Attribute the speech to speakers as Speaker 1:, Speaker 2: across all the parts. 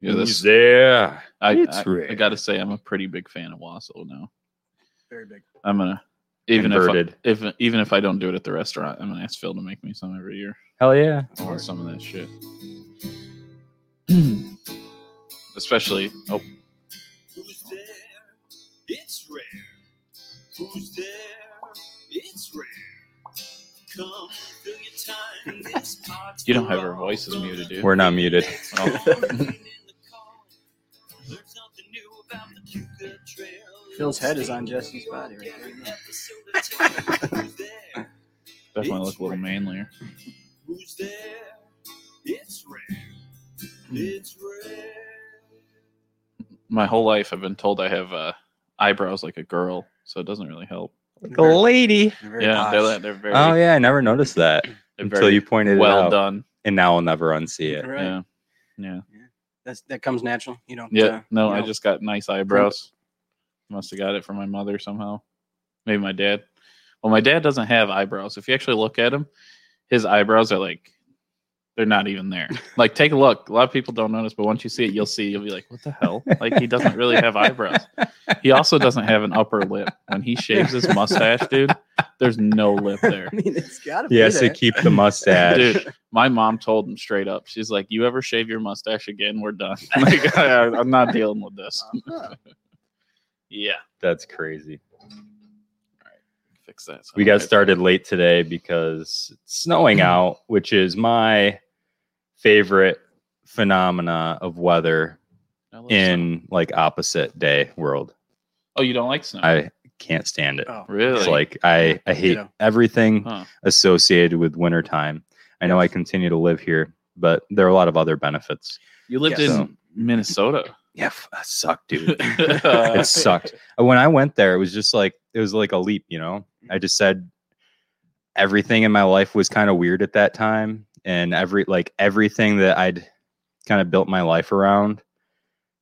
Speaker 1: Yeah,
Speaker 2: He's
Speaker 1: that's,
Speaker 2: there.
Speaker 1: I,
Speaker 2: it's
Speaker 1: I,
Speaker 2: rare.
Speaker 1: I gotta say, I'm a pretty big fan of Wassel now.
Speaker 3: Very big.
Speaker 1: I'm gonna even
Speaker 2: Converted.
Speaker 1: if I, if even if I don't do it at the restaurant, I'm gonna ask Phil to make me some every year.
Speaker 2: Hell yeah.
Speaker 1: I want some of that shit. Especially, oh,
Speaker 4: Who's there? It's rare. Who's there? It's rare. Come fill your time. This party's
Speaker 1: you don't have her voices muted, dude. Oh.
Speaker 2: We're not muted.
Speaker 3: Phil's head is on Jesse's body right there.
Speaker 4: there.
Speaker 1: Definitely look a little manlier.
Speaker 4: Who's there? It's rare. It's rare.
Speaker 1: My whole life, I've been told I have uh, eyebrows like a girl, so it doesn't really help.
Speaker 2: Like a lady.
Speaker 3: They're very
Speaker 1: yeah, they're,
Speaker 3: posh.
Speaker 1: li- they're very,
Speaker 2: Oh yeah, I never noticed that
Speaker 1: they're
Speaker 2: until
Speaker 1: very
Speaker 2: you pointed it
Speaker 1: well
Speaker 2: out,
Speaker 1: done.
Speaker 2: and now I'll never unsee it.
Speaker 3: Right.
Speaker 1: Yeah, yeah,
Speaker 3: That's, that comes natural. You don't.
Speaker 1: yeah.
Speaker 3: uh,
Speaker 1: no,
Speaker 3: you
Speaker 1: I
Speaker 3: don't-
Speaker 1: just got nice eyebrows. Must have got it from my mother somehow. Maybe my dad. Well, my dad doesn't have eyebrows. If you actually look at him, his eyebrows are like they're not even there. Like, take a look. A lot of people don't notice, but once you see it, you'll see. You'll be like, "What the hell?" Like, he doesn't really have eyebrows. He also doesn't have an upper lip. When he shaves his mustache, dude, there's no lip there.
Speaker 3: I mean, it's gotta be.
Speaker 2: Yes,
Speaker 3: there.
Speaker 2: to keep the mustache.
Speaker 1: Dude, my mom told him straight up. She's like, "You ever shave your mustache again? We're done. Like, I, am not dealing with this."
Speaker 3: Uh-huh.
Speaker 1: Yeah,
Speaker 2: That's crazy.
Speaker 1: fix that.
Speaker 2: We got started late today because it's snowing out, which is my favorite phenomena of weather
Speaker 1: in.
Speaker 2: in like opposite day world.
Speaker 1: Oh, you don't like snow?
Speaker 2: I can't stand it.
Speaker 3: Oh,
Speaker 1: really?
Speaker 2: It's like I, I hate
Speaker 3: Ditto.
Speaker 2: everything
Speaker 1: Huh.
Speaker 2: associated with wintertime. I know I continue to live here, but there are a lot of other benefits.
Speaker 1: you lived
Speaker 2: Yeah,
Speaker 1: in
Speaker 2: so-
Speaker 1: Minnesota.
Speaker 2: Yeah, f- that sucked, dude.
Speaker 1: Uh,
Speaker 2: it sucked. When I went there, it was just like it was like a leap, you know. I just said everything in my life was kind of weird at that time, and every like everything that I'd kind of built my life around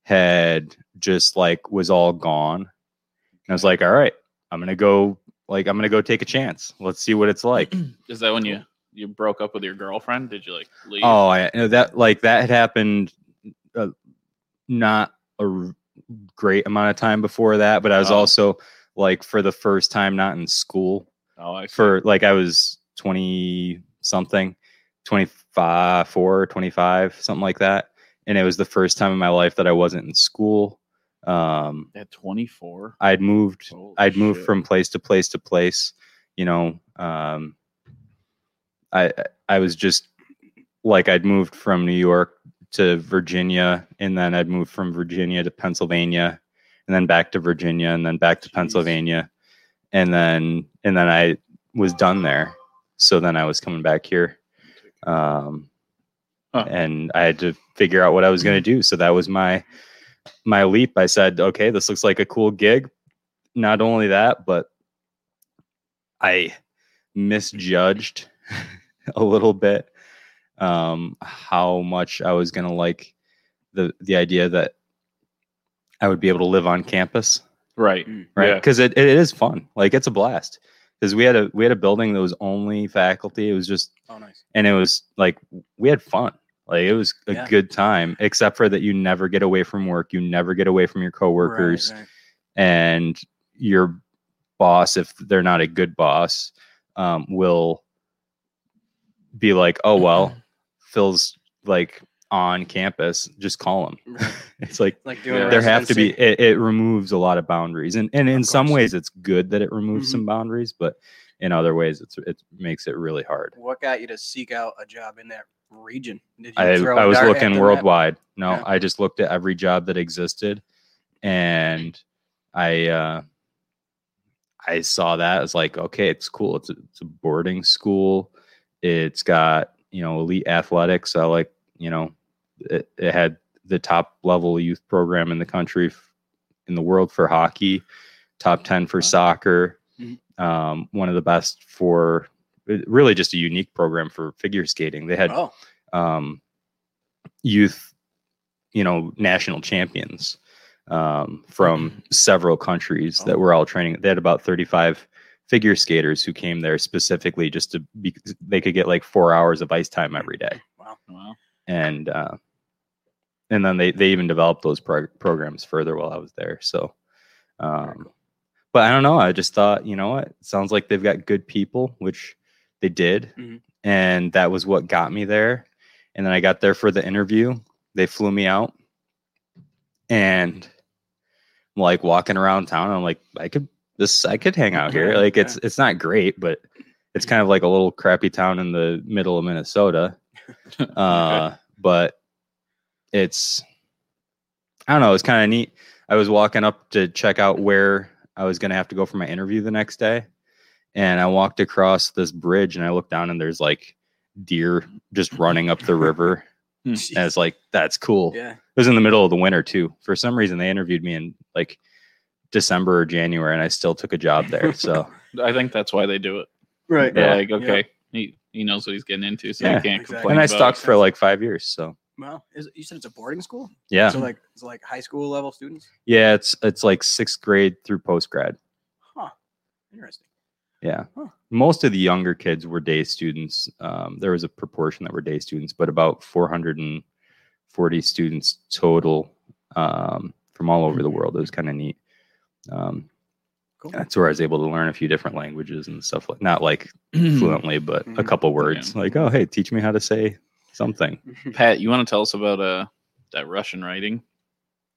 Speaker 2: had just like was all gone. And I was like, all right, I'm gonna go. Like, I'm gonna go take a chance. Let's see what it's like.
Speaker 1: Is that when you you broke up with your girlfriend? Did you like leave?
Speaker 2: Oh, I no, that like that had happened uh, not a r- great amount of time before that, but I was
Speaker 1: Oh.
Speaker 2: also like for the first time not in school
Speaker 1: oh, I see.
Speaker 2: for like I was 20 something, 25, 4, 25, something like that. And it was the first time in my life that I wasn't in school. Um,
Speaker 1: at 24.
Speaker 2: I'd moved
Speaker 1: Holy
Speaker 2: I'd move
Speaker 1: shit.
Speaker 2: from place to place to place. You know, um, I I was just like I'd moved from New York to Virginia, and then I'd moved from Virginia to Pennsylvania, and then back to Virginia, and then back to
Speaker 3: Jeez.
Speaker 2: Pennsylvania, and then and then I was done there. So then I was coming back here, um,
Speaker 1: Huh.
Speaker 2: and I had to figure out what I was going to do. So that was my my leap. I said, okay, this looks like a cool gig not only that, but I misjudged a little bit um, how much I was gonna like the the idea that I would be able to live on campus,
Speaker 1: Right.
Speaker 2: right?
Speaker 1: Yeah.
Speaker 2: Because it, it is fun, like it's a blast. Because we had a we had a building that was only faculty. It was just
Speaker 3: Oh, nice.
Speaker 2: and it was like we had fun like it was a
Speaker 3: Yeah.
Speaker 2: good time except for that you never get away from work you never get away from your coworkers
Speaker 3: Right, right.
Speaker 2: and your boss if they're not a good boss um, will be like oh well phil's like on campus just call him
Speaker 3: Right.
Speaker 2: it's like
Speaker 3: Like doing.
Speaker 1: Yeah.
Speaker 3: a
Speaker 2: there have to be
Speaker 3: residency.
Speaker 2: it, it removes a lot of boundaries and, and in
Speaker 3: Of
Speaker 2: some
Speaker 3: course.
Speaker 2: ways it's good that it removes
Speaker 3: Mhm.
Speaker 2: some boundaries but in other ways it's it makes it really hard
Speaker 3: What got you to seek out a job in that region? Did you
Speaker 2: I,
Speaker 3: throw a
Speaker 2: I was
Speaker 3: dart at the
Speaker 2: looking
Speaker 3: map?
Speaker 2: worldwide. No,
Speaker 3: Yeah.
Speaker 2: I just looked at every job that existed, and I uh, I saw that as like, okay, it's cool. It's a, it's a boarding school. It's got you know elite athletics. I like you know it, it had the top level youth program in the country, f- in the world for hockey, top ten for
Speaker 1: Wow.
Speaker 2: soccer.
Speaker 3: Mhm.
Speaker 2: Um, one of the best for really just a unique program for figure skating. They had
Speaker 3: Oh,
Speaker 2: um, youth, you know, national champions um, from several countries that were all training. They had about 35 figure skaters who came there specifically just to be, they could get like four hours of ice time every day.
Speaker 3: wow.
Speaker 1: Wow.
Speaker 2: And uh, and then they they even developed those prog- programs further while I was there. So, um, but I don't know. I just thought, you know what? It sounds like they've got good people, which they did,
Speaker 3: Mhm.
Speaker 2: and that was what got me there. And then I got there for the interview. They flew me out, and I'm like walking around town. I'm like, I could this I could hang out here.
Speaker 3: Yeah,
Speaker 2: Like
Speaker 3: yeah.
Speaker 2: it's it's not great, but it's kind of like a little crappy town in the middle of Minnesota. Uh, but it's I don't know, it's kind of neat. I was walking up to check out where I was gonna have to go for my interview the next day. And I walked across this bridge and I looked down and there's like deer just running up the river.
Speaker 1: Hmm.
Speaker 2: And it's like, that's cool.
Speaker 3: Yeah.
Speaker 2: It was in the middle of the winter too. For some reason, they interviewed me in like December or January, and I still took a job there. So
Speaker 1: I think that's why they do it.
Speaker 3: Right.
Speaker 1: They're
Speaker 2: Yeah.
Speaker 1: like, okay, he, he knows what he's getting into, so
Speaker 2: Yeah.
Speaker 1: he can't
Speaker 3: Exactly.
Speaker 1: complain.
Speaker 2: and I
Speaker 1: about
Speaker 2: stuck
Speaker 1: it.
Speaker 2: for like five years. So
Speaker 3: Well, is, you said it's a boarding school.
Speaker 2: yeah,
Speaker 3: So like, it's like high school level students.
Speaker 2: yeah, it's it's like sixth grade through post grad.
Speaker 3: Huh. Interesting.
Speaker 2: Yeah,
Speaker 3: Huh.
Speaker 2: most of the younger kids were day students. Um, there was a proportion that were day students, but about 440 students total um, from all over the world. It was kind of neat. Um,
Speaker 3: Cool.
Speaker 2: that's where I was able to learn a few different languages and stuff like not like fluently, but a
Speaker 3: Mhm.
Speaker 2: couple words. Like, oh, hey, teach me how to say something.
Speaker 1: Pat, you want to tell us about uh that Russian writing?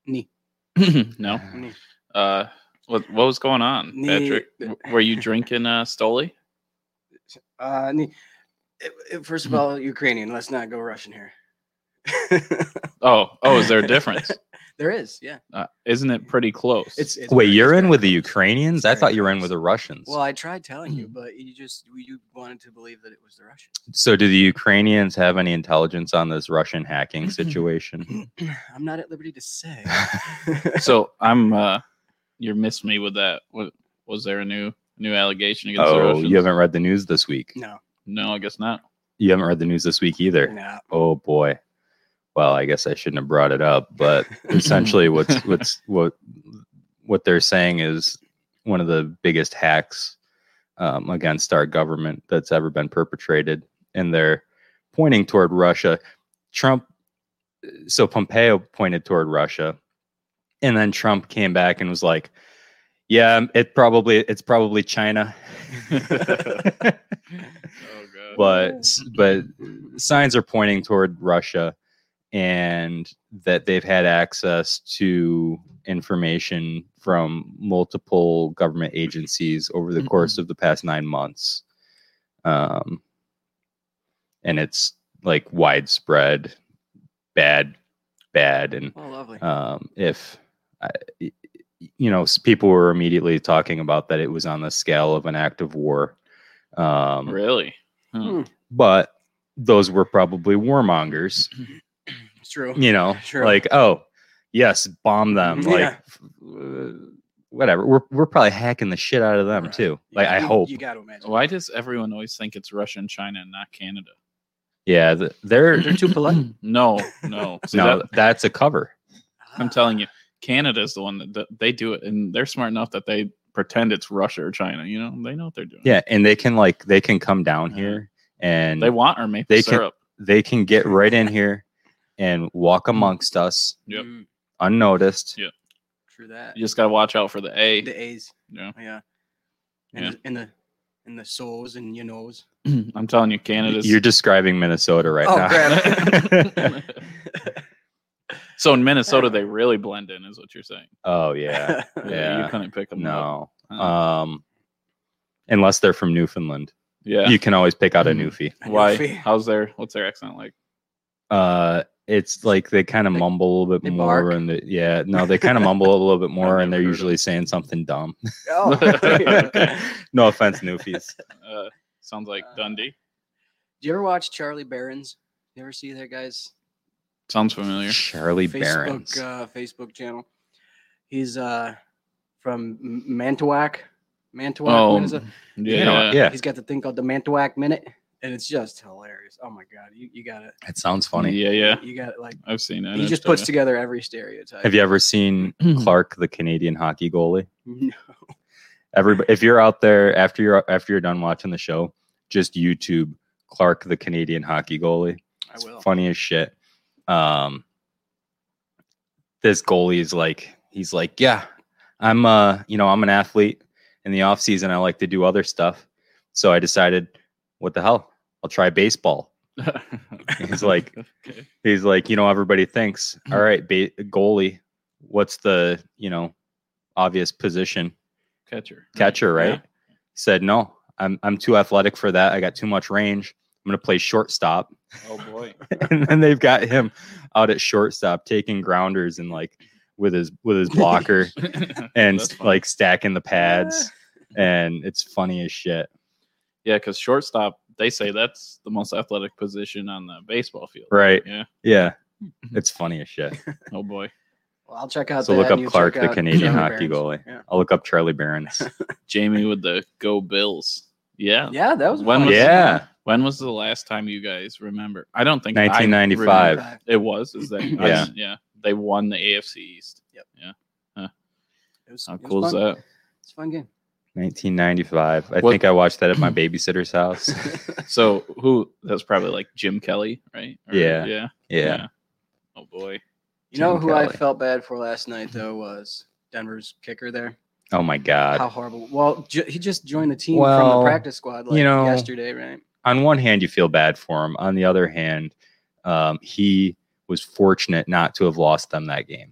Speaker 3: Ni.
Speaker 1: no.
Speaker 3: Ni.
Speaker 1: Uh, what what was going on,
Speaker 3: Ni-
Speaker 1: Patrick? W- Were you drinking uh, Stoli?
Speaker 3: Uh, ni- it- it- first of all, Ukrainian. Let's not go Russian here.
Speaker 1: Oh, oh, is there a difference?
Speaker 3: there is. Yeah.
Speaker 1: Uh, isn't it pretty close?
Speaker 3: It's, it's
Speaker 2: Wait,
Speaker 3: very-
Speaker 2: you're
Speaker 3: it's
Speaker 2: in
Speaker 3: very
Speaker 2: with the
Speaker 3: close.
Speaker 2: Ukrainians? I
Speaker 3: Very
Speaker 2: thought you were in
Speaker 3: close.
Speaker 2: with the Russians. Mm-hmm.
Speaker 3: Well, I tried telling you, but you just you wanted to believe that it was the Russians.
Speaker 2: so, do the Ukrainians have any intelligence on this Russian hacking situation?
Speaker 3: I'm not at liberty to say.
Speaker 1: so I'm. Uh, you're missed me with that. What, was there a new new allegation against the
Speaker 2: oh,
Speaker 1: Russians?
Speaker 2: you haven't read the news this week.
Speaker 3: no,
Speaker 1: No, I guess not.
Speaker 2: You haven't read the news this week either.
Speaker 3: no.
Speaker 2: Oh boy. Well, I guess I shouldn't have brought it up, but mm, essentially what's what's what what they're saying is one of the biggest hacks um, against our government that's ever been perpetrated and they're pointing toward Russia. Trump so Pompeo pointed toward Russia and then Trump came back and was like, "Yeah, it probably it's probably China."
Speaker 1: Oh god.
Speaker 2: but but signs are pointing toward Russia and that they've had access to information from multiple government agencies over the course of the past nine months. Um, and it's like widespread, bad, bad, and
Speaker 3: Oh, lovely.
Speaker 2: um, if I, y- y- you know s- people were immediately talking about that it was on the scale of an act of war um,
Speaker 1: really? Hmm.
Speaker 2: but those were probably warmongers
Speaker 3: it's true.
Speaker 2: you know
Speaker 3: Sure.
Speaker 2: like oh yes bomb them like
Speaker 3: Yeah.
Speaker 2: f- uh, whatever we're, we're probably hacking the shit out of them
Speaker 3: Right.
Speaker 2: too
Speaker 3: You-
Speaker 2: like i
Speaker 3: you-
Speaker 2: hope
Speaker 3: you got to imagine.
Speaker 1: Why does everyone always think it's Russia and China and not Canada?
Speaker 2: yeah th- they're
Speaker 3: They're too polite.
Speaker 1: No, no. See,
Speaker 2: no
Speaker 1: that-
Speaker 2: that's a cover
Speaker 3: Ah,
Speaker 1: I'm telling you, Canada's the one that that they do it, and they're smart enough that they pretend it's Russia or China. You know, they know what they're doing.
Speaker 2: yeah and they can like they can come down
Speaker 1: Uh,
Speaker 2: here and
Speaker 1: they want our maple
Speaker 2: They can-
Speaker 1: syrup.
Speaker 2: they can get right in here and walk amongst us
Speaker 1: Yep.
Speaker 3: Mm,
Speaker 2: unnoticed.
Speaker 1: Yeah.
Speaker 3: true that.
Speaker 1: You just gotta watch out for the A.
Speaker 3: The A's.
Speaker 1: Yeah.
Speaker 3: Yeah. And,
Speaker 1: Yeah.
Speaker 3: The, and the and the soles and your nose.
Speaker 1: I'm telling you,
Speaker 2: Y-
Speaker 1: Canada's.
Speaker 2: You're describing Minnesota right
Speaker 3: Oh,
Speaker 2: now.
Speaker 3: crap.
Speaker 1: so in Minnesota, they really blend in, is what you're saying.
Speaker 2: oh yeah.
Speaker 1: you
Speaker 2: Yeah.
Speaker 1: couldn't pick them up.
Speaker 2: No.
Speaker 1: Huh.
Speaker 2: Um unless they're from Newfoundland.
Speaker 1: yeah.
Speaker 2: You can always pick out a newfie.
Speaker 3: I know
Speaker 1: Why?
Speaker 3: fe-
Speaker 1: How's their what's their accent like?
Speaker 2: Uh it's like they kind of
Speaker 3: They-
Speaker 2: mumble a little
Speaker 3: they
Speaker 2: bit more
Speaker 3: bark?
Speaker 2: and they- yeah, no, they kind of mumble a little bit more and
Speaker 1: never
Speaker 2: they're
Speaker 1: heard of
Speaker 2: usually saying something dumb.
Speaker 3: Oh.
Speaker 1: Okay.
Speaker 2: no offense, newfies.
Speaker 1: Uh, sounds like Dundee.
Speaker 3: Do you ever watch Charlie Barron's? You ever see that guy's
Speaker 1: Sounds familiar.
Speaker 2: Charlie Barons.
Speaker 3: Facebook uh, Facebook channel? He's uh from M- Mantuac. Mantuac,
Speaker 1: Oh,
Speaker 3: Minnesota.
Speaker 1: Yeah,
Speaker 2: You know, yeah.
Speaker 3: He's got the thing called the Mantuac Minute, and it's just hilarious. Oh my god, you, you got it.
Speaker 2: It sounds funny.
Speaker 1: Yeah, yeah.
Speaker 3: You got it. Like
Speaker 1: I've seen it.
Speaker 3: he
Speaker 1: It's,
Speaker 3: just puts
Speaker 1: uh,
Speaker 3: together every stereotype.
Speaker 2: Have you ever seen Clark, the Canadian hockey goalie?
Speaker 3: No.
Speaker 2: Everybody, if you're out there after you're after you're done watching the show, just YouTube Clark, the Canadian hockey goalie.
Speaker 3: I
Speaker 2: It's
Speaker 3: will.
Speaker 2: funny as shit. Um, this goalie is like he's like yeah i'm uh you know i'm an athlete in the off season i like to do other stuff so i decided what the hell i'll try baseball He's like-
Speaker 1: Okay.
Speaker 2: he's like you know everybody thinks all right ba- goalie what's the you know obvious position
Speaker 1: catcher.
Speaker 2: catcher right
Speaker 1: Yeah.
Speaker 2: said no i'm i'm too athletic for that i got too much range i'm going to play shortstop
Speaker 1: Oh boy.
Speaker 2: and then they've got him out at shortstop taking grounders and like with his with his blocker and
Speaker 1: That's funny.
Speaker 2: like stacking the pads and it's funny as shit
Speaker 1: yeah, because shortstop, they say that's the most athletic position on the baseball field.
Speaker 2: right
Speaker 1: Yeah.
Speaker 2: yeah it's funny as shit
Speaker 1: Oh boy.
Speaker 3: Well, I'll check out.
Speaker 2: So
Speaker 3: that
Speaker 2: look
Speaker 3: and
Speaker 2: up
Speaker 3: you
Speaker 2: Clark,
Speaker 3: check
Speaker 2: the
Speaker 3: out
Speaker 2: Canadian
Speaker 3: Jeremy
Speaker 2: hockey
Speaker 3: Burns.
Speaker 2: goalie.
Speaker 3: Yeah.
Speaker 2: i'll look up charlie barron's
Speaker 1: Jamie with the go Bills. Yeah.
Speaker 3: Yeah, that was
Speaker 1: When
Speaker 3: fun.
Speaker 1: was-
Speaker 2: yeah
Speaker 1: When was the last time you guys remember? I don't think I
Speaker 2: 1995
Speaker 1: remember. It was. Is that? I-
Speaker 2: Yeah.
Speaker 1: yeah. They won the AFC East.
Speaker 3: It was,
Speaker 1: How
Speaker 3: it was
Speaker 1: cool is
Speaker 3: fun.
Speaker 1: that?
Speaker 3: It's a fun game.
Speaker 2: 1995 i
Speaker 1: What-
Speaker 2: think i watched that at my babysitter's house
Speaker 1: So who? That's probably like Jim Kelly, right?
Speaker 2: Yeah.
Speaker 1: Yeah.
Speaker 2: yeah
Speaker 1: Oh boy.
Speaker 3: You know
Speaker 2: Tim
Speaker 3: who I
Speaker 2: Kelly.
Speaker 3: felt bad for last night though was Denver's kicker there.
Speaker 2: oh my god
Speaker 3: How horrible! Well, ju- he just joined the team from
Speaker 2: Well,
Speaker 3: the practice squad like
Speaker 2: you know-
Speaker 3: yesterday, right?
Speaker 2: on one hand, you feel bad for him. On the other hand, um, he was fortunate not to have lost them that game,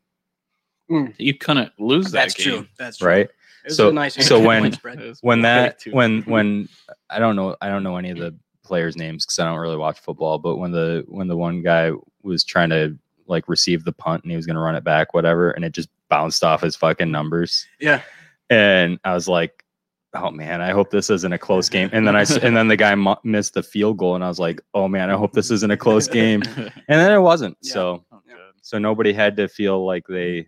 Speaker 1: You couldn't lose that
Speaker 3: That's
Speaker 1: game.
Speaker 3: true. That's true.
Speaker 2: right?
Speaker 3: It was
Speaker 2: So-
Speaker 3: a nice
Speaker 2: so
Speaker 3: point
Speaker 2: when-
Speaker 3: spread.
Speaker 1: That is
Speaker 2: When
Speaker 1: way
Speaker 2: that,
Speaker 1: too-
Speaker 2: when when I don't know, I don't know any of the players' names because I don't really watch football. But when the when the one guy was trying to like receive the punt and he was going to run it back, whatever, and it just bounced off his fucking numbers,
Speaker 3: yeah,
Speaker 2: and I was like. Oh man, I hope this isn't a close game. And then I s- and then the guy mu missed the field goal, and I was like, "Oh man, I hope this isn't a close game." And then it wasn't.
Speaker 3: Yeah.
Speaker 2: So
Speaker 1: Oh,
Speaker 3: Yeah.
Speaker 1: God.
Speaker 2: so nobody had to feel like they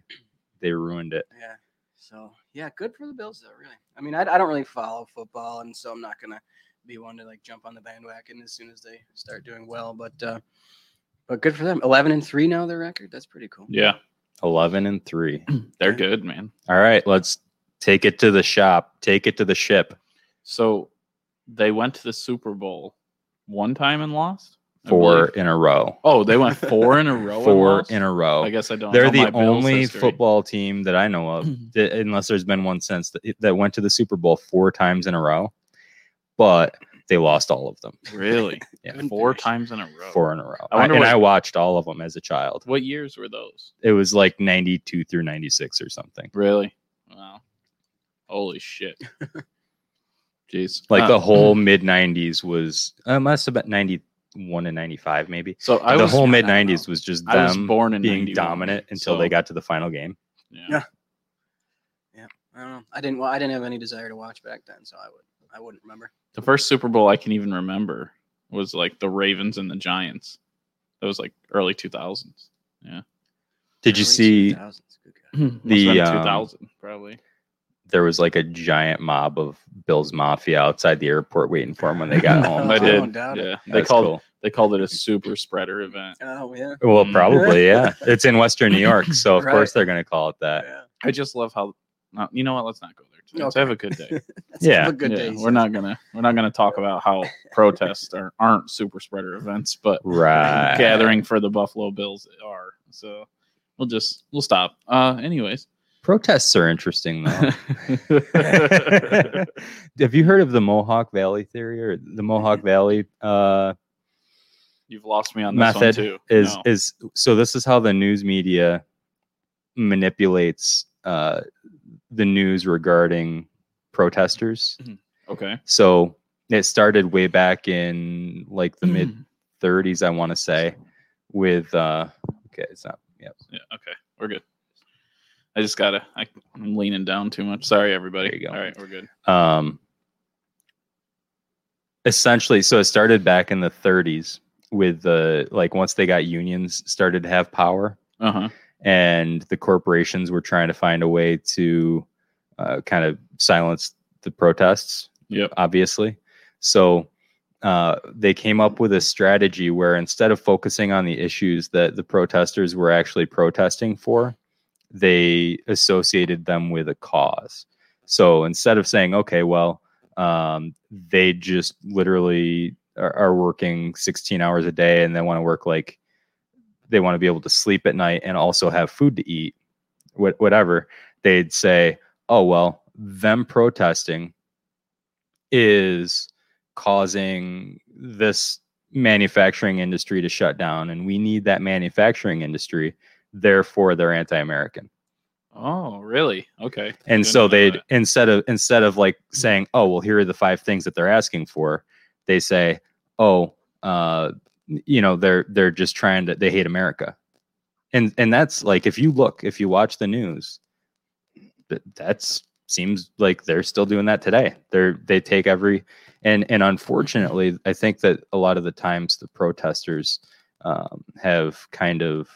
Speaker 2: they ruined it.
Speaker 3: yeah. So yeah, good for the Bills though. Really, I mean, I, I don't really follow football, and so I'm not gonna be one to like jump on the bandwagon as soon as they start doing well. But uh but good for them. Eleven and three now their record. That's pretty cool.
Speaker 1: Yeah.
Speaker 2: Eleven and three.
Speaker 1: They're good, man.
Speaker 2: All right, let's take it to the shop. Take it to the ship.
Speaker 1: So they went to the Super Bowl one time and lost. I
Speaker 2: Four
Speaker 1: believe.
Speaker 2: in a row.
Speaker 1: Oh, they went four in a row.
Speaker 2: Four in a row.
Speaker 1: I guess I don't.
Speaker 2: They're
Speaker 1: know my
Speaker 2: the
Speaker 1: Bills
Speaker 2: only
Speaker 1: history.
Speaker 2: football team that I know of, that, unless there's been one since that, that went to the Super Bowl four times in a row, but they lost all of them.
Speaker 1: Really,
Speaker 2: Yeah,
Speaker 3: Couldn't
Speaker 1: four
Speaker 3: finish.
Speaker 1: times in a row.
Speaker 2: four in a row.
Speaker 1: I wonder
Speaker 2: and
Speaker 1: what-
Speaker 2: I watched all of them as a child.
Speaker 1: What years were those?
Speaker 2: It was like 92 through 96 or something.
Speaker 1: Really? Wow. Holy shit. Jeez. Uh,
Speaker 2: like
Speaker 1: Huh.
Speaker 2: the whole mid 90s was uh, must have been 91 and 95 maybe
Speaker 1: So I
Speaker 2: the
Speaker 1: was
Speaker 2: whole
Speaker 3: I
Speaker 2: mid
Speaker 3: don't
Speaker 2: 90s
Speaker 3: know.
Speaker 2: was just
Speaker 1: I was
Speaker 2: them
Speaker 1: born in
Speaker 2: being
Speaker 1: 91,
Speaker 2: dominant until
Speaker 1: so,
Speaker 2: they got to the final game
Speaker 1: yeah.
Speaker 3: Yeah. I don't know. I didn't. Well, I didn't have any desire to watch back then, so I would. I wouldn't remember.
Speaker 1: The first Super Bowl I can even remember was like the Ravens and the Giants. That was like early two thousands.
Speaker 2: did you
Speaker 3: Early
Speaker 2: see
Speaker 3: 2000s, good God.
Speaker 2: The,
Speaker 1: two
Speaker 2: um,
Speaker 1: thousand probably.
Speaker 2: there was like a giant mob of bill's mafia outside the airport waiting for them when they got home
Speaker 1: I
Speaker 3: I
Speaker 1: did.
Speaker 3: don't doubt it.
Speaker 1: yeah,
Speaker 2: That
Speaker 1: they
Speaker 2: was
Speaker 1: called they called it a super spreader event.
Speaker 3: Oh yeah.
Speaker 2: cool. well
Speaker 1: Mm.
Speaker 2: probably yeah it's in western new york so of
Speaker 3: Right.
Speaker 2: course they're going to call it that
Speaker 3: yeah.
Speaker 1: I just love how. No, you know what? Let's not go there. Today. Let's
Speaker 3: Okay.
Speaker 1: have a good day.
Speaker 3: That's yeah.
Speaker 2: Yeah,
Speaker 3: A good
Speaker 1: Yeah,
Speaker 3: day. he
Speaker 1: We're
Speaker 3: says.
Speaker 1: not gonna we're not gonna talk about how protests are, aren't super spreader events, but
Speaker 2: right
Speaker 1: gathering for the Buffalo Bills are. So we'll just we'll stop. Uh, anyways.
Speaker 2: protests are interesting though have you heard of the mohawk valley theory or the mohawk valley uh
Speaker 1: You've lost me on this one
Speaker 2: method
Speaker 1: too.
Speaker 2: is
Speaker 1: No.
Speaker 2: is so this is how the news media manipulates uh, the news regarding protesters
Speaker 1: okay.
Speaker 2: so it started way back in like
Speaker 1: Hmm.
Speaker 2: the mid 30s i want to say with uh okay it's not yep
Speaker 1: Yeah, okay. We're good. I just gotta I, I'm leaning down too much. Sorry everybody.
Speaker 2: There you go.
Speaker 1: All right, we're good.
Speaker 2: um essentially so it started back in the 30s with the like once they got unions started to have power
Speaker 1: Uh-huh.
Speaker 2: and the corporations were trying to find a way to uh, kind of silence the protests,
Speaker 1: Yep.
Speaker 2: obviously. So uh, they came up with a strategy where instead of focusing on the issues that the protesters were actually protesting for, they associated them with a cause. So instead of saying, okay, well, um, they just literally are, are working 16 hours a day and they want to work like they want to be able to sleep at night and also have food to eat, wha- whatever, they'd say, oh, well, them protesting is causing this manufacturing industry to shut down, and we need that manufacturing industry. Therefore, they're anti American
Speaker 1: Oh, really? Okay. I
Speaker 2: and
Speaker 1: didn't
Speaker 2: so
Speaker 1: know
Speaker 2: they'd
Speaker 1: that.
Speaker 2: instead of instead of like saying oh well here are the five things that they're asking for they say oh uh you know they're they're just trying to they hate america and and that's like if you look if you watch the news that that's seems like they're still doing that today they're they take every and and unfortunately i think that a lot of the times the protesters um, have kind of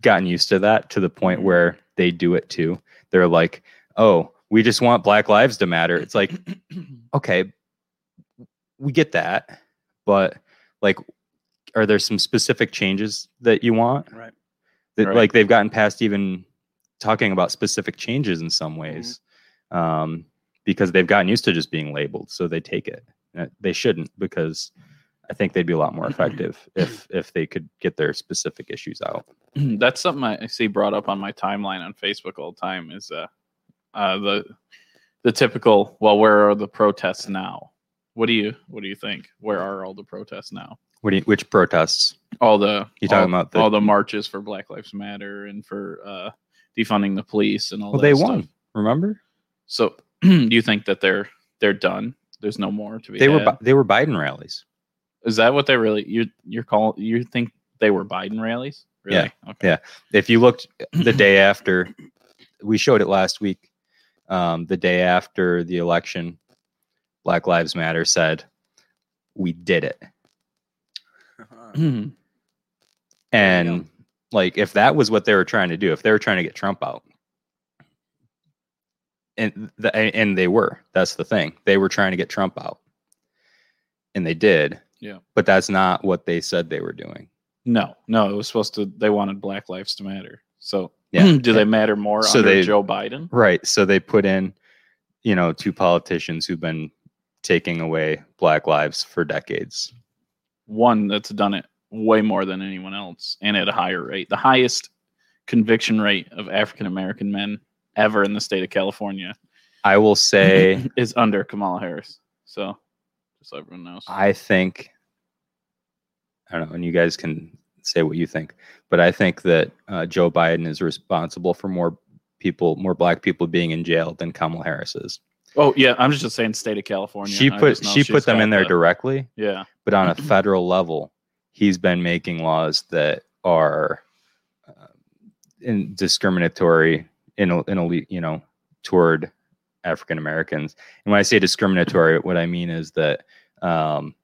Speaker 2: gotten used to that to the point where they do it too. They're like, oh, we just want Black Lives to matter. It's like, okay, we get that, but like, are there some specific changes that you want?
Speaker 3: Right.
Speaker 2: That
Speaker 1: Right.
Speaker 2: like they've gotten past even talking about specific changes in some ways, um, because they've gotten used to just being labeled, so they take it. Uh, They shouldn't because I think they'd be a lot more effective if if they could get their specific issues out.
Speaker 1: that's something I I see brought up on my timeline on Facebook all the time is uh, uh the the typical well where are the protests now? What do you what do you think? Where are all the protests now?
Speaker 2: What do you, which protests?
Speaker 1: All the
Speaker 2: You talking
Speaker 1: all-
Speaker 2: about the-
Speaker 1: all the marches for Black Lives Matter and for uh defunding the police and all
Speaker 2: Well,
Speaker 1: that
Speaker 2: they
Speaker 1: stuff.
Speaker 2: won. Remember,
Speaker 1: So do you think that they're they're done? There's no more to be
Speaker 2: they were
Speaker 1: had?
Speaker 2: Bi- they were Biden rallies.
Speaker 1: Is that what they really you you're call you think they were Biden rallies? Really? Okay.
Speaker 2: yeah. If you looked the day after, we showed it last week. Um, the day after the election, Black Lives Matter said, "We did it."
Speaker 3: Uh-huh. There you
Speaker 2: And like, if that was what they were trying to do, if they were trying to get Trump out, and th- and and they were. That's the thing. They were trying to get Trump out, and they did.
Speaker 1: Yeah.
Speaker 2: But that's not what they said they were doing.
Speaker 1: No, no, it was supposed to. They wanted Black Lives to matter. So,
Speaker 2: Yeah.
Speaker 1: do they matter more
Speaker 2: So
Speaker 1: under
Speaker 2: they-
Speaker 1: Joe Biden?
Speaker 2: Right. So they put in, you know, two politicians who've been taking away black lives for decades.
Speaker 1: One that's done it way more than anyone else, and at a higher rate, the highest conviction rate of African American men ever in the state of California
Speaker 2: I will say,
Speaker 1: is under Kamala Harris. So, just so everyone knows,
Speaker 2: I think, I don't know, and you guys can say what you think, but I think that uh, Joe Biden is responsible for more people, more black people being in jail than Kamala Harris is.
Speaker 1: oh yeah, I'm just saying state of California.
Speaker 2: She
Speaker 1: I
Speaker 2: put
Speaker 1: just know
Speaker 2: she
Speaker 1: she's
Speaker 2: put them
Speaker 1: got
Speaker 2: in there
Speaker 1: the-
Speaker 2: directly,
Speaker 1: Yeah,
Speaker 2: but on a federal level, he's been making laws that are uh, in discriminatory in a- in a le- you know toward African Americans. And when I say discriminatory, what I mean is that um,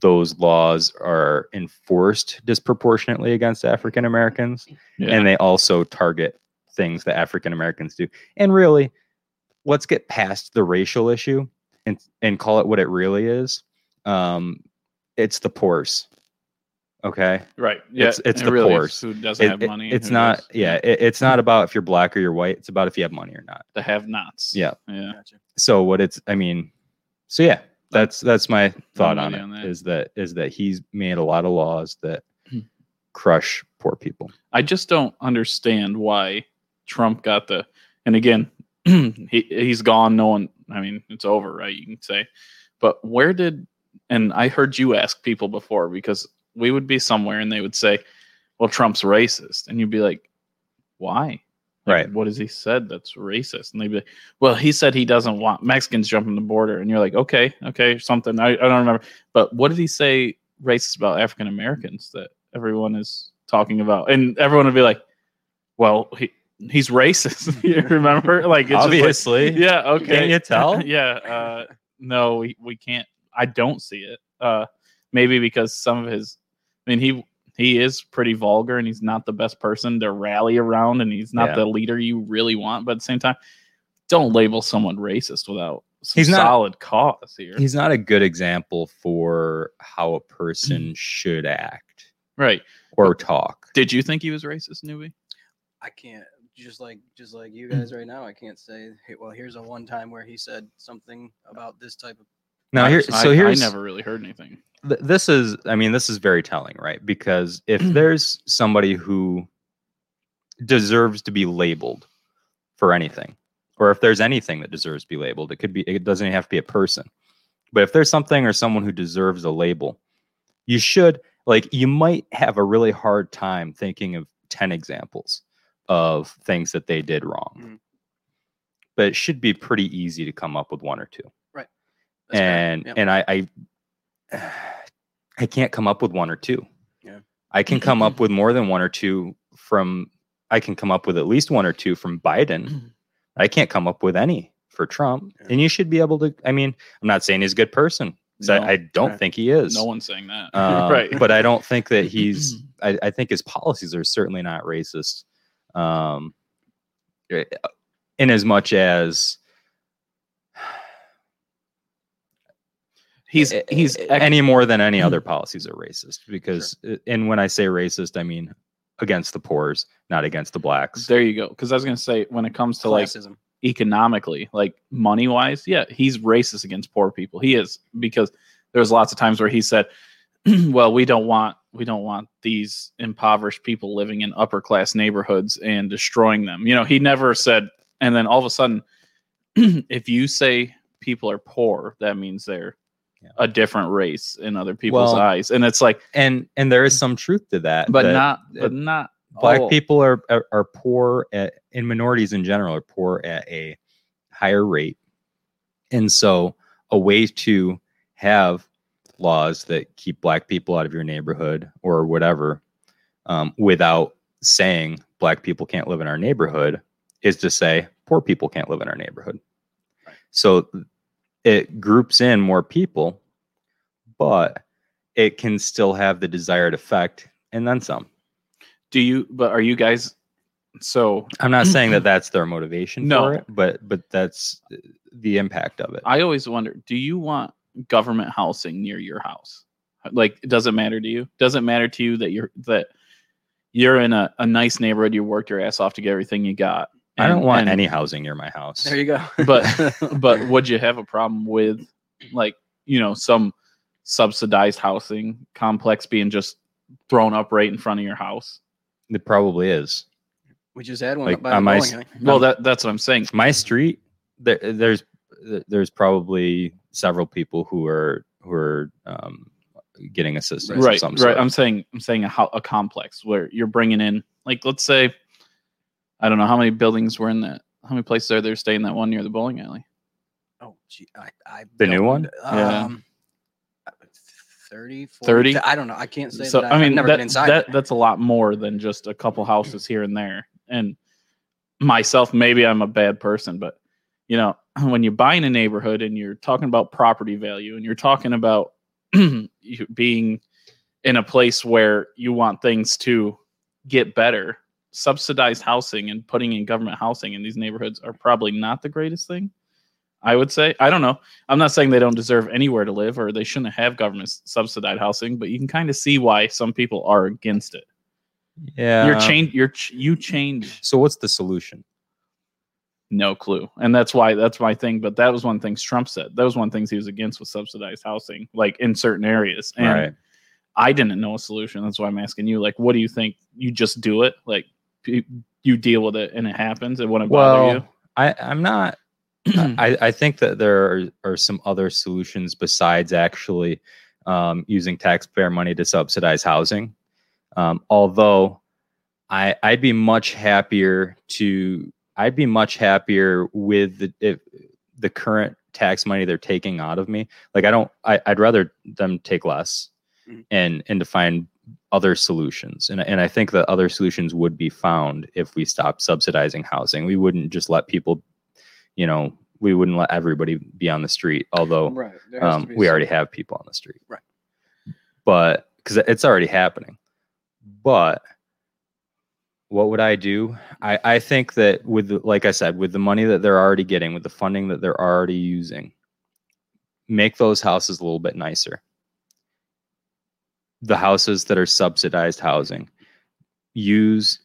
Speaker 2: those laws are enforced disproportionately against African Americans,
Speaker 1: yeah.
Speaker 2: and they also target things that African Americans do. And really, let's get past the racial issue and and call it what it really is. Um, it's the pores. Okay,
Speaker 1: right. Yeah,
Speaker 2: it's- it's
Speaker 1: it
Speaker 2: the
Speaker 1: really
Speaker 2: poorest.
Speaker 1: is Who doesn't
Speaker 2: It-
Speaker 1: have
Speaker 2: it-
Speaker 1: money? and
Speaker 2: it's
Speaker 1: who
Speaker 2: not.
Speaker 1: does.
Speaker 2: Yeah, it, it's not about if you're black or you're white. It's about if you have money or not.
Speaker 1: the have-nots.
Speaker 2: Yeah.
Speaker 1: yeah.
Speaker 3: Gotcha.
Speaker 2: So what it's. I mean, so yeah, that's that's my thought on
Speaker 1: with
Speaker 2: it.
Speaker 1: you on that.
Speaker 2: Is that is that he's made a lot of laws that
Speaker 1: Hmm.
Speaker 2: crush poor people.
Speaker 1: I just don't understand why Trump got the. And again, he he's gone. No one. I mean, it's over, right? You can say. But where did? And I heard you ask people before because we would be somewhere and they would say, "Well, Trump's racist," and you'd be like, "Why?" Like,
Speaker 2: Right.
Speaker 1: What has he said that's racist? And they'd be like, "Well, he said he doesn't want Mexicans jumping the border," and you're like, "Okay, okay, something." I, I don't remember. But what did he say racist about African Americans that everyone is talking about? And everyone would be like, "Well, he." He's racist. you remember? Like it's just like-
Speaker 2: Obviously.
Speaker 1: yeah. Okay.
Speaker 2: Can't you tell?
Speaker 1: yeah. Uh, no, we, we can't. I don't see it. Uh, maybe because some of his. I mean, he he is pretty vulgar, and he's not the best person to rally around, and he's not
Speaker 2: Yeah.
Speaker 1: the leader you really want. But at the same time, don't label someone racist without some
Speaker 2: He's not-
Speaker 1: solid cause here.
Speaker 2: He's not a good example for how a
Speaker 1: Hmm.
Speaker 2: person should act
Speaker 1: right.
Speaker 2: or talk.
Speaker 1: Did you think he was racist, newbie?
Speaker 3: I can't just like just like you guys right now. I can't say. Hey, well, here's a one time where he said something about this type of.
Speaker 2: Now here,
Speaker 1: I-
Speaker 2: so here's
Speaker 1: I never really heard anything.
Speaker 2: th- this is i mean this is very telling right because if there's somebody who deserves to be labeled for anything or if there's anything that deserves to be labeled it could be it doesn't have to be a person but if there's something or someone who deserves a label you should like you might have a really hard time thinking of 10 examples of things that they did wrong
Speaker 3: Mhm.
Speaker 2: but it should be pretty easy to come up with one or two
Speaker 3: That's fair.
Speaker 2: and
Speaker 3: Yep.
Speaker 2: and I, I I can't come up with one or two.
Speaker 3: Yeah.
Speaker 2: I can come up with more than one or two from I can come up with at least one or two from Biden. I can't come up with any for Trump.
Speaker 3: Yeah.
Speaker 2: And you should be able to I mean, I'm not saying he's a good person. 'cause
Speaker 1: No.
Speaker 2: I, I don't
Speaker 3: Right.
Speaker 2: think he is.
Speaker 1: No one's saying that.
Speaker 2: Uh,
Speaker 1: right.
Speaker 2: But I don't think that he's I, I think his policies are certainly not racist. Um, eh, in as much as
Speaker 1: He's
Speaker 2: a-
Speaker 1: he's
Speaker 2: a- any more than any other policies are racist because uh, and when I say racist, I mean against the poor's, not against the blacks.
Speaker 1: there you go. Because I was gonna say when it comes to like
Speaker 3: classism.
Speaker 1: economically, like money wise, yeah, he's racist against poor people. He is because there was lots of times where he said, "Well, we don't want we don't want these impoverished people living in upper class neighborhoods and destroying them." You know, he never said. And then all of a sudden, if you say people are poor, that means they're
Speaker 2: Yeah.
Speaker 1: a different race in other people's
Speaker 2: Well-
Speaker 1: eyes, and it's like,
Speaker 2: And and there is some truth to that.
Speaker 1: Mm. but
Speaker 2: that
Speaker 1: not,
Speaker 2: uh,
Speaker 1: but not
Speaker 2: black
Speaker 1: all.
Speaker 2: people are, are are poor at, and minorities in general are poor at a higher rate and so a way to have laws that keep black people out of your neighborhood or whatever um, without saying black people can't live in our neighborhood is to say poor people can't live in our neighborhood so it groups in more people but it can still have the desired effect and then some
Speaker 1: Do you? But are you guys? So
Speaker 2: I'm not saying that that's their motivation
Speaker 1: No.
Speaker 2: for it, but but that's the impact of it.
Speaker 1: I always wonder, do you want government housing near your house? Like, does it matter to you? Does it matter to you that you're that you're in a, a nice neighborhood, you worked your ass off to get everything you got?
Speaker 2: I don't
Speaker 1: and-
Speaker 2: want
Speaker 1: and-
Speaker 2: any housing near my house.
Speaker 3: There you go.
Speaker 1: But but would you have a problem with like, you know, some subsidized housing complex being just thrown up right in front of your house?
Speaker 2: It probably is.
Speaker 3: we just had one
Speaker 2: like,
Speaker 3: up by the
Speaker 2: on my
Speaker 3: bowling
Speaker 2: s-
Speaker 3: alley.
Speaker 1: Well, that that's what I'm saying.
Speaker 2: My street there, there's there's probably several people who are who are um, getting assistance. of
Speaker 1: right
Speaker 2: some
Speaker 1: right
Speaker 2: sort.
Speaker 1: i'm saying i'm saying a, ho- a complex where you're bringing in like let's say i don't know how many buildings were in that how many places are there staying that one near the bowling alley
Speaker 3: Oh, gee, I, I
Speaker 2: The new
Speaker 3: don't-
Speaker 2: one?
Speaker 1: Yeah.
Speaker 3: Um, 30, 40,
Speaker 1: 30?
Speaker 3: I don't know. I can't say
Speaker 1: so
Speaker 3: that.
Speaker 1: i mean
Speaker 3: have never
Speaker 1: that,
Speaker 3: been inside.
Speaker 1: that
Speaker 3: it.
Speaker 1: that's a lot more than just a couple houses here and there and myself maybe i'm a bad person but you know when you buy in a neighborhood and you're talking about property value and you're talking about you being in a place where you want things to get better subsidized housing and putting in government housing in these neighborhoods are probably not the greatest thing i would say i don't know i'm not saying they don't deserve anywhere to live or they shouldn't have government s- subsidized housing but you can kind of see why some people are against it
Speaker 2: yeah.
Speaker 1: you're change you're ch- you change
Speaker 2: So what's the solution?
Speaker 1: no clue and that's why that's my thing but that was one thing trump said that was one thing he was against with subsidized housing like in certain areas and
Speaker 2: right.
Speaker 1: i didn't know a solution that's why i'm asking you like what do you think you just do it like p- you deal with it and it happens it wouldn't bother
Speaker 2: Well, I I'm not
Speaker 1: you
Speaker 2: I, I think that there are, are some other solutions besides actually um, using taxpayer money to subsidize housing. Um, although I, I'd be much happier to I'd be much happier with the if, the current tax money they're taking out of me. Like I don't I, I'd rather them take less
Speaker 3: Mhm.
Speaker 2: and and to find other solutions. And and I think that other solutions would be found if we stopped subsidizing housing. We wouldn't just let people, you know, we wouldn't let everybody be on the street, although
Speaker 3: right. there has to
Speaker 2: um,
Speaker 3: be
Speaker 2: we
Speaker 3: some-
Speaker 2: already have people on the street.
Speaker 3: Right.
Speaker 2: But because it's already happening. But what would I do? I, I think that with, the- like I said, with the money that they're already getting, with the funding that they're already using, make those houses a little bit nicer. The houses that are subsidized housing, use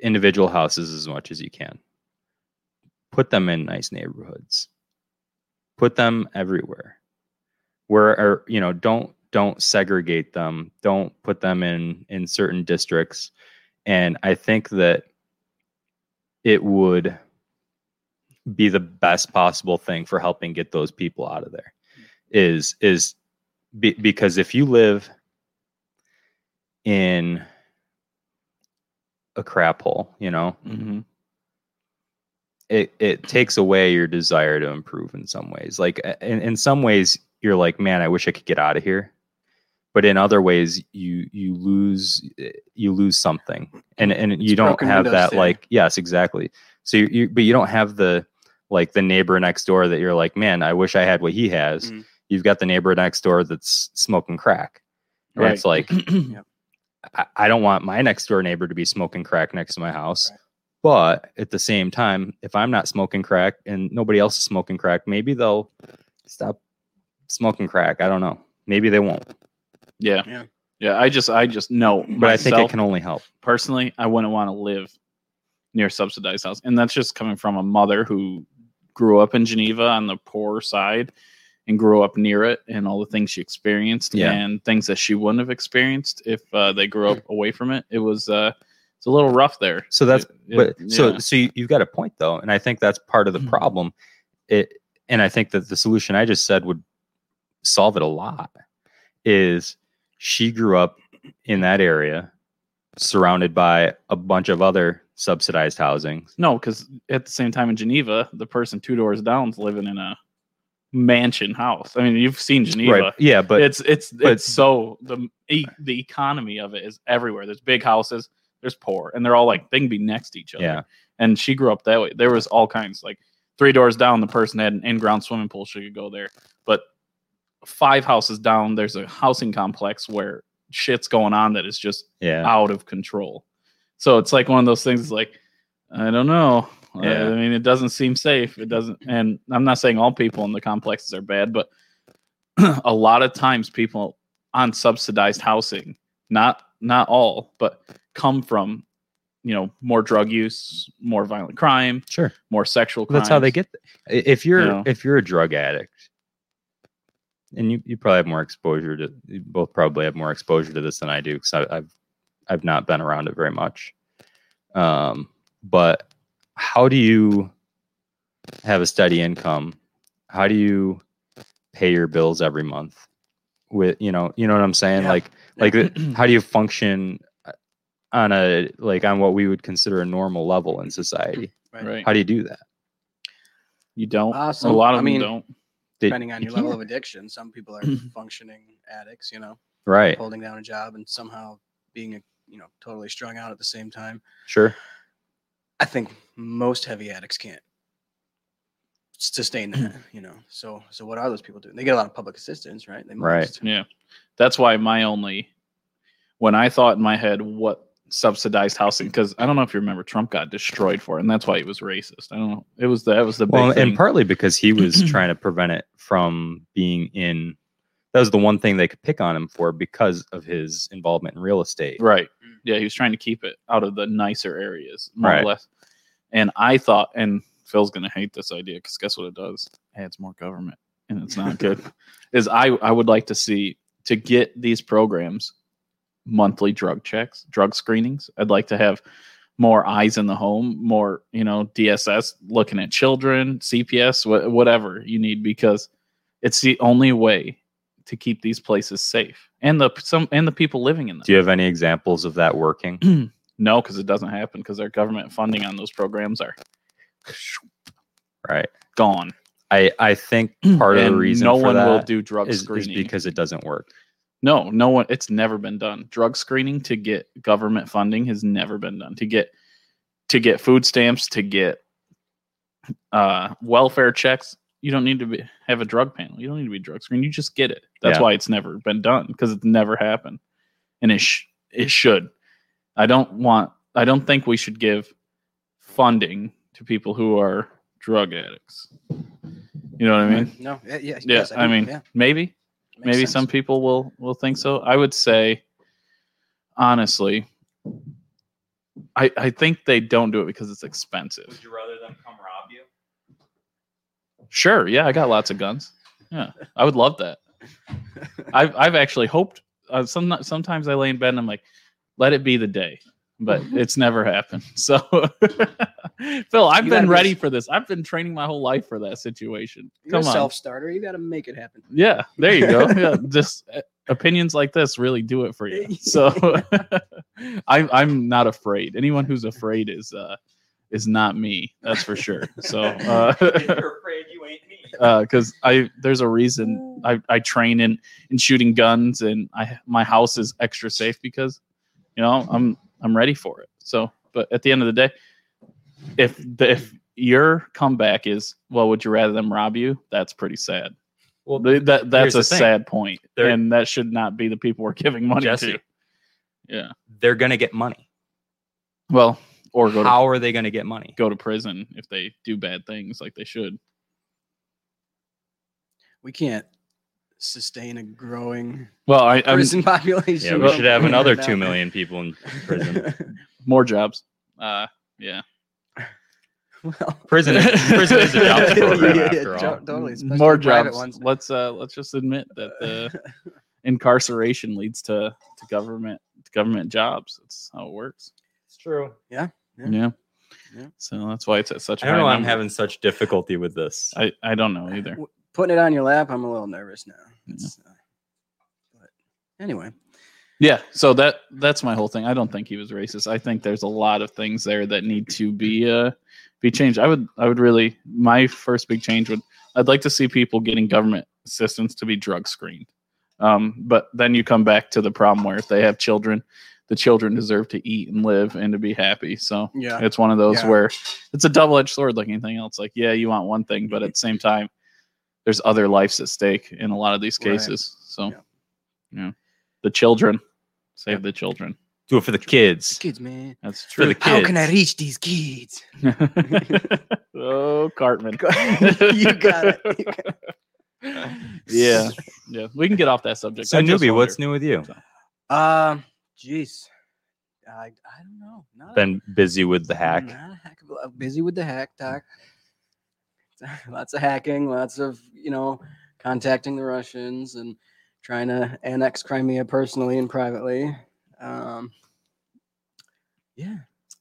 Speaker 2: individual houses as much as you can. Put them in nice neighborhoods. Put them everywhere where or you know don't don't segregate them don't put them in in certain districts and i think that it would be the best possible thing for helping get those people out of there is is be, because if you live in a crap hole you know
Speaker 1: Mm-hmm.
Speaker 2: it it takes away your desire to improve in some ways. Like uh, in, in some ways you're like, man, I wish I could get out of here. But in other ways you you lose you lose something. And and you don't
Speaker 3: broken
Speaker 2: have
Speaker 3: windows
Speaker 2: that
Speaker 3: theory.
Speaker 2: like yes, exactly. So you, you but you don't have the like the neighbor next door that you're like, man, I wish I had what he has.
Speaker 3: Mm.
Speaker 2: You've got the neighbor next door that's smoking crack. And it's like I, I don't want my next door neighbor to be smoking crack next to my house.
Speaker 3: Right.
Speaker 2: But at the same time, if I'm not smoking crack and nobody else is smoking crack, maybe they'll stop smoking crack. I don't know. Maybe they won't.
Speaker 1: yeah,
Speaker 3: Yeah.
Speaker 1: yeah, I just, I just know.
Speaker 2: But I think it can only help.
Speaker 1: personally, I wouldn't want to live near a subsidized house. And that's just coming from a mother who grew up in Geneva on the poor side and grew up near it and all the things she experienced
Speaker 2: Yeah.
Speaker 1: and things that she wouldn't have experienced if uh, they grew up away from it. It was uh, it's a little rough there.
Speaker 2: So that's
Speaker 1: It- it-
Speaker 2: but so
Speaker 1: yeah.
Speaker 2: so you, you've got a point though, and I think that's part of the
Speaker 1: Mhm.
Speaker 2: problem. It and I think that the solution I just said would solve it a lot. Is she grew up in that area, surrounded by a bunch of other subsidized housing,
Speaker 1: no, because at the same time in Geneva, the person two doors down is living in a mansion house. I mean, you've seen Geneva.
Speaker 2: Yeah, but
Speaker 1: it's it's
Speaker 2: but-
Speaker 1: it's so the e- the economy of it is everywhere. There's big houses, there's poor, and they're all like they can be next to each other.
Speaker 2: yeah,
Speaker 1: And she grew up that way. There was all kinds like three doors down, the person had an in-ground swimming pool. She could go there, but five houses down, there's a housing complex where shit's going on that is just
Speaker 2: yeah,
Speaker 1: out of control. So it's like one of those things. It's like I don't know. I-
Speaker 2: Yeah.
Speaker 1: I mean, it doesn't seem safe. It doesn't. And I'm not saying all people in the complexes are bad, but a lot of times people on subsidized housing, not not all, but come from you know more drug use, more violent crime,
Speaker 2: sure.
Speaker 1: more sexual. Crimes.
Speaker 2: That's how they get. th- i- If you're
Speaker 1: know.
Speaker 2: if you're a drug addict, and you, you probably have more exposure to you both probably have more exposure to this than I do because I've I've not been around it very much. Um, but how do you have a steady income? How do you pay your bills every month? With you know you know what I'm saying?
Speaker 3: Yeah.
Speaker 2: Like like th- how do you function uh, on a like on what we would consider a normal level in society
Speaker 1: right.
Speaker 2: how Uh, do you do that
Speaker 1: You don't.
Speaker 3: Awesome.
Speaker 1: A lot of
Speaker 3: I
Speaker 1: them
Speaker 3: mean-
Speaker 1: don't. Mm-hmm.
Speaker 2: Did-
Speaker 3: Depending on
Speaker 2: you
Speaker 3: your level of
Speaker 2: can't.
Speaker 3: addiction, some people are functioning addicts, you know,
Speaker 2: right
Speaker 3: holding down a job and somehow being, a, you know, totally strung out at the same time.
Speaker 2: sure
Speaker 3: I think most heavy addicts can't sustain that, you know. So, so what are those people doing? They get a lot of public assistance, right? They
Speaker 2: Right.
Speaker 3: must.
Speaker 1: Yeah. That's why my only when I thought in my head what subsidized housing because I don't know if you remember Trump got destroyed for it, and that's why he was racist. I don't know. It was the that was the big
Speaker 2: well
Speaker 1: thing.
Speaker 2: and partly because he was trying to prevent it from being in that was the one thing they could pick on him for because of his involvement in real estate
Speaker 1: right. Yeah, he was trying to keep it out of the nicer areas, more
Speaker 2: Right.
Speaker 1: or less. And I thought and Phil's gonna hate this idea because guess what it does? Adds more government and it's not good. Is I I would like to see to get these programs monthly drug checks, drug screenings. I'd like to have more eyes in the home, more, you know, DSS looking at children, CPS, wha- whatever you need, because it's the only way to keep these places safe and the some and the people living in them.
Speaker 2: do you have any examples of that working
Speaker 1: No, because it doesn't happen because our government funding on those programs are
Speaker 2: right
Speaker 1: gone.
Speaker 2: i i think part of the
Speaker 1: And
Speaker 2: reason
Speaker 1: no
Speaker 2: for
Speaker 1: one
Speaker 2: that
Speaker 1: will do drug
Speaker 2: is, is
Speaker 1: screening
Speaker 2: because it doesn't work
Speaker 1: No, no one. It's never been done. Drug screening to get government funding has never been done. To get to get food stamps, to get uh, welfare checks, you don't need to be, have a drug panel. You don't need to be drug screened. You just get it. That's
Speaker 2: Yeah.
Speaker 1: why it's never been done because it's never happened, and it sh- it should. I don't want. I don't think we should give funding to people who are drug addicts. You know what I mean?
Speaker 3: No, yeah, yeah,
Speaker 1: Yeah,
Speaker 3: yes,
Speaker 1: I
Speaker 3: do.
Speaker 1: mean,
Speaker 3: yeah,
Speaker 1: maybe
Speaker 3: makes
Speaker 1: maybe
Speaker 3: sense.
Speaker 1: some people will will think so i would say honestly i i think they don't do it because it's expensive
Speaker 2: you rather them come rob you
Speaker 1: sure yeah i got lots of guns yeah i would love that I've I've actually hoped. Uh, some sometimes I lay in bed and I'm like, let it be the day, but it's never happened. So, Phil, I've
Speaker 3: You gotta
Speaker 1: been
Speaker 3: be-
Speaker 1: ready for this. I've been training my whole life for that situation.
Speaker 3: You're
Speaker 1: Come
Speaker 3: a
Speaker 1: on,
Speaker 3: self starter. You got to make it happen.
Speaker 1: yeah, there you go. Yeah, just uh, opinions like this really do it for you. So, I'm I'm not afraid. Anyone who's afraid is uh is not me. That's for sure. So. Uh,
Speaker 4: You're afraid you ain't me.
Speaker 1: because uh, I there's a reason I, I train in in shooting guns and I my house is extra safe because you know I'm I'm ready for it. So, but at the end of the day, if the, if your comeback is well, would you rather them rob you? That's pretty sad.
Speaker 2: Well,
Speaker 1: Well, that that's
Speaker 2: here's
Speaker 1: a
Speaker 2: the thing.
Speaker 1: sad point,
Speaker 2: There-
Speaker 1: and that should not be the people we're giving money
Speaker 2: Jesse.
Speaker 1: to. Yeah.
Speaker 2: They're gonna get money.
Speaker 1: Well, or go to
Speaker 2: How are they gonna get money?
Speaker 1: go to prison if they do bad things like they should.
Speaker 3: We can't sustain a growing
Speaker 1: Well, I, I'm
Speaker 3: prison population.
Speaker 2: Um, Yeah, we
Speaker 1: Well-
Speaker 2: should have another two
Speaker 3: Now.
Speaker 2: million people in prison.
Speaker 1: more jobs. Uh, yeah.
Speaker 3: well,
Speaker 2: Prison, is, prison is a jobs program
Speaker 3: Yeah, yeah,
Speaker 2: after all.
Speaker 3: jo- totally. especially
Speaker 1: more
Speaker 3: the private
Speaker 1: jobs.
Speaker 3: ones.
Speaker 1: Let's uh, let's just admit that
Speaker 2: uh,
Speaker 1: the incarceration leads to to government to government jobs. That's how it works.
Speaker 2: It's true.
Speaker 1: Yeah.
Speaker 3: Yeah. Yeah.
Speaker 1: So that's why it's at such.
Speaker 2: I don't know.
Speaker 1: high
Speaker 2: why I'm
Speaker 1: number.
Speaker 2: having such difficulty with this.
Speaker 1: I I don't know either.
Speaker 3: W- Putting it on your lap, I'm a little nervous now. It's, uh, but anyway,
Speaker 1: Yeah. So that that's my whole thing. I don't think he was racist. I think there's a lot of things there that need to be uh be changed. I would I would really my first big change would I'd like to see people getting government assistance to be drug screened. Um, but then you come back to the problem where if they have children, the children deserve to eat and live and to be happy. So
Speaker 3: yeah,
Speaker 1: it's one of those
Speaker 3: Uh, Yeah.
Speaker 1: where it's a double edged sword like anything else. Like, yeah, you want one thing, but at the same time, there's other lives at stake in a lot of these
Speaker 3: Right.
Speaker 1: cases. So,
Speaker 3: Yeah.
Speaker 1: yeah, the children save the children.
Speaker 2: Do it for the kids.
Speaker 3: kids, man.
Speaker 1: That's
Speaker 2: For
Speaker 1: true.
Speaker 2: the kids.
Speaker 3: reach these kids?
Speaker 1: oh, Cartman.
Speaker 3: you got it. You got it.
Speaker 1: yeah, yeah. We can get off that subject.
Speaker 2: So,
Speaker 1: I just
Speaker 2: newbie, what's
Speaker 1: wonder-
Speaker 2: new with you?
Speaker 3: Um, jeez, I I don't know. Not a-
Speaker 2: Been busy with the hack.
Speaker 1: Mm-hmm.
Speaker 3: Not a hack of- uh, busy with the hack talk. lots of hacking. Lots of you know contacting the Russians and trying to annex Crimea personally and privately. Um, yeah.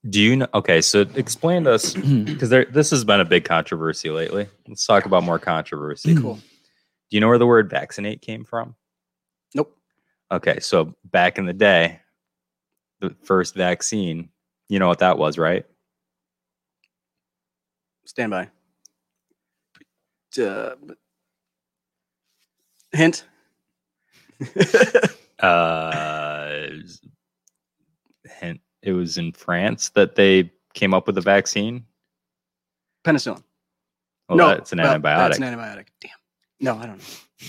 Speaker 2: Do you know? Okay, so explain to us because there this has been a big controversy lately. Let's talk about more controversy.
Speaker 3: Cool.
Speaker 2: Do you know where the word vaccinate came from?
Speaker 3: Nope.
Speaker 2: Okay, so back in the day, the first vaccine, you know what that was, right?
Speaker 3: Stand by. But, uh, but- hint.
Speaker 2: Uh, hint, it was in France that they came up with the vaccine.
Speaker 3: Penicillin.
Speaker 2: Well,
Speaker 3: no,
Speaker 2: Oh, that's an
Speaker 3: well,
Speaker 2: antibiotic.
Speaker 3: That's an antibiotic. Damn. No, I don't know.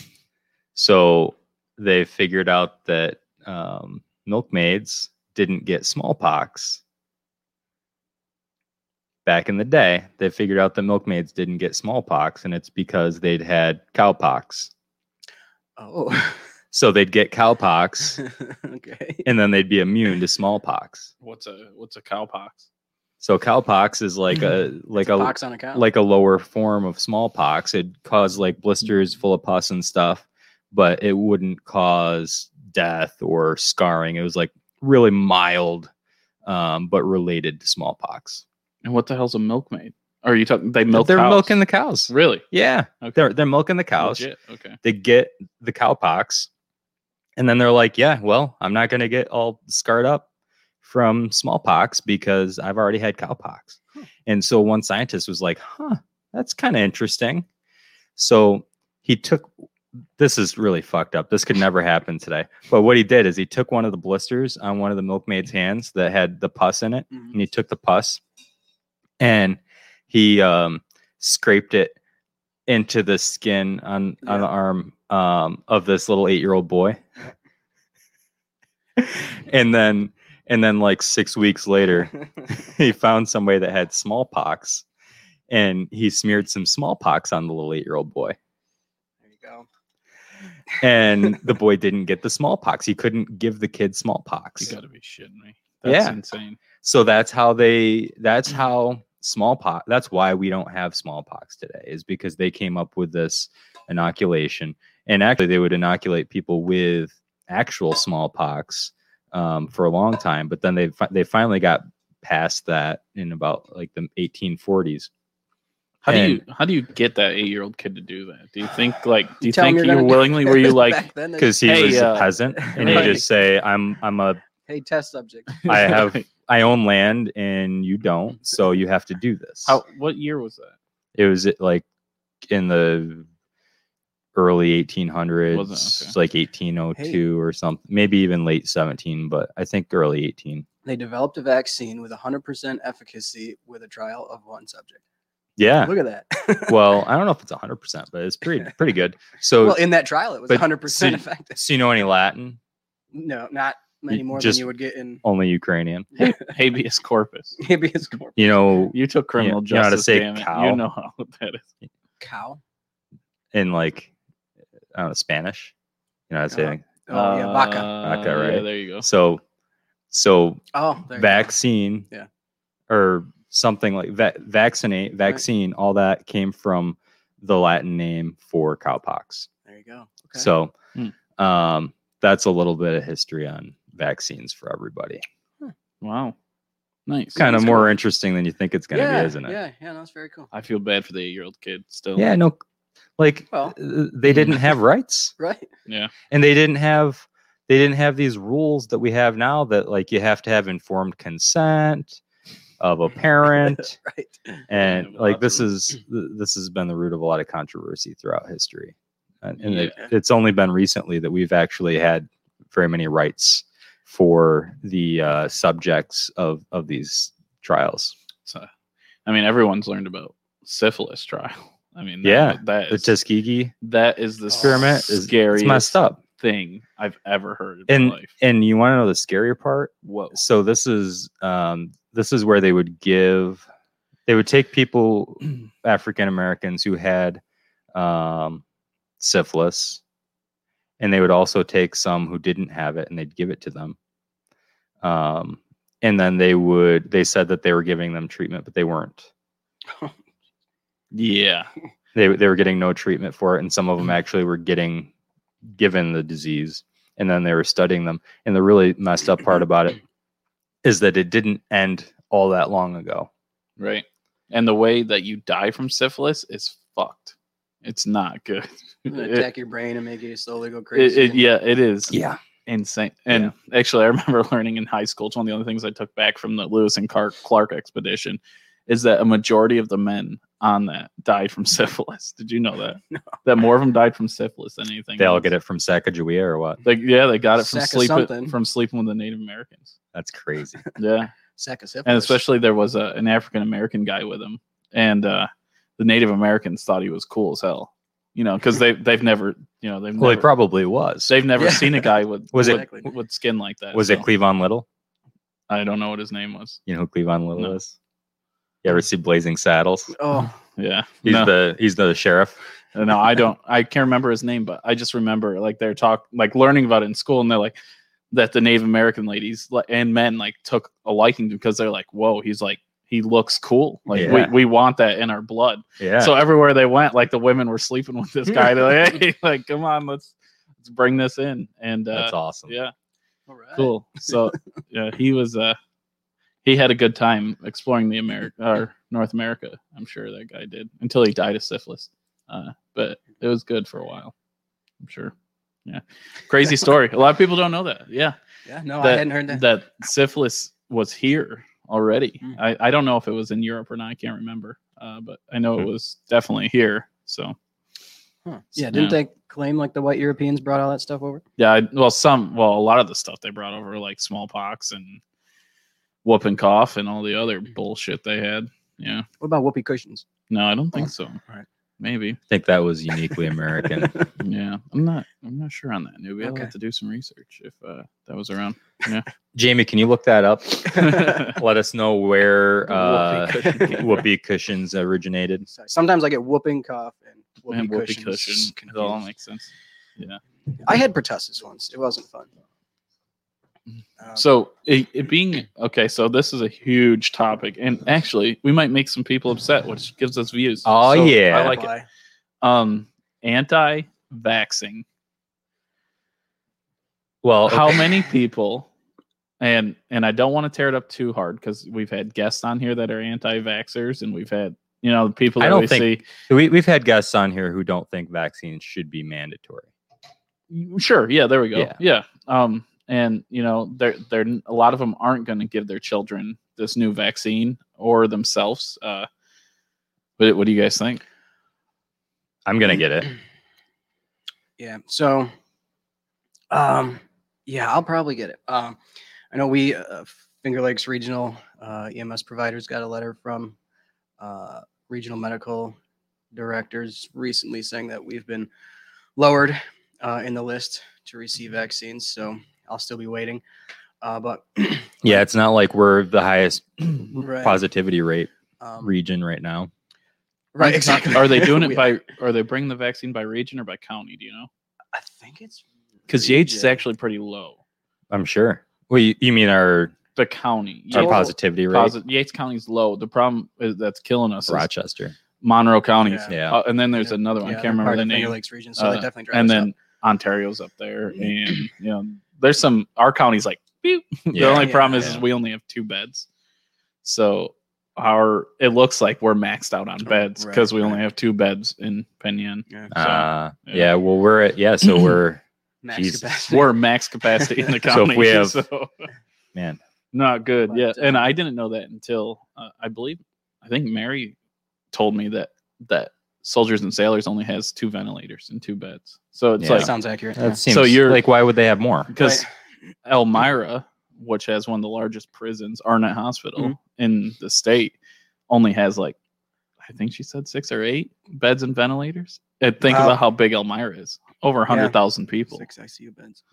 Speaker 2: so they figured out that um, milkmaids didn't get smallpox. Back in the day, they figured out that milkmaids didn't get smallpox, and it's because they'd had cowpox.
Speaker 3: Oh.
Speaker 2: So they'd get cowpox,
Speaker 3: okay.
Speaker 2: and then they'd be immune to smallpox.
Speaker 1: What's a what's a cowpox?
Speaker 2: So cowpox is like a like
Speaker 3: It's a
Speaker 2: a
Speaker 3: box on a cow.
Speaker 2: like a lower form of smallpox. It'd cause like blisters
Speaker 1: Mm-hmm.
Speaker 2: full of pus and stuff, but it wouldn't cause death or scarring. It was like really mild, um, but related to smallpox.
Speaker 1: And what the hell's a milkmaid? Or are you talking? They milk.
Speaker 2: They're
Speaker 1: cows?
Speaker 2: milking the cows.
Speaker 1: Really?
Speaker 2: Yeah,
Speaker 1: Okay.
Speaker 2: they're they're milking the cows.
Speaker 1: Legit? Okay.
Speaker 2: They get the cowpox, and then they're like, "Yeah, well, I'm not gonna get all scarred up from smallpox because I've already had cowpox." And so one scientist was like, huh, that's kind of interesting. So he took this is really fucked up. This could never happen today. But what he did is he took one of the blisters on one of the milkmaid's hands that had the pus in it,
Speaker 3: Mhm.
Speaker 2: and he took the pus and he um, scraped it into the skin on, on the arm um, of this little eight year old boy. and then and then like six weeks later he found somebody that had smallpox and he smeared some smallpox on the little eight year old boy.
Speaker 3: there you go.
Speaker 2: And the boy didn't get the smallpox. He couldn't give the kid
Speaker 1: You
Speaker 2: smallpox.
Speaker 1: got to be shitting me. That's
Speaker 2: That's Yeah.
Speaker 1: insane.
Speaker 2: So that's how they,
Speaker 1: Mm.
Speaker 2: that's how smallpox, that's why we don't have smallpox today, is because they came up with this inoculation And actually, they would inoculate people with actual smallpox um, for a long time. But then they fi- they finally got past that in about like the 1840s.
Speaker 1: How do
Speaker 2: And-
Speaker 1: you how do you get that eight year old kid to do that? Do you think like do you
Speaker 3: Tell 'em
Speaker 1: think
Speaker 3: you're
Speaker 1: you
Speaker 3: gonna-
Speaker 1: willingly were you like
Speaker 3: Back then, they-
Speaker 2: Because he
Speaker 1: Hey,
Speaker 2: was
Speaker 1: uh,
Speaker 2: a peasant, and
Speaker 1: right.
Speaker 2: you just say, "I'm I'm a
Speaker 3: hey, test subject.
Speaker 2: I have I own land, and you don't, so you have to do this."
Speaker 1: how what year was that?
Speaker 2: it was at, like in the early 1800s
Speaker 1: Was it? Okay.
Speaker 2: like 1802 or something maybe even late 17 but i think early 18
Speaker 3: They developed a vaccine with 100% efficacy with a trial of one subject.
Speaker 2: yeah
Speaker 3: Look at that.
Speaker 2: well i don't know if it's 100% but it's pretty pretty good so
Speaker 3: well, in that trial, it was
Speaker 2: but
Speaker 3: 100%
Speaker 2: so-
Speaker 3: effective.
Speaker 2: so you know any latin
Speaker 3: No, not any
Speaker 2: You
Speaker 3: more
Speaker 2: just-
Speaker 3: than you would get in
Speaker 2: only ukrainian
Speaker 1: Habeas corpus.
Speaker 3: habeas corpus.
Speaker 2: you know
Speaker 1: You took criminal
Speaker 2: you know how to
Speaker 1: justice.
Speaker 2: say
Speaker 1: damn it.
Speaker 2: cow.
Speaker 1: You know how that is.
Speaker 3: Cow.
Speaker 2: in like i don't know spanish you know what i'm
Speaker 3: Uh-huh.
Speaker 2: saying
Speaker 3: Oh, yeah, Baca.
Speaker 2: Baca,
Speaker 1: Uh, Yeah,
Speaker 2: right?
Speaker 1: there you go.
Speaker 2: so so
Speaker 3: Oh, there you go.
Speaker 2: vaccine
Speaker 3: Yeah.
Speaker 2: or something like that vaccinate vaccine all that came from the latin name for cowpox
Speaker 3: There you go. Okay.
Speaker 2: so
Speaker 1: Hmm.
Speaker 2: um, that's a little bit of history on vaccines for everybody
Speaker 1: Wow. Nice.
Speaker 2: it's kind of
Speaker 1: That's
Speaker 2: more
Speaker 1: cool.
Speaker 2: interesting than you think it's going to
Speaker 3: yeah,
Speaker 2: be isn't it
Speaker 3: Yeah, yeah, no, that's very cool.
Speaker 1: I feel bad for the eight year old kid still.
Speaker 2: Yeah, no like
Speaker 3: Well.
Speaker 2: uh, they didn't have rights
Speaker 3: Right.
Speaker 2: and they didn't have they didn't have these rules that we have now that like you have to have informed consent of a parent
Speaker 3: Right.
Speaker 2: and
Speaker 1: Yeah,
Speaker 2: like
Speaker 1: lots
Speaker 2: this
Speaker 1: of-
Speaker 2: is th- this has been the root of a lot of controversy throughout history and, and it-
Speaker 3: Yeah.
Speaker 2: it's only been recently that we've actually had very many rights for the uh, subjects of of these trials
Speaker 1: So, uh, I mean, everyone's leared about syphilis trial. I mean, that-
Speaker 2: Yeah,
Speaker 1: that
Speaker 2: the
Speaker 1: is,
Speaker 2: tuskegee
Speaker 1: that is the
Speaker 2: experiment is
Speaker 1: scariest
Speaker 2: it's messed up
Speaker 1: thing I've ever heard in
Speaker 2: and
Speaker 1: my life.
Speaker 2: and you want to know the scarier part
Speaker 1: Whoa.
Speaker 2: so this is um this is where they would give they would take people african americans who had um syphilis and they would also take some who didn't have it and they'd give it to them um and then they would they said that they were giving them treatment but they weren't
Speaker 1: Yeah.
Speaker 2: they, they were getting no treatment for it and some of
Speaker 1: Mm-hmm.
Speaker 2: them actually were getting given the disease and then they were studying them and the really messed up part about it is that it didn't end all that long ago
Speaker 1: Right. And the way that you die from syphilis is fucked. It's not good.
Speaker 3: It'll
Speaker 1: It-
Speaker 3: attack your brain and make you slowly go
Speaker 1: it-
Speaker 3: crazy.
Speaker 1: it- yeah, it is
Speaker 2: yeah
Speaker 1: insane. And actually, I remember learning in high school, it's one of the only things I took back from the Lewis and Clark, Clark expedition, is that a majority of the men on that died from syphilis. Did you know that?
Speaker 3: No.
Speaker 1: That more of them died from syphilis than anything.
Speaker 2: they all
Speaker 1: else.
Speaker 2: get it from sacagawea or what
Speaker 1: Like, yeah, they got it from
Speaker 3: Sack of
Speaker 1: sleeping
Speaker 3: something.
Speaker 1: from sleeping with the Native Americans.
Speaker 2: that's crazy
Speaker 1: Yeah,
Speaker 3: Sack of
Speaker 1: and
Speaker 3: syphilis.
Speaker 1: especially there was a, an African American guy with him, and uh, the Native Americans thought he was cool as hell. You know, because they they've never you know they've
Speaker 2: well he
Speaker 1: never,
Speaker 2: probably was
Speaker 1: they've never
Speaker 3: Yeah.
Speaker 1: seen a guy with
Speaker 2: Was it-
Speaker 1: with, with skin like that.
Speaker 2: was it
Speaker 1: so
Speaker 2: cleavon little
Speaker 1: I don't know what his name was.
Speaker 2: you know who cleavon little
Speaker 1: No.
Speaker 2: is you ever see blazing saddles
Speaker 3: Oh,
Speaker 1: Yeah,
Speaker 2: he's
Speaker 1: no,
Speaker 2: the he's the sheriff
Speaker 1: no, I don't. I can't remember his name, but I just remember like they're talk like learning about it in school, and they're like that the Native American ladies li- and men like took a liking to because they're like, whoa, he's like he looks cool. Like
Speaker 2: Yeah.
Speaker 1: we, we want that in our blood.
Speaker 2: yeah
Speaker 1: So everywhere they went, like the women were sleeping with this guy. They're like, hey, like come on, let's let's bring this in. And uh,
Speaker 2: that's awesome
Speaker 1: yeah,
Speaker 3: all right.
Speaker 1: cool. So yeah, he was uh he had a good time exploring the America or North America. I'm sure that guy did until he died of syphilis. Uh, but it was good for a while. I'm sure. Yeah, crazy story. A lot of people don't know that. Yeah,
Speaker 3: Yeah, no, I
Speaker 1: that-
Speaker 3: hadn't heard that.
Speaker 1: that syphilis was here already.
Speaker 3: Mm.
Speaker 1: I, I don't know if it was in Europe or not. I can't remember. Uh, but I know it
Speaker 3: Hmm.
Speaker 1: was definitely here. So
Speaker 3: Huh. Yeah, didn't they claim like the white Europeans brought all that stuff over?
Speaker 1: yeah, I, well, some, well, a lot of the stuff they brought over, like smallpox and whoop and cough and all the other bullshit they had. Yeah.
Speaker 3: What about whoopee cushions?
Speaker 1: No, I don't think so.
Speaker 3: Oh, right.
Speaker 1: Maybe.
Speaker 2: i think that was uniquely american
Speaker 1: Yeah. I'm not. I'm not sure on that. Maybe I'll
Speaker 3: Okay.
Speaker 1: have to do some research if uh, that was around.
Speaker 2: jamie can you look that up
Speaker 1: Whoopee
Speaker 2: let us know where uh,
Speaker 1: cushion came from.
Speaker 2: whoopee cushions originated.
Speaker 3: Sorry. Sometimes I get whooping cough and whoopee,
Speaker 1: And whoopee
Speaker 3: cushions
Speaker 1: cushion. It all
Speaker 3: confused.
Speaker 1: makes sense.
Speaker 3: I had pertussis once. It wasn't fun. Um,
Speaker 1: So it, it being okay, so this is a huge topic, and actually, we might make some people upset, which gives us views.
Speaker 2: Oh,
Speaker 1: So
Speaker 2: yeah.
Speaker 1: I like it.
Speaker 3: why?
Speaker 1: Um, anti vaxing.
Speaker 2: Well,
Speaker 1: How
Speaker 2: Oh, okay.
Speaker 1: many people? And and I don't want to tear it up too hard because we've had guests on here that are anti-vaxxers, and we've had you know the people
Speaker 2: I
Speaker 1: that
Speaker 2: don't
Speaker 1: we
Speaker 2: think- We, we've had guests on here who don't think vaccines should be mandatory.
Speaker 1: see. Sure, yeah, there we go.
Speaker 2: Yeah.
Speaker 1: Yeah. Um, and you know, they're they're a lot of them aren't going to give their children this new vaccine or themselves. Uh, what what do you guys think?
Speaker 2: I'm gonna get it.
Speaker 3: Yeah. So, um, yeah, I'll probably get it. Um, I know we uh, Finger Lakes Regional uh, EMS providers got a letter from uh, regional medical directors recently saying that we've been lowered uh, in the list to receive
Speaker 1: Mm-hmm.
Speaker 3: vaccines. So I'll still be waiting. Uh, but
Speaker 2: Yeah, it's not like we're the highest positivity rate
Speaker 3: um,
Speaker 2: region right now.
Speaker 3: right,
Speaker 1: It's not-
Speaker 3: exactly.
Speaker 1: Are they doing it
Speaker 3: We-
Speaker 1: by? Are they bringing the vaccine by region or by county? Do you know?
Speaker 3: I think it's
Speaker 1: Because Yates is
Speaker 3: region.
Speaker 1: actually pretty low.
Speaker 2: I'm sure. Well, you, you mean our,
Speaker 1: The county,
Speaker 2: our
Speaker 1: Yates-
Speaker 2: positivity rate?
Speaker 1: posi- Yates County's low. The problem is that's killing us. Is
Speaker 2: Rochester.
Speaker 1: Monroe County.
Speaker 3: Yeah.
Speaker 2: Yeah.
Speaker 1: Uh, and then there's
Speaker 3: Yeah.
Speaker 1: another one.
Speaker 3: yeah,
Speaker 1: I
Speaker 3: they're
Speaker 1: can't remember
Speaker 3: part
Speaker 1: the
Speaker 3: of Finger
Speaker 1: name.
Speaker 3: Lakes Region, so they
Speaker 1: Uh,
Speaker 3: definitely drive
Speaker 1: And
Speaker 3: us up.
Speaker 1: then Ontario's up there, and you know, there's some. Our county's like beep. the
Speaker 2: Yeah.
Speaker 1: only
Speaker 3: Yeah.
Speaker 1: problem is, is
Speaker 2: Yeah.
Speaker 1: we only have two beds, so our it looks like we're maxed out on beds because
Speaker 3: right,
Speaker 1: we
Speaker 3: right.
Speaker 1: only have two beds in Penyon.
Speaker 3: Yeah,
Speaker 2: uh,
Speaker 1: yeah.
Speaker 2: yeah. Well, we're at yeah. So we're
Speaker 3: max
Speaker 2: Jesus.
Speaker 3: capacity.
Speaker 1: We're max capacity in the
Speaker 2: So if
Speaker 1: county.
Speaker 2: we have-
Speaker 1: so-
Speaker 2: man.
Speaker 1: Not good.
Speaker 3: But,
Speaker 1: yeah,
Speaker 3: uh,
Speaker 1: and I didn't know that until uh, I believe I think Mary told me that that soldiers and sailors only has two ventilators and two beds. So it's
Speaker 2: Yeah.
Speaker 1: like
Speaker 3: sounds accurate.
Speaker 2: That seems
Speaker 1: So you're-
Speaker 2: like why would they have more?
Speaker 1: because Elmira, which has one of the largest prisons, Arnett Hospital
Speaker 3: Mhm.
Speaker 1: in the state, only has like I think she said six or eight beds and ventilators. And think
Speaker 3: Wow.
Speaker 1: about how big Elmira is. Over hundred thousand people.
Speaker 3: Six ICU beds.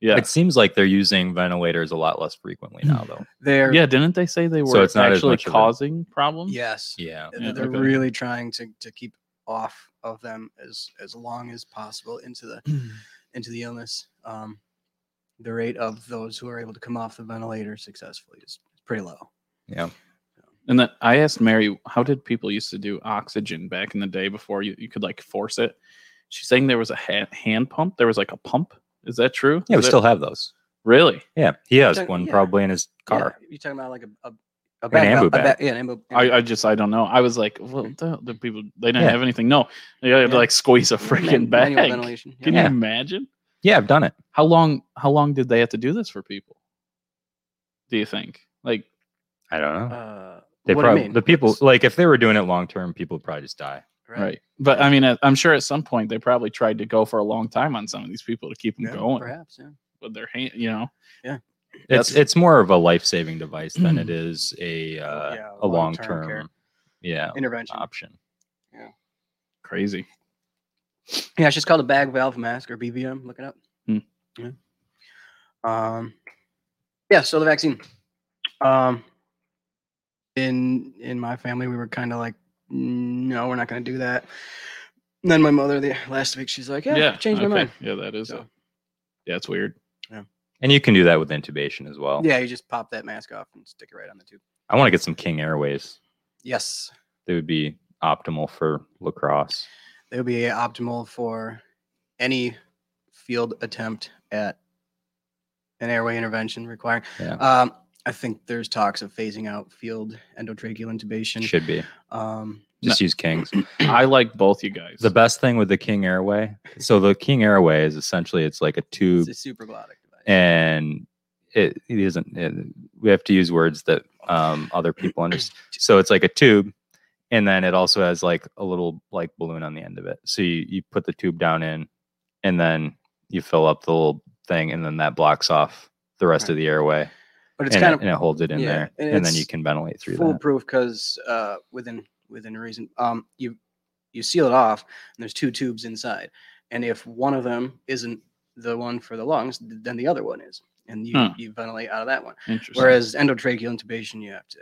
Speaker 1: Yeah.
Speaker 2: It seems like they're using ventilators a lot less frequently now, though.
Speaker 3: They're
Speaker 1: yeah, didn't they say they were
Speaker 2: So it's not as
Speaker 1: actually
Speaker 2: much of a-
Speaker 1: causing problems?
Speaker 3: yes.
Speaker 2: Yeah.
Speaker 1: Yeah,
Speaker 3: they're
Speaker 1: okay.
Speaker 3: really trying to, to keep off of them as as long as possible into the into the illness. Um, the rate of those who are able to come off the ventilator successfully is pretty low.
Speaker 2: Yeah.
Speaker 1: And then I asked Mary, how did people used to do oxygen back in the day before you, you could like force it? She's saying there was a ha- hand pump. There was like a pump. Is that true?
Speaker 2: Yeah. We
Speaker 1: Is that-
Speaker 2: still have those.
Speaker 1: really.
Speaker 2: Yeah. He has
Speaker 3: Don't-
Speaker 2: one
Speaker 3: yeah.
Speaker 2: probably in his car.
Speaker 3: Yeah, you're talking about like a a, a
Speaker 2: ambu
Speaker 3: a
Speaker 2: bag.
Speaker 3: yeah, an ambu.
Speaker 1: I, I just I don't know. I was like, well, the, the people they didn't
Speaker 2: Yeah.
Speaker 1: have anything. No, they had to
Speaker 3: Yeah.
Speaker 1: like squeeze a freaking
Speaker 3: man- manual
Speaker 1: bag.
Speaker 3: ventilation.
Speaker 1: Can
Speaker 2: Yeah.
Speaker 1: you imagine
Speaker 2: Yeah. I've done it.
Speaker 1: how long how long did they have to do this for people? Do you think like
Speaker 2: I don't know.
Speaker 3: Uh,
Speaker 2: They
Speaker 3: what do you
Speaker 2: probably
Speaker 3: mean?
Speaker 2: the people
Speaker 3: What's-
Speaker 2: like if they were doing it long term, people would probably just die.
Speaker 1: right? But I mean, I, I'm sure at some point they probably tried to go for a long time on some of these people to keep them
Speaker 3: Yeah,
Speaker 1: going
Speaker 3: Perhaps. Yeah.
Speaker 1: with their hand. You know,
Speaker 2: It's
Speaker 1: That's-
Speaker 2: it's more of a life saving device than it is a uh,
Speaker 3: Oh, Yeah,
Speaker 2: a long
Speaker 3: long-term care.
Speaker 2: term yeah
Speaker 3: Intervention.
Speaker 2: option.
Speaker 1: crazy.
Speaker 3: Yeah, it's just called a bag valve mask or BVM. Look it up.
Speaker 1: Hmm.
Speaker 3: Yeah. Um, yeah. So the vaccine. Um, in in my family, we were kind of like, no, we're not going to do that. And then my mother the last week, she's like, yeah, changed my
Speaker 1: okay.
Speaker 3: mind.
Speaker 1: Yeah, that is.
Speaker 3: So-
Speaker 1: it. yeah, it's weird.
Speaker 2: And you can do that with intubation as well.
Speaker 3: Yeah, you just pop that mask off and stick it right on the tube.
Speaker 2: I want to get some King Airways.
Speaker 3: Yes,
Speaker 2: They would be optimal for lacrosse.
Speaker 3: they would be optimal for any field attempt at an airway intervention requiring.
Speaker 2: Yeah.
Speaker 3: Um, I think there's talks of phasing out field endotracheal intubation.
Speaker 2: Should be.
Speaker 3: Um,
Speaker 2: Just use Kings.
Speaker 1: I like both you guys.
Speaker 2: The best thing with the King Airway. So the King Airway is essentially it's like a tube
Speaker 3: it's a supraglottic device.
Speaker 2: and it, it isn't it, we have to use words that um, other people understand so it's like a tube and then it also has like a little like balloon on the end of it so you, you put the tube down in and then you fill up the little thing and then that blocks off the rest of the airway
Speaker 3: but it's
Speaker 2: and,
Speaker 3: kind
Speaker 2: it, and it holds it in
Speaker 3: yeah,
Speaker 2: there
Speaker 3: and
Speaker 2: and, then
Speaker 3: it's
Speaker 2: you can ventilate through
Speaker 3: of foolproof because uh, within within reason, um, you you seal it off, and there's two tubes inside, and if one of them isn't the one for the lungs, th- then the other one is, and you
Speaker 1: Huh.
Speaker 2: Hmm.
Speaker 3: you ventilate out of that one.
Speaker 1: Interesting.
Speaker 3: Whereas endotracheal intubation, you have to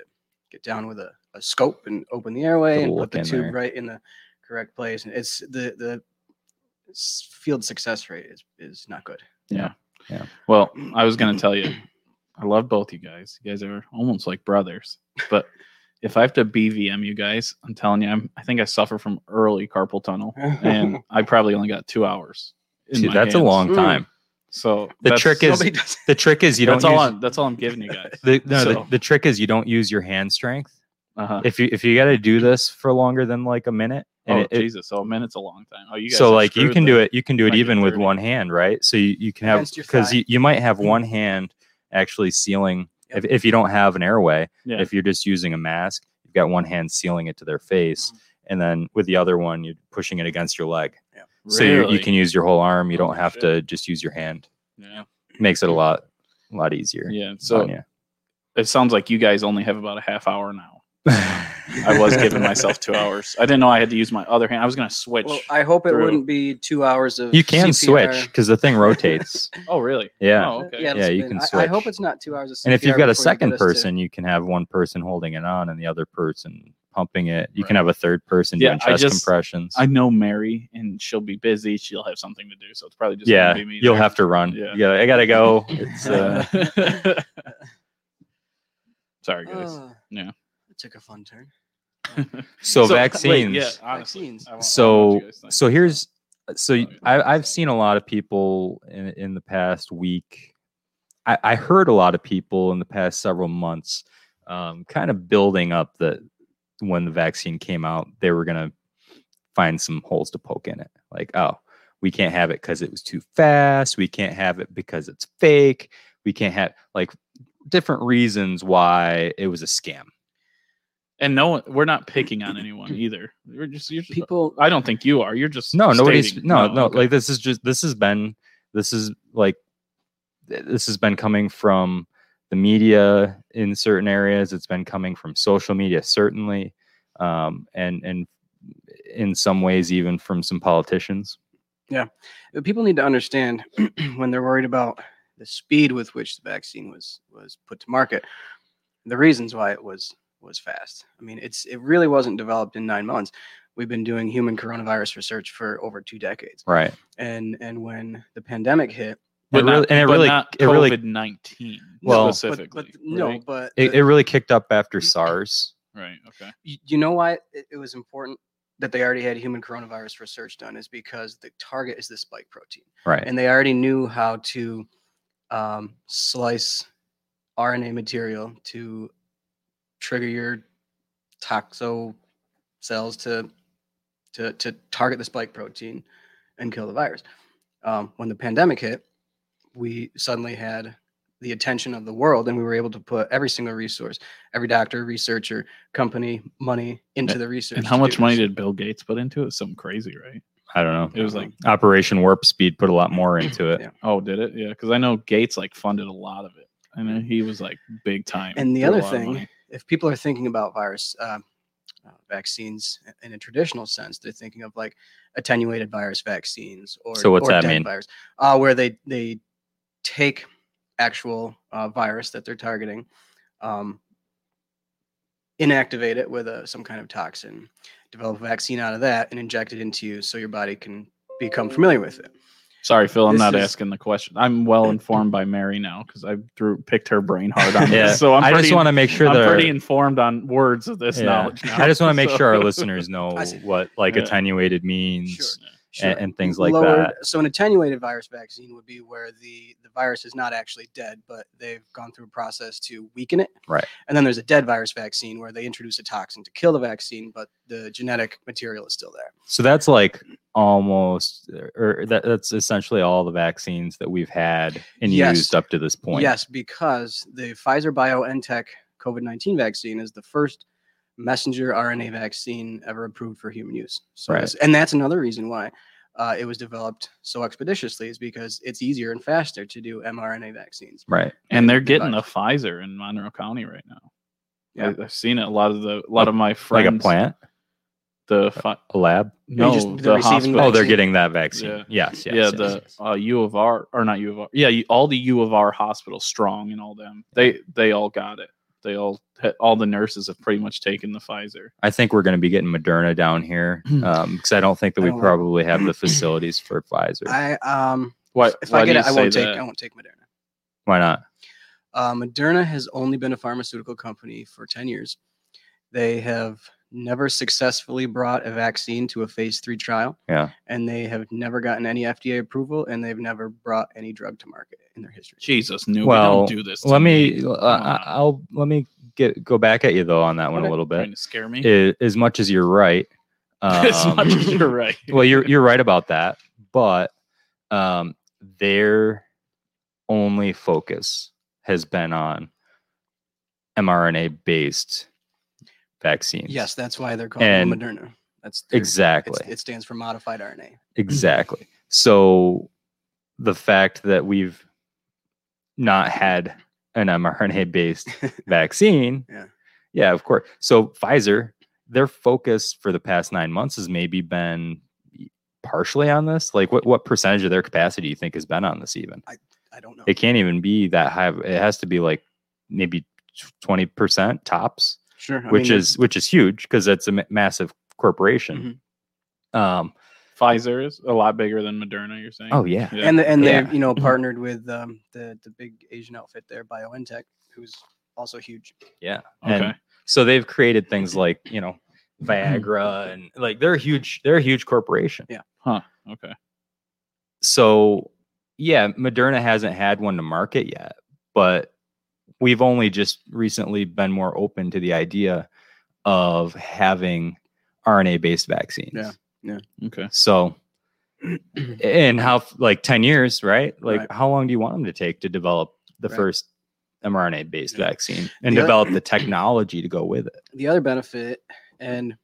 Speaker 3: get down with a, a scope and open the airway and
Speaker 2: look
Speaker 3: put the
Speaker 2: in
Speaker 3: tube
Speaker 2: there.
Speaker 3: right in the correct place. And it's the the s- field success rate is is not good.
Speaker 1: well, I was gonna tell you, I love both you guys. You guys are almost like brothers, but if I have to BVM you guys, I'm telling you, I'm, I think I suffer from early carpal tunnel, and I probably only got two hours. in
Speaker 2: See,
Speaker 1: my
Speaker 2: that's a
Speaker 1: hands.
Speaker 2: long
Speaker 3: Mm.
Speaker 2: time.
Speaker 1: So
Speaker 2: The
Speaker 1: that's-
Speaker 2: trick is
Speaker 3: Nobody does.
Speaker 2: the trick is you don't
Speaker 1: that's all.
Speaker 2: use,
Speaker 1: I'm, that's all I'm giving you guys.
Speaker 2: the, no, the,
Speaker 1: so-
Speaker 2: the trick is you don't use your hand strength.
Speaker 1: Uh-huh.
Speaker 2: If you if you got to do this for longer than like a minute,
Speaker 1: Oh
Speaker 2: and it- it,
Speaker 1: Jesus! So a minute's a long time. Oh, you guys.
Speaker 2: so like you can do it you can do it
Speaker 1: Might be
Speaker 2: even with
Speaker 1: 30.
Speaker 2: one hand right so you, you can have
Speaker 3: Against your
Speaker 2: because
Speaker 3: thigh. Mm-hmm.
Speaker 2: you, you might have one hand actually sealing
Speaker 3: Yep.
Speaker 2: if, if you don't have an airway
Speaker 1: Yeah.
Speaker 2: if you're just using a mask you've got one hand sealing it to their face
Speaker 3: Mm-hmm.
Speaker 2: and then with the other one you're pushing it against your leg so you, you can use your whole arm you don't
Speaker 1: Holy
Speaker 2: have
Speaker 1: shit.
Speaker 2: to just use your hand
Speaker 1: Yeah.
Speaker 2: makes it a lot a lot easier
Speaker 1: Yeah. So
Speaker 2: on ya.
Speaker 1: it sounds like you guys only have about a half hour now. I was giving myself two hours. I didn't know I had to use my other hand. I was gonna switch.
Speaker 3: Well, I hope it
Speaker 1: Through.
Speaker 3: wouldn't be two hours of.
Speaker 2: you can
Speaker 3: CPR.
Speaker 2: switch because the thing rotates
Speaker 1: oh, really?
Speaker 2: yeah
Speaker 1: Oh, okay.
Speaker 3: Yeah, it'll
Speaker 2: Yeah, you
Speaker 3: spin.
Speaker 2: can
Speaker 3: I, I hope
Speaker 2: switch.
Speaker 3: it's not two hours of.
Speaker 2: And if you've
Speaker 3: CPR
Speaker 2: got
Speaker 3: before
Speaker 2: a
Speaker 3: you
Speaker 2: second
Speaker 3: get us to-
Speaker 2: person, you can have one person holding it on and the other person pumping it. You can
Speaker 1: Right.
Speaker 2: have a third person
Speaker 1: Yeah,
Speaker 2: doing
Speaker 1: I
Speaker 2: chest
Speaker 1: just-
Speaker 2: compressions.
Speaker 1: I know Mary, and she'll be busy. She'll have something to do, so it's probably just gonna
Speaker 2: yeah,
Speaker 1: be me
Speaker 2: you'll
Speaker 1: there.
Speaker 2: have to run.
Speaker 1: Yeah.
Speaker 2: Yeah, I gotta go. It's uh,
Speaker 1: Sorry, guys.
Speaker 3: Ah,
Speaker 1: Yeah.
Speaker 3: It took a fun turn.
Speaker 2: so,
Speaker 1: wait,
Speaker 2: vaccines.
Speaker 1: yeah, honestly,
Speaker 3: Vaccines.
Speaker 1: I want- I want
Speaker 2: So
Speaker 1: you guys to think.
Speaker 2: so here's so
Speaker 1: Oh, yeah.
Speaker 2: I, I've seen a lot of people in, in the past week. I, I heard a lot of people in the past several months, um, kind of building up that when the vaccine came out, they were gonna find some holes to poke in it. Like, oh, we can't have it because it was too fast. We can't have it because it's fake. We can't have like different reasons why it was a scam.
Speaker 1: and no, one, we're not picking on anyone either. We're just, you're just
Speaker 3: People.
Speaker 1: I don't think you are. You're just
Speaker 2: No, nobody's
Speaker 1: stating-
Speaker 2: no, no.
Speaker 1: okay.
Speaker 2: Like this is just this has been this is like th- this has been coming from the media in certain areas. It's been coming from social media, certainly, um, and and in some ways even from some politicians.
Speaker 3: People need to understand when they're worried about the speed with which the vaccine was was put to market, the reasons why it was was fast. I mean, it's it really wasn't developed in nine months. We've been doing human coronavirus research for over two decades,
Speaker 2: Right.
Speaker 3: and and when the pandemic hit,
Speaker 1: but
Speaker 2: it really-
Speaker 1: not,
Speaker 2: and it
Speaker 1: but
Speaker 2: really-
Speaker 1: not
Speaker 2: it really-
Speaker 1: COVID nineteen
Speaker 2: Well-
Speaker 3: but- but,
Speaker 1: specifically.
Speaker 3: no,
Speaker 1: right?
Speaker 3: but
Speaker 2: It,
Speaker 3: the-
Speaker 2: it really kicked up after SARS.
Speaker 1: right? Okay,
Speaker 3: y- you know why it, it was important that they already had human coronavirus research done is because the target is the spike protein
Speaker 2: Right.
Speaker 3: and they already knew how to um, slice rna material to trigger your toxo cells to to to target the spike protein and kill the virus um, when the pandemic hit we suddenly had the attention of the world and we were able to put every single resource every doctor researcher company money into the research
Speaker 1: and how
Speaker 3: to
Speaker 1: much
Speaker 3: do
Speaker 1: money
Speaker 3: this.
Speaker 1: did Bill Gates put into it? Something crazy, right?
Speaker 2: I don't know.
Speaker 1: It was like,
Speaker 2: Operation Warp Speed put a lot more into it.
Speaker 3: Yeah.
Speaker 1: oh, did it? Yeah, because I know Gates like funded a lot of it. I know he was like big time.
Speaker 3: And the
Speaker 1: threw a
Speaker 3: other
Speaker 1: lot of
Speaker 3: thing-
Speaker 1: money.
Speaker 3: if people are thinking about virus uh, uh, vaccines in a traditional sense, they're thinking of like attenuated virus vaccines or
Speaker 2: So what's
Speaker 3: or
Speaker 2: that
Speaker 3: dead
Speaker 2: mean?
Speaker 3: Virus, uh, where they they take actual uh, virus that they're targeting, um, inactivate it with a, some kind of toxin, develop a vaccine out of that, and inject it into you so your body can become familiar with it.
Speaker 1: sorry, Phil, I'm
Speaker 3: this
Speaker 1: not
Speaker 3: is-
Speaker 1: asking the question. I'm well informed by Mary now because I threw picked her brain hard on
Speaker 2: Yeah.
Speaker 1: this. So I'm
Speaker 2: I
Speaker 1: pretty,
Speaker 2: just want to make sure
Speaker 1: I'm
Speaker 2: that our-
Speaker 1: pretty informed on words of this
Speaker 2: yeah.
Speaker 1: knowledge. Now.
Speaker 2: I just want to make
Speaker 1: So-
Speaker 2: sure our listeners know
Speaker 3: I see.
Speaker 2: what like
Speaker 1: Yeah.
Speaker 2: attenuated means.
Speaker 3: Sure.
Speaker 2: and, and things like
Speaker 3: lowered-
Speaker 2: that.
Speaker 3: So an attenuated virus vaccine would be where the the virus is not actually dead, but they've gone through a process to weaken it.
Speaker 2: Right.
Speaker 3: And then there's a dead virus vaccine where they introduce a toxin to kill the vaccine, but the genetic material is still there.
Speaker 2: So that's like almost, or that, that's essentially all the vaccines that we've had and
Speaker 3: Yes.
Speaker 2: used up to this point.
Speaker 3: Yes, because the Pfizer BioNTech COVID nineteen vaccine is the first messenger RNA vaccine ever approved for human use. So
Speaker 2: Right.
Speaker 3: that's- and that's another reason why. Uh, it was developed so expeditiously is because it's easier and faster to do mRNA vaccines.
Speaker 2: Right.
Speaker 1: and they're getting the Pfizer in Monroe County right now.
Speaker 3: Yeah.
Speaker 1: I, I've seen it. A lot of the a lot of my friends.
Speaker 2: Oh, Like a plant,
Speaker 1: The fi-
Speaker 2: a lab.
Speaker 1: no,
Speaker 3: just- they're
Speaker 1: the
Speaker 3: receiving
Speaker 1: hospital.
Speaker 2: Oh, they're
Speaker 3: Vaccine.
Speaker 2: getting that vaccine.
Speaker 1: Yeah.
Speaker 2: Yes. Yes.
Speaker 1: yeah,
Speaker 2: yes,
Speaker 1: the
Speaker 2: yes.
Speaker 1: uh, U of R or not U of R. Yeah, you- all the U of R hospitals, strong and all them. They they all got it. They all all the nurses have pretty much taken the Pfizer.
Speaker 2: I think we're going to be getting Moderna down here because I don't think that
Speaker 3: I
Speaker 2: we
Speaker 3: don't like-
Speaker 2: probably have the facilities for Pfizer.
Speaker 3: I um
Speaker 1: Why?
Speaker 3: if
Speaker 1: why
Speaker 3: I
Speaker 1: do
Speaker 3: get
Speaker 1: you
Speaker 3: it, I
Speaker 1: say
Speaker 3: won't take.
Speaker 1: that?
Speaker 3: I won't take Moderna.
Speaker 2: Why not?
Speaker 3: Uh, Moderna has only been a pharmaceutical company for ten years. They have never successfully brought a vaccine to a phase three trial.
Speaker 2: Yeah.
Speaker 3: And they have never gotten any FDA approval and they've never brought any drug to market in their history.
Speaker 1: Jesus, new
Speaker 2: Well,
Speaker 1: we don't do this. to
Speaker 2: Let me. Uh,
Speaker 1: on.
Speaker 2: I'll let me get go back at you though on that one
Speaker 3: Okay.
Speaker 2: a little bit.
Speaker 1: Trying to scare me.
Speaker 2: I- as much as you're right.
Speaker 1: as
Speaker 2: um,
Speaker 1: much as you're right.
Speaker 2: well, you're you're right about that, but um, their only focus has been on mRNA based vaccines.
Speaker 3: Yes, that's why they're called
Speaker 2: And-
Speaker 3: Moderna. That's their- it's-
Speaker 2: exactly,
Speaker 3: It stands for modified RNA.
Speaker 2: exactly. So the fact that we've not had an mRNA based vaccine,
Speaker 3: Yeah.
Speaker 2: yeah, of course. So Pfizer, their focus for the past nine months has maybe been partially on this. Like, what what percentage of their capacity do you think has been on this? Even
Speaker 3: I don't know.
Speaker 2: it can't even be that high. of- It has to be like maybe twenty percent tops,
Speaker 3: Sure. I
Speaker 2: which
Speaker 3: mean,
Speaker 2: is which is huge because that's a ma- massive corporation.
Speaker 3: Mm-hmm.
Speaker 2: Um.
Speaker 1: Pfizer is a lot bigger than Moderna. You're saying?
Speaker 2: Oh yeah.
Speaker 3: and the, and
Speaker 2: Yeah. Mm-hmm.
Speaker 3: they've you know partnered with um, the the big Asian outfit there, BioNTech, who's also huge.
Speaker 2: Yeah.
Speaker 1: okay.
Speaker 2: And so they've created things like you know
Speaker 3: Mm-hmm.
Speaker 2: Viagra and like they're a huge. They're a huge corporation.
Speaker 1: okay.
Speaker 2: so yeah, Moderna hasn't had one to market yet, but we've only just recently been more open to the idea of having RNA based vaccines.
Speaker 3: Yeah.
Speaker 1: Okay.
Speaker 2: So and how f- like 10 years, right? Like
Speaker 3: Right.
Speaker 2: how long do you want them to take to develop the
Speaker 3: Right.
Speaker 2: first mRNA based
Speaker 3: Yeah.
Speaker 2: vaccine and
Speaker 3: The oth-
Speaker 2: develop the technology to go with it?
Speaker 3: The other benefit, and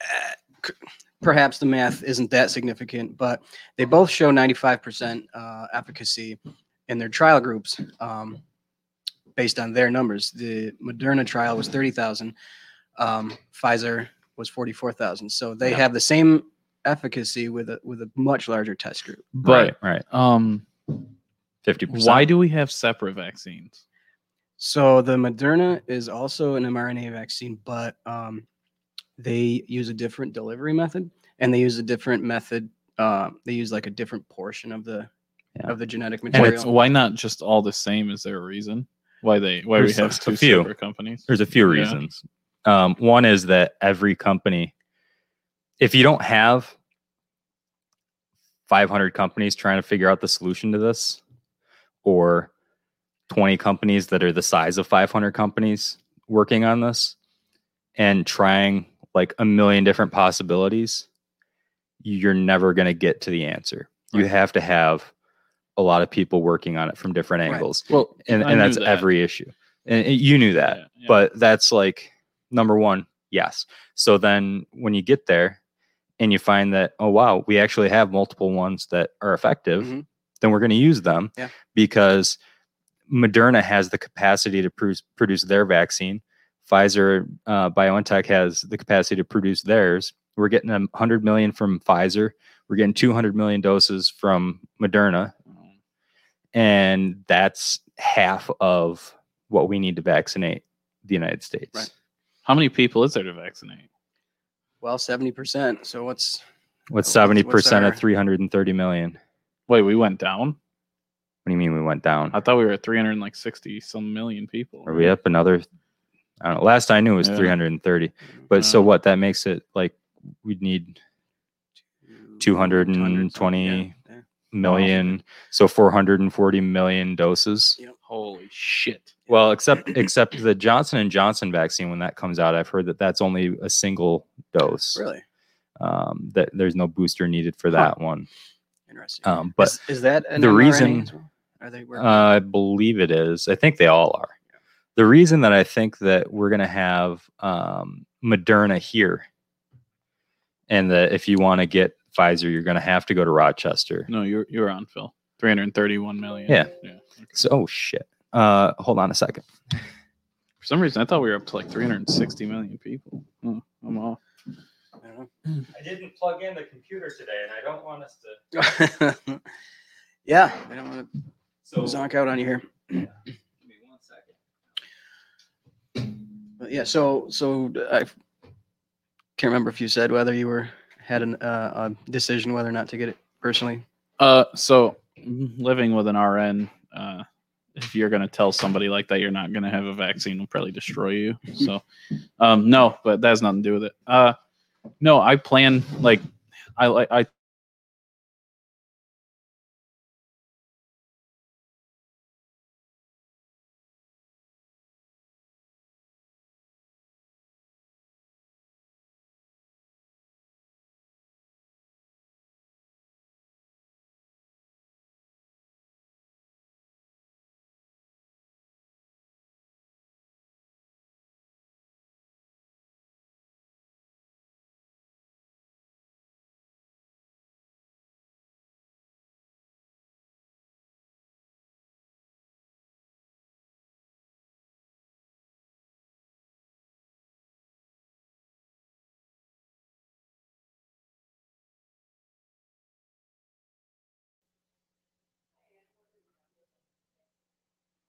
Speaker 3: uh, c- perhaps the math isn't that significant, but they both show 95% uh, efficacy in their trial groups um, based on their numbers. The Moderna trial was 30,000, um, Pfizer was 44,000. So they
Speaker 2: Yeah.
Speaker 3: have the same efficacy with a with a much larger test group.
Speaker 1: But
Speaker 2: right.
Speaker 1: um,
Speaker 2: 50%.
Speaker 1: why do we have separate vaccines?
Speaker 3: So the Moderna is also an mRNA vaccine, but um, they use a different delivery method, and they use a different method. Uh, they use like a different portion of the
Speaker 2: Yeah.
Speaker 3: of the genetic
Speaker 1: Why,
Speaker 3: material.
Speaker 1: why not just all the same? Is there a reason why they why
Speaker 2: There's
Speaker 1: we
Speaker 2: a
Speaker 1: have two
Speaker 2: few.
Speaker 1: separate companies?
Speaker 2: There's a few
Speaker 1: Yeah.
Speaker 2: reasons. Um, one is that every company, if you don't have 500 companies trying to figure out the solution to this, or 20 companies that are the size of 500 companies working on this and trying like a million different possibilities, you're never going to get to the answer. You
Speaker 3: Right.
Speaker 2: have to have a lot of people working on it from different
Speaker 3: Right.
Speaker 2: angles.
Speaker 1: Well,
Speaker 2: And,
Speaker 1: I
Speaker 2: and
Speaker 1: knew
Speaker 2: that's
Speaker 1: that.
Speaker 2: every issue. And and you knew that
Speaker 1: Yeah, yeah.
Speaker 2: but that's like number one yes so then when you get there and you find that oh wow we actually have multiple ones that are effective
Speaker 3: Mhm.
Speaker 2: then we're going to use them
Speaker 3: Yeah.
Speaker 2: because moderna has the capacity to pru- produce their vaccine pfizer uh, biontech has the capacity to produce theirs we're getting a 100 million from pfizer we're getting 200 million doses from moderna and that's half of what we need to vaccinate the United States.
Speaker 3: Right.
Speaker 1: how many people is there to vaccinate?
Speaker 3: well, seventy percent. So what's
Speaker 2: What's
Speaker 3: What's- what's
Speaker 2: seventy percent
Speaker 3: our-
Speaker 2: of three hundred and thirty million? What
Speaker 1: Wait, we went down.
Speaker 2: do you mean we went down?
Speaker 1: I thought we were at three hundred like sixty some million people.
Speaker 2: Are we up another? I don't know. Last I knew it was
Speaker 1: Yeah.
Speaker 2: three hundred and thirty. But so
Speaker 3: Mm.
Speaker 1: Uh,
Speaker 2: what? That makes it like we'd need two hundred and
Speaker 3: 220,
Speaker 2: twenty
Speaker 3: yeah, yeah.
Speaker 2: million, so four hundred and forty million doses.
Speaker 3: Yeah.
Speaker 1: Holy shit!
Speaker 2: Well, except except the Johnson and Johnson vaccine when that comes out, I've heard that that's only a single dose.
Speaker 3: Really
Speaker 2: Um, that there's no booster needed for
Speaker 3: Huh.
Speaker 2: that one.
Speaker 3: interesting.
Speaker 2: Um, but
Speaker 3: is, is that an
Speaker 2: the
Speaker 3: mRNA
Speaker 2: reason-
Speaker 3: as well? Are they working?
Speaker 2: Uh, I believe it is. I think they all are. The reason that I think that we're going to have um, Moderna here, and that if you want to get Pfizer, you're going to have to go to Rochester.
Speaker 1: No, you're you're on Phil. Three hundred thirty-one million.
Speaker 2: Yeah.
Speaker 1: Yeah. okay.
Speaker 2: So, oh shit. Uh, hold on a second.
Speaker 1: For some reason, I thought we were up to like 360 million people. Hmm, I'm off.
Speaker 3: I don't know.
Speaker 2: I didn't plug in the computer today, and I don't want us to.
Speaker 3: yeah, I don't want to
Speaker 2: So,
Speaker 3: zonk out on you here.
Speaker 2: one second.
Speaker 3: But yeah, so so I can't remember if you said whether you were had an, uh, a decision whether or not to get it personally.
Speaker 1: Uh, so mm, living with an RN, uh, if you're going to tell somebody like that you're not going to have a vaccine, it'll probably destroy you. So, um, no, but that has nothing to do with it. Uh, no, I plan like I like I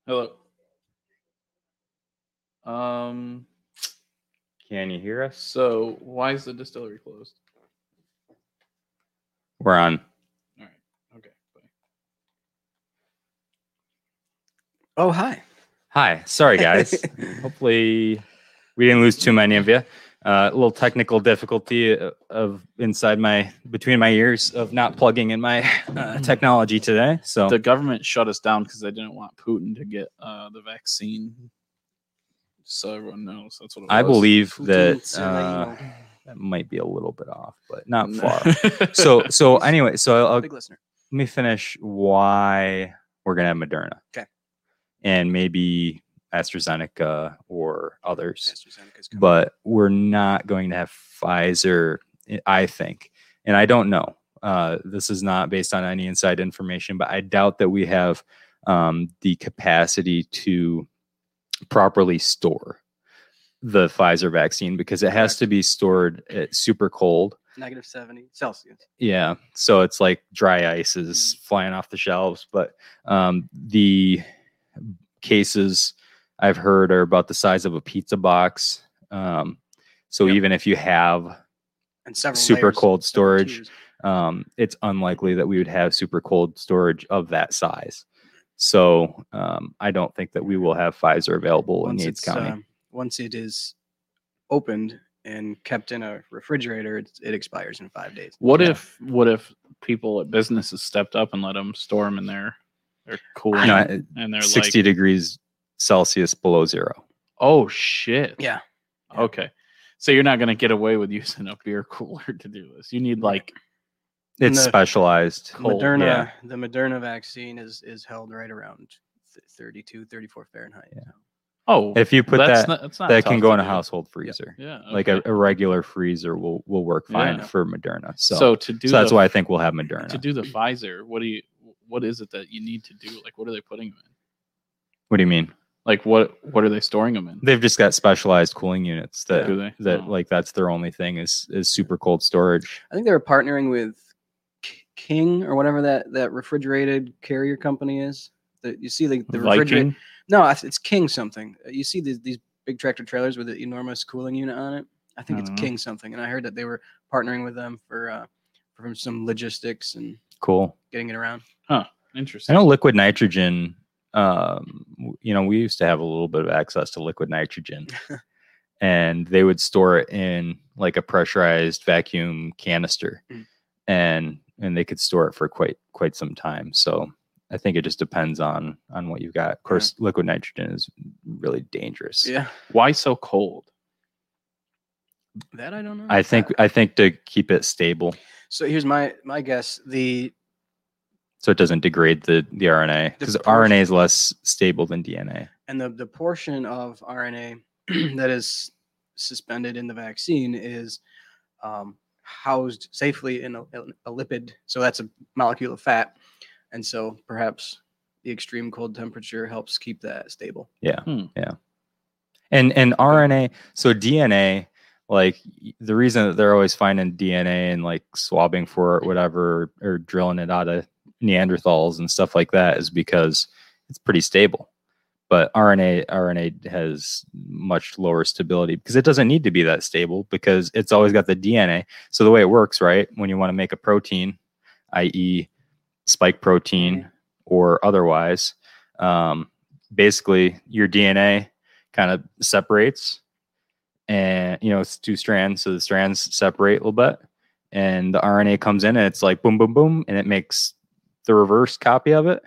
Speaker 1: hello. Um.
Speaker 2: Can you hear us?
Speaker 1: So why is the distillery closed?
Speaker 2: We're on.
Speaker 1: All right. Okay. Bye.
Speaker 3: Oh, hi.
Speaker 2: Hi. Sorry, guys. Hopefully, we didn't lose too many of you. Uh, a little technical difficulty uh, of inside my between my ears of not plugging in my uh, technology today. So
Speaker 1: The government shut us down because they didn't want Putin to get uh, the vaccine. So everyone knows that's what it
Speaker 2: I
Speaker 1: was.
Speaker 2: believe
Speaker 3: Putin
Speaker 2: that uh,
Speaker 3: Serena.
Speaker 2: that might be a little bit off, but not
Speaker 1: No.
Speaker 2: far. so so anyway, so I'll,
Speaker 3: Big listener.
Speaker 2: let me finish why we're gonna have Moderna.
Speaker 3: Okay.
Speaker 2: And maybe AstraZeneca or others.
Speaker 3: AstraZeneca's coming.
Speaker 2: but we're not going to have Pfizer, I- I think. And I don't know. Uh, this is not based on any inside information, but I doubt that we have um, the capacity to properly store the Pfizer vaccine because it has to be stored at super cold.
Speaker 3: Negative 70 Celsius.
Speaker 2: Yeah. So it's like dry ice
Speaker 3: Mm.
Speaker 2: is flying off the shelves. But um, the cases I've heard are about the size of a pizza box. Um, so
Speaker 3: Yep.
Speaker 2: even if you have,
Speaker 3: And several
Speaker 2: Super
Speaker 3: layers,
Speaker 2: cold
Speaker 3: several
Speaker 2: storage.
Speaker 3: tiers.
Speaker 2: um, it's unlikely that we would have super cold storage of that size. So um, I don't think that we will have Pfizer available in
Speaker 3: Once
Speaker 2: Yates
Speaker 3: it's
Speaker 2: County.
Speaker 3: um, once it is opened and kept in a refrigerator, it, it expires in five days.
Speaker 1: What
Speaker 2: Yeah.
Speaker 1: if what if people at businesses stepped up and let them store them in their their cooling
Speaker 2: no, I-
Speaker 1: and they're
Speaker 2: 60
Speaker 1: like,
Speaker 2: degrees Celsius below zero.
Speaker 1: oh shit.
Speaker 3: Yeah.
Speaker 1: Okay. So you're not gonna get away with using a beer cooler to do this. You need like
Speaker 3: And
Speaker 2: It's
Speaker 3: the-
Speaker 2: specialized.
Speaker 1: Cold,
Speaker 3: Moderna,
Speaker 2: yeah.
Speaker 3: the Moderna vaccine is is held right around th- 32, 34 Fahrenheit.
Speaker 2: Yeah.
Speaker 3: so.
Speaker 1: oh
Speaker 2: If you put that,
Speaker 1: not, that's not
Speaker 2: that can
Speaker 1: tough
Speaker 2: go
Speaker 1: to
Speaker 2: in a
Speaker 1: do.
Speaker 2: household freezer.
Speaker 1: Yeah.
Speaker 2: Like
Speaker 1: okay.
Speaker 2: a, a regular freezer will will work fine
Speaker 1: Yeah.
Speaker 2: for Moderna. So,
Speaker 1: so,
Speaker 2: so,
Speaker 1: to do
Speaker 2: that's
Speaker 1: the-
Speaker 2: why I think we'll have
Speaker 1: to
Speaker 2: Moderna.
Speaker 1: do the Pfizer, what do you what is it that you need to do? Like what are they putting them in?
Speaker 2: What do you mean?
Speaker 1: Like what what are they storing them in?
Speaker 2: They've just got specialized cooling units that
Speaker 1: do they?
Speaker 2: that
Speaker 1: Oh.
Speaker 2: like that's their only thing is is super cold storage.
Speaker 3: I think they were partnering with K- King or whatever that that refrigerated carrier company is. That you see the the refrigerator.
Speaker 1: Viking.
Speaker 3: No, it's- it's King something. Uh, You see these these big tractor trailers with the enormous cooling unit on it. I think
Speaker 1: I
Speaker 3: it's
Speaker 1: don't
Speaker 2: Mm-hmm.
Speaker 1: know.
Speaker 3: King something, and I heard that they were partnering with them for uh, for some logistics and
Speaker 2: Cool.
Speaker 3: getting it around.
Speaker 2: I
Speaker 1: Interesting.
Speaker 2: know liquid nitrogen. Um, w- you know, we used to have a little bit of access to liquid nitrogen, and they would store it in like a pressurized vacuum canister,
Speaker 3: Mm.
Speaker 2: and and they could store it for quite quite some time. So I think it just depends on on what you've got. Of course, liquid nitrogen is really dangerous.
Speaker 3: Yeah,
Speaker 1: Why so cold?
Speaker 3: that I don't know.
Speaker 2: I think I think to keep it stable
Speaker 3: so. Here's my my guess: the
Speaker 2: so it doesn't degrade the the RNA
Speaker 3: The
Speaker 2: because
Speaker 3: portion-
Speaker 2: RNA is less stable than DNA.
Speaker 3: and the the portion of RNA that is suspended in the vaccine is um, housed safely in a, a lipid. So that's a molecule of fat, and so perhaps the extreme cold temperature helps keep that stable.
Speaker 2: and and RNA. So DNA, like y- the reason that they're always finding DNA and like swabbing for it, whatever, or drilling it out of Neanderthals and stuff like that, is because it's pretty stable. But RNA RNA has much lower stability because it doesn't need to be that stable because it's always got the DNA. So the way it works, right? When you want to make a protein, E i.e., spike protein or otherwise, um, basically your DNA kind of separates, and you know it's two strands, so the strands separate a little bit, and the RNA comes in and it's like boom, boom, boom, and it makes the reverse copy of it,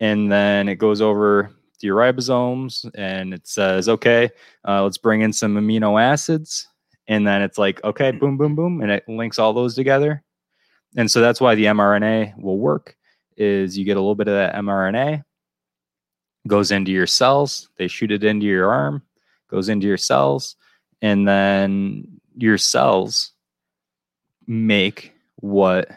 Speaker 2: and then it goes over to your ribosomes and it says, okay, uh, let's bring in some amino acids, and then it's like, okay, boom, boom, boom, and it links all those together, and so that's why the mRNA will work is you get a little bit of that mRNA, goes into your cells, they shoot it into your arm, goes into your cells, and then your cells make what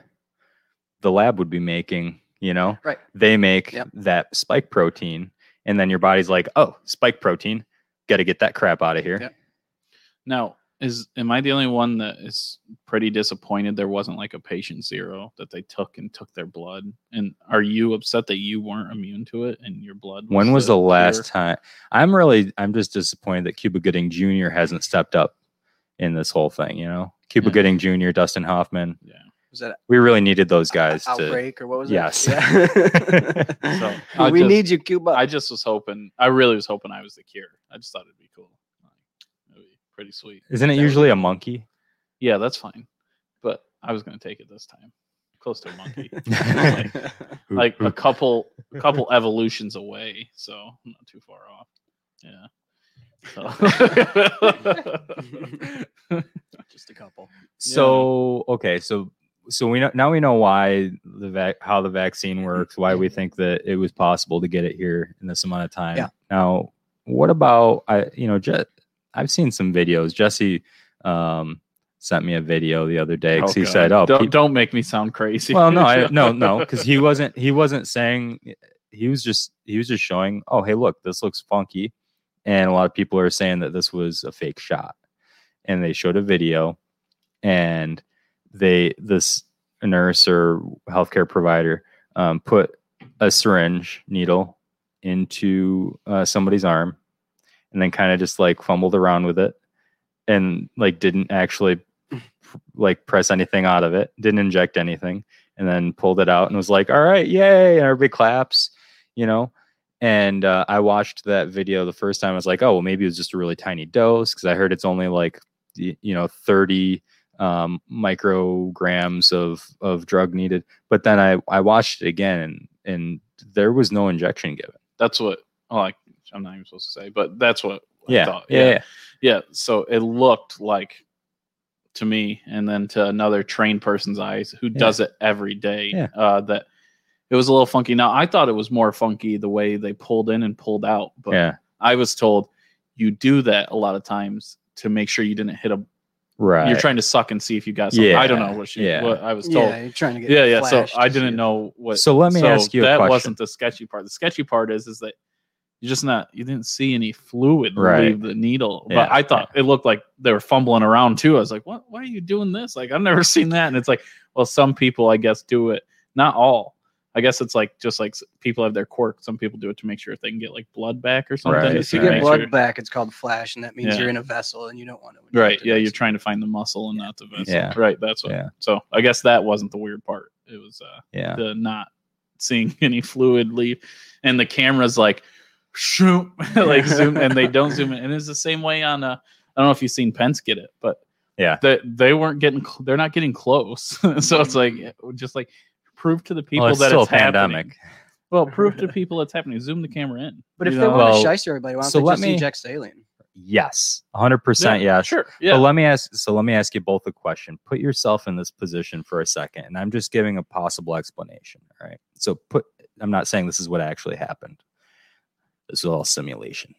Speaker 2: the lab would be making, you know?
Speaker 3: Right.
Speaker 2: They make
Speaker 3: Yep.
Speaker 2: that spike protein, and then your body's like, oh, spike protein, got to get that crap out of here.
Speaker 3: Yep.
Speaker 1: Now, is am I the only one that is pretty disappointed there wasn't like a patient zero that they took and took their blood? And are you upset that you weren't immune to it and your blood?
Speaker 2: When was the last
Speaker 1: pure?
Speaker 2: time? I'm really, I'm just disappointed that Cuba Gooding Jr. hasn't stepped up in this whole thing. You know, Cuba
Speaker 3: Mm.
Speaker 1: Yeah.
Speaker 2: Gooding Jr., Dustin Hoffman.
Speaker 3: Was that
Speaker 2: We really needed those guys to.
Speaker 3: outbreak or what was
Speaker 2: Yes.
Speaker 3: it? Yeah.
Speaker 1: So, I
Speaker 3: we
Speaker 1: just-
Speaker 3: need you, Cuba.
Speaker 1: I just was hoping. I really was hoping I was the cure. I just thought it'd be cool. It'd be pretty sweet.
Speaker 2: Isn't it
Speaker 1: That would-
Speaker 2: usually a monkey?
Speaker 1: Yeah, that's fine. But I was gonna take it this time. Close to a monkey. like,
Speaker 3: That's
Speaker 1: like a couple a couple evolutions away, so I'm not too far off. Yeah. So
Speaker 3: just a couple.
Speaker 2: So okay, so so we know now we know why the vac- how the vaccine works, why we think that it was possible to get it here in this amount of time.
Speaker 3: Yeah.
Speaker 2: Now, what about I? You know, Je- I've seen some videos. Jesse um, sent me a video the other day 'cause he said, "Oh,
Speaker 1: don't,
Speaker 2: peop-
Speaker 1: don't make me sound crazy."
Speaker 2: well, no, I, no, no," because he wasn't he wasn't saying he was just he was just showing. Oh, hey, look, this looks funky, and a lot of people are saying that this was a fake shot, and they showed a video, and they this nurse or healthcare provider um, put a syringe needle into uh, somebody's arm and then kind of just like fumbled around with it and like didn't actually like press anything out of it didn't inject anything and then pulled it out and was like all right yay and everybody claps you know and uh, i watched that video the first time i was like oh well maybe it was just a really tiny dose because i heard it's only like y- you know 30 um, micrograms of of drug needed but then i i watched it again and and there was no injection given
Speaker 1: that's what. Oh, I, I'm not even supposed to say, but that's what. I
Speaker 2: yeah,
Speaker 1: thought.
Speaker 2: yeah yeah
Speaker 1: Yeah, so it looked like to me, and then to another trained person's eyes who
Speaker 2: Yeah.
Speaker 1: does it every day,
Speaker 2: Yeah.
Speaker 1: uh, that it was a little funky. Now I thought it was more funky the way they pulled in and pulled out, but
Speaker 2: yeah
Speaker 1: I was told you do that a lot of times to make sure you didn't hit a.
Speaker 2: right
Speaker 1: You're trying to suck and see if you got something. I don't know
Speaker 2: Yeah,
Speaker 1: what she.
Speaker 2: yeah.
Speaker 1: What I was told.
Speaker 3: Yeah, you're trying to get.
Speaker 1: Yeah, yeah. So
Speaker 3: flashed
Speaker 1: I
Speaker 3: to see
Speaker 1: didn't
Speaker 3: it.
Speaker 1: know what.
Speaker 2: So let me ask you a
Speaker 1: That
Speaker 2: question.
Speaker 1: wasn't the sketchy part. The sketchy part is is that you're just not. You didn't see any fluid
Speaker 2: Right.
Speaker 1: leave the needle.
Speaker 2: Yeah.
Speaker 1: But I thought it looked like they were fumbling around too. I was like, what? Why are you doing this? Like I've never seen that. And it's like, well, some people I guess do it. Not all. I guess it's like just like s- people have their quirk. Some people do it to make sure if they can get like blood back or something.
Speaker 2: Right,
Speaker 1: just
Speaker 3: If
Speaker 1: to
Speaker 3: you get
Speaker 1: make
Speaker 3: blood
Speaker 1: sure-
Speaker 3: back, it's called flash, and that means
Speaker 1: Yeah.
Speaker 3: you're in a vessel and you don't want to.
Speaker 1: Right. Yeah, you're
Speaker 3: you
Speaker 1: trying to find the muscle and not the vessel.
Speaker 2: Yeah.
Speaker 1: Right. That's what.
Speaker 2: Yeah.
Speaker 1: So I guess that wasn't the weird part. It was uh,
Speaker 2: yeah
Speaker 1: the not seeing any fluid leave, and the camera's like, shoot, like zoom, and they don't zoom in. And it's the same way on uh I I don't know if you've seen Pence get it, but
Speaker 2: Yeah.
Speaker 1: they they weren't getting, cl- they're not getting close. so it's like, just like prove to the people
Speaker 2: Mm-hmm. well, it's
Speaker 1: that
Speaker 2: still
Speaker 1: it's
Speaker 2: a pandemic
Speaker 1: happening. Well, prove to people it's happening. Zoom the camera in.
Speaker 3: But if
Speaker 1: you
Speaker 3: they
Speaker 1: know?
Speaker 3: want
Speaker 2: Well,
Speaker 3: to shyster everybody, why don't
Speaker 2: so
Speaker 3: they
Speaker 2: let
Speaker 3: just
Speaker 2: me-
Speaker 3: inject saline?
Speaker 2: yes 100%
Speaker 1: Yeah,
Speaker 2: yes
Speaker 1: sure, yeah.
Speaker 2: But let me ask. So let me ask you both a question. Put yourself in this position for a second, and I'm just giving a possible explanation. All right. So put. I'm not saying this is what actually happened. This is all simulation.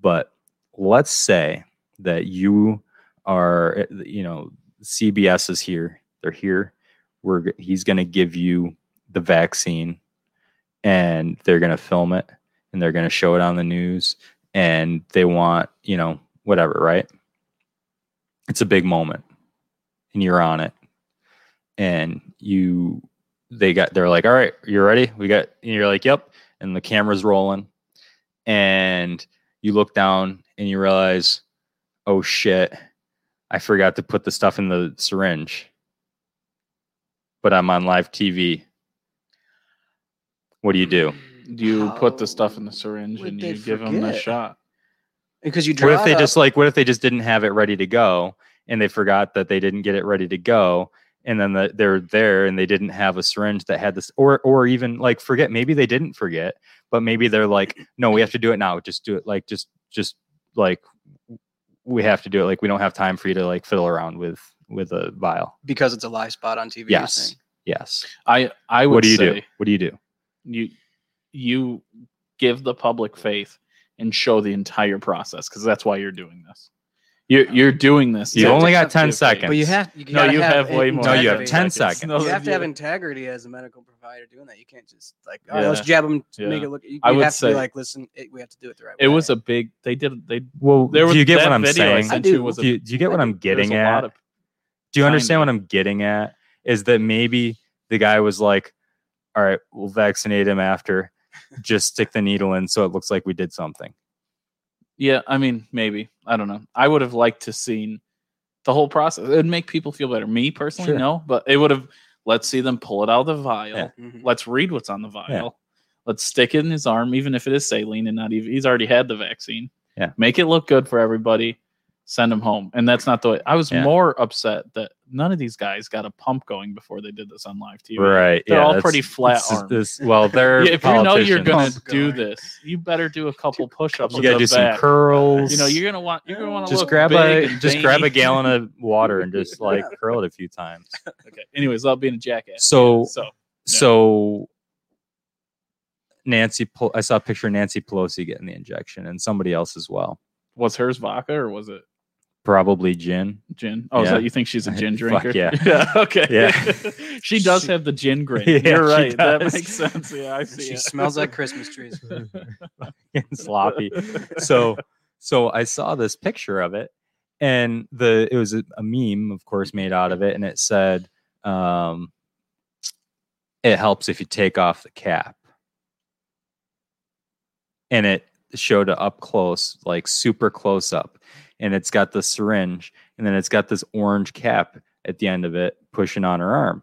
Speaker 2: But let's say that you are. You know, CBS is here. They're here. We're. g- He's going to give you the vaccine, and they're going to film it, and they're going to show it on the news, and they want you know whatever, right? it's a big moment and you're on it and you they got they're like all right you're ready we got and you're like yep and the camera's rolling and you look down and you realize oh shit i forgot to put the stuff in the syringe but i'm on live tv what do you do
Speaker 1: you put
Speaker 3: How
Speaker 1: the stuff in the syringe
Speaker 3: would
Speaker 1: and
Speaker 3: they
Speaker 1: you give them the
Speaker 3: forget?
Speaker 1: shot.
Speaker 3: Because you
Speaker 2: What
Speaker 3: draw
Speaker 2: if they
Speaker 3: it
Speaker 2: just
Speaker 3: up,
Speaker 2: like what if they just didn't have it ready to go and they forgot that they didn't get it ready to go and then the, they're there and they didn't have a syringe that had this or or even like forget maybe they didn't forget but maybe they're like no we have to do it now just do it like just just like we have to do it like we don't have time for you to like fiddle around with with a vial.
Speaker 3: because it's a live spot on TV. you're
Speaker 2: Yes.
Speaker 3: saying.
Speaker 2: Yes.
Speaker 1: I I would
Speaker 2: What do you
Speaker 1: say
Speaker 2: do? What do you do?
Speaker 1: you you give the public faith and show the entire process because that's why you're doing this. You're you're doing this.
Speaker 2: You
Speaker 1: to
Speaker 2: only got
Speaker 1: get to
Speaker 2: 10
Speaker 1: faith.
Speaker 2: seconds.
Speaker 3: But you have you
Speaker 1: No,
Speaker 3: gotta
Speaker 1: you have, way
Speaker 3: in-
Speaker 1: more.
Speaker 2: No, you have 10
Speaker 3: integrity.
Speaker 2: seconds.
Speaker 1: No,
Speaker 3: you have to have
Speaker 1: you-
Speaker 3: integrity as a medical provider doing that. You can't just like, all right, let's
Speaker 1: Yeah.
Speaker 3: jab them,
Speaker 1: Yeah.
Speaker 3: make it look. You,
Speaker 1: I
Speaker 3: you
Speaker 1: would
Speaker 3: have to be
Speaker 1: say-
Speaker 3: like, listen, it, we have to do it the right way.
Speaker 1: It was a big. They did. They
Speaker 2: Well,
Speaker 1: there was
Speaker 2: do you get
Speaker 1: that
Speaker 2: what I'm
Speaker 1: video I
Speaker 2: saying?
Speaker 1: sent
Speaker 3: I
Speaker 1: you
Speaker 3: do.
Speaker 1: was a-
Speaker 2: Do you, do you get what I'm
Speaker 1: there was
Speaker 2: getting
Speaker 1: a
Speaker 2: at?
Speaker 1: lot of-
Speaker 2: do you
Speaker 1: Kind
Speaker 2: understand
Speaker 1: of.
Speaker 2: what I'm getting at? Is that maybe the guy was like, "All right, we'll vaccinate him after. Just stick the needle in, so it looks like we did something."
Speaker 1: yeah, I mean, maybe I don't know. I would have liked to seen the whole process. It'd make people feel better. Me personally,
Speaker 2: Sure.
Speaker 1: no, but it would have. Let's see them pull it out of the vial.
Speaker 2: Yeah.
Speaker 3: Mhm.
Speaker 1: Let's read what's on the vial.
Speaker 2: Yeah.
Speaker 1: Let's stick it in his arm, even if it is saline and not even. He's already had the vaccine.
Speaker 2: Yeah.
Speaker 1: Make it look good for everybody. Send him home, and that's not the way. I was
Speaker 2: Yeah.
Speaker 1: more upset that none of these guys got a pump going before they did this on live TV.
Speaker 2: Right?
Speaker 1: They're
Speaker 2: yeah,
Speaker 1: all
Speaker 2: that's-
Speaker 1: pretty flat
Speaker 2: this is-
Speaker 1: armed.
Speaker 2: this- well, they're
Speaker 1: Yeah, if you know you're gonna
Speaker 3: Pump
Speaker 1: do
Speaker 3: going.
Speaker 1: this, you better do a couple push-ups.
Speaker 2: you
Speaker 1: with
Speaker 2: gotta
Speaker 1: the
Speaker 2: do some
Speaker 1: back.
Speaker 2: curls.
Speaker 1: You know, you're gonna want you're gonna want to
Speaker 2: just
Speaker 1: look
Speaker 2: grab
Speaker 1: big
Speaker 2: a
Speaker 1: and
Speaker 2: just grab a
Speaker 1: veiny.
Speaker 2: gallon of water and just like curl it a few times.
Speaker 1: Okay. Anyways, without being a jackass.
Speaker 2: So
Speaker 1: So Yeah.
Speaker 2: so Nancy, Pel- I saw a picture of Nancy Pelosi getting the injection and somebody else as well.
Speaker 1: was hers vodka or was it
Speaker 2: Probably gin.
Speaker 1: gin? Oh, is
Speaker 2: Yeah.
Speaker 1: that you think she's a gin
Speaker 2: Fuck
Speaker 1: drinker?
Speaker 2: yeah.
Speaker 1: Okay.
Speaker 2: Yeah.
Speaker 1: she does
Speaker 2: She-
Speaker 1: have the gin grin.
Speaker 2: Yeah,
Speaker 1: you're
Speaker 2: she
Speaker 1: right. That
Speaker 2: does.
Speaker 1: makes sense. Yeah, I see.
Speaker 3: She
Speaker 1: it.
Speaker 3: smells like Christmas trees.
Speaker 2: sloppy. So so I saw this picture of it and the it was a, a meme, of course, made out of it, and it said, um, it helps if you take off the cap. And it showed a up close, like super close up, and it's got the syringe, and then it's got this orange cap at the end of it pushing on her arm.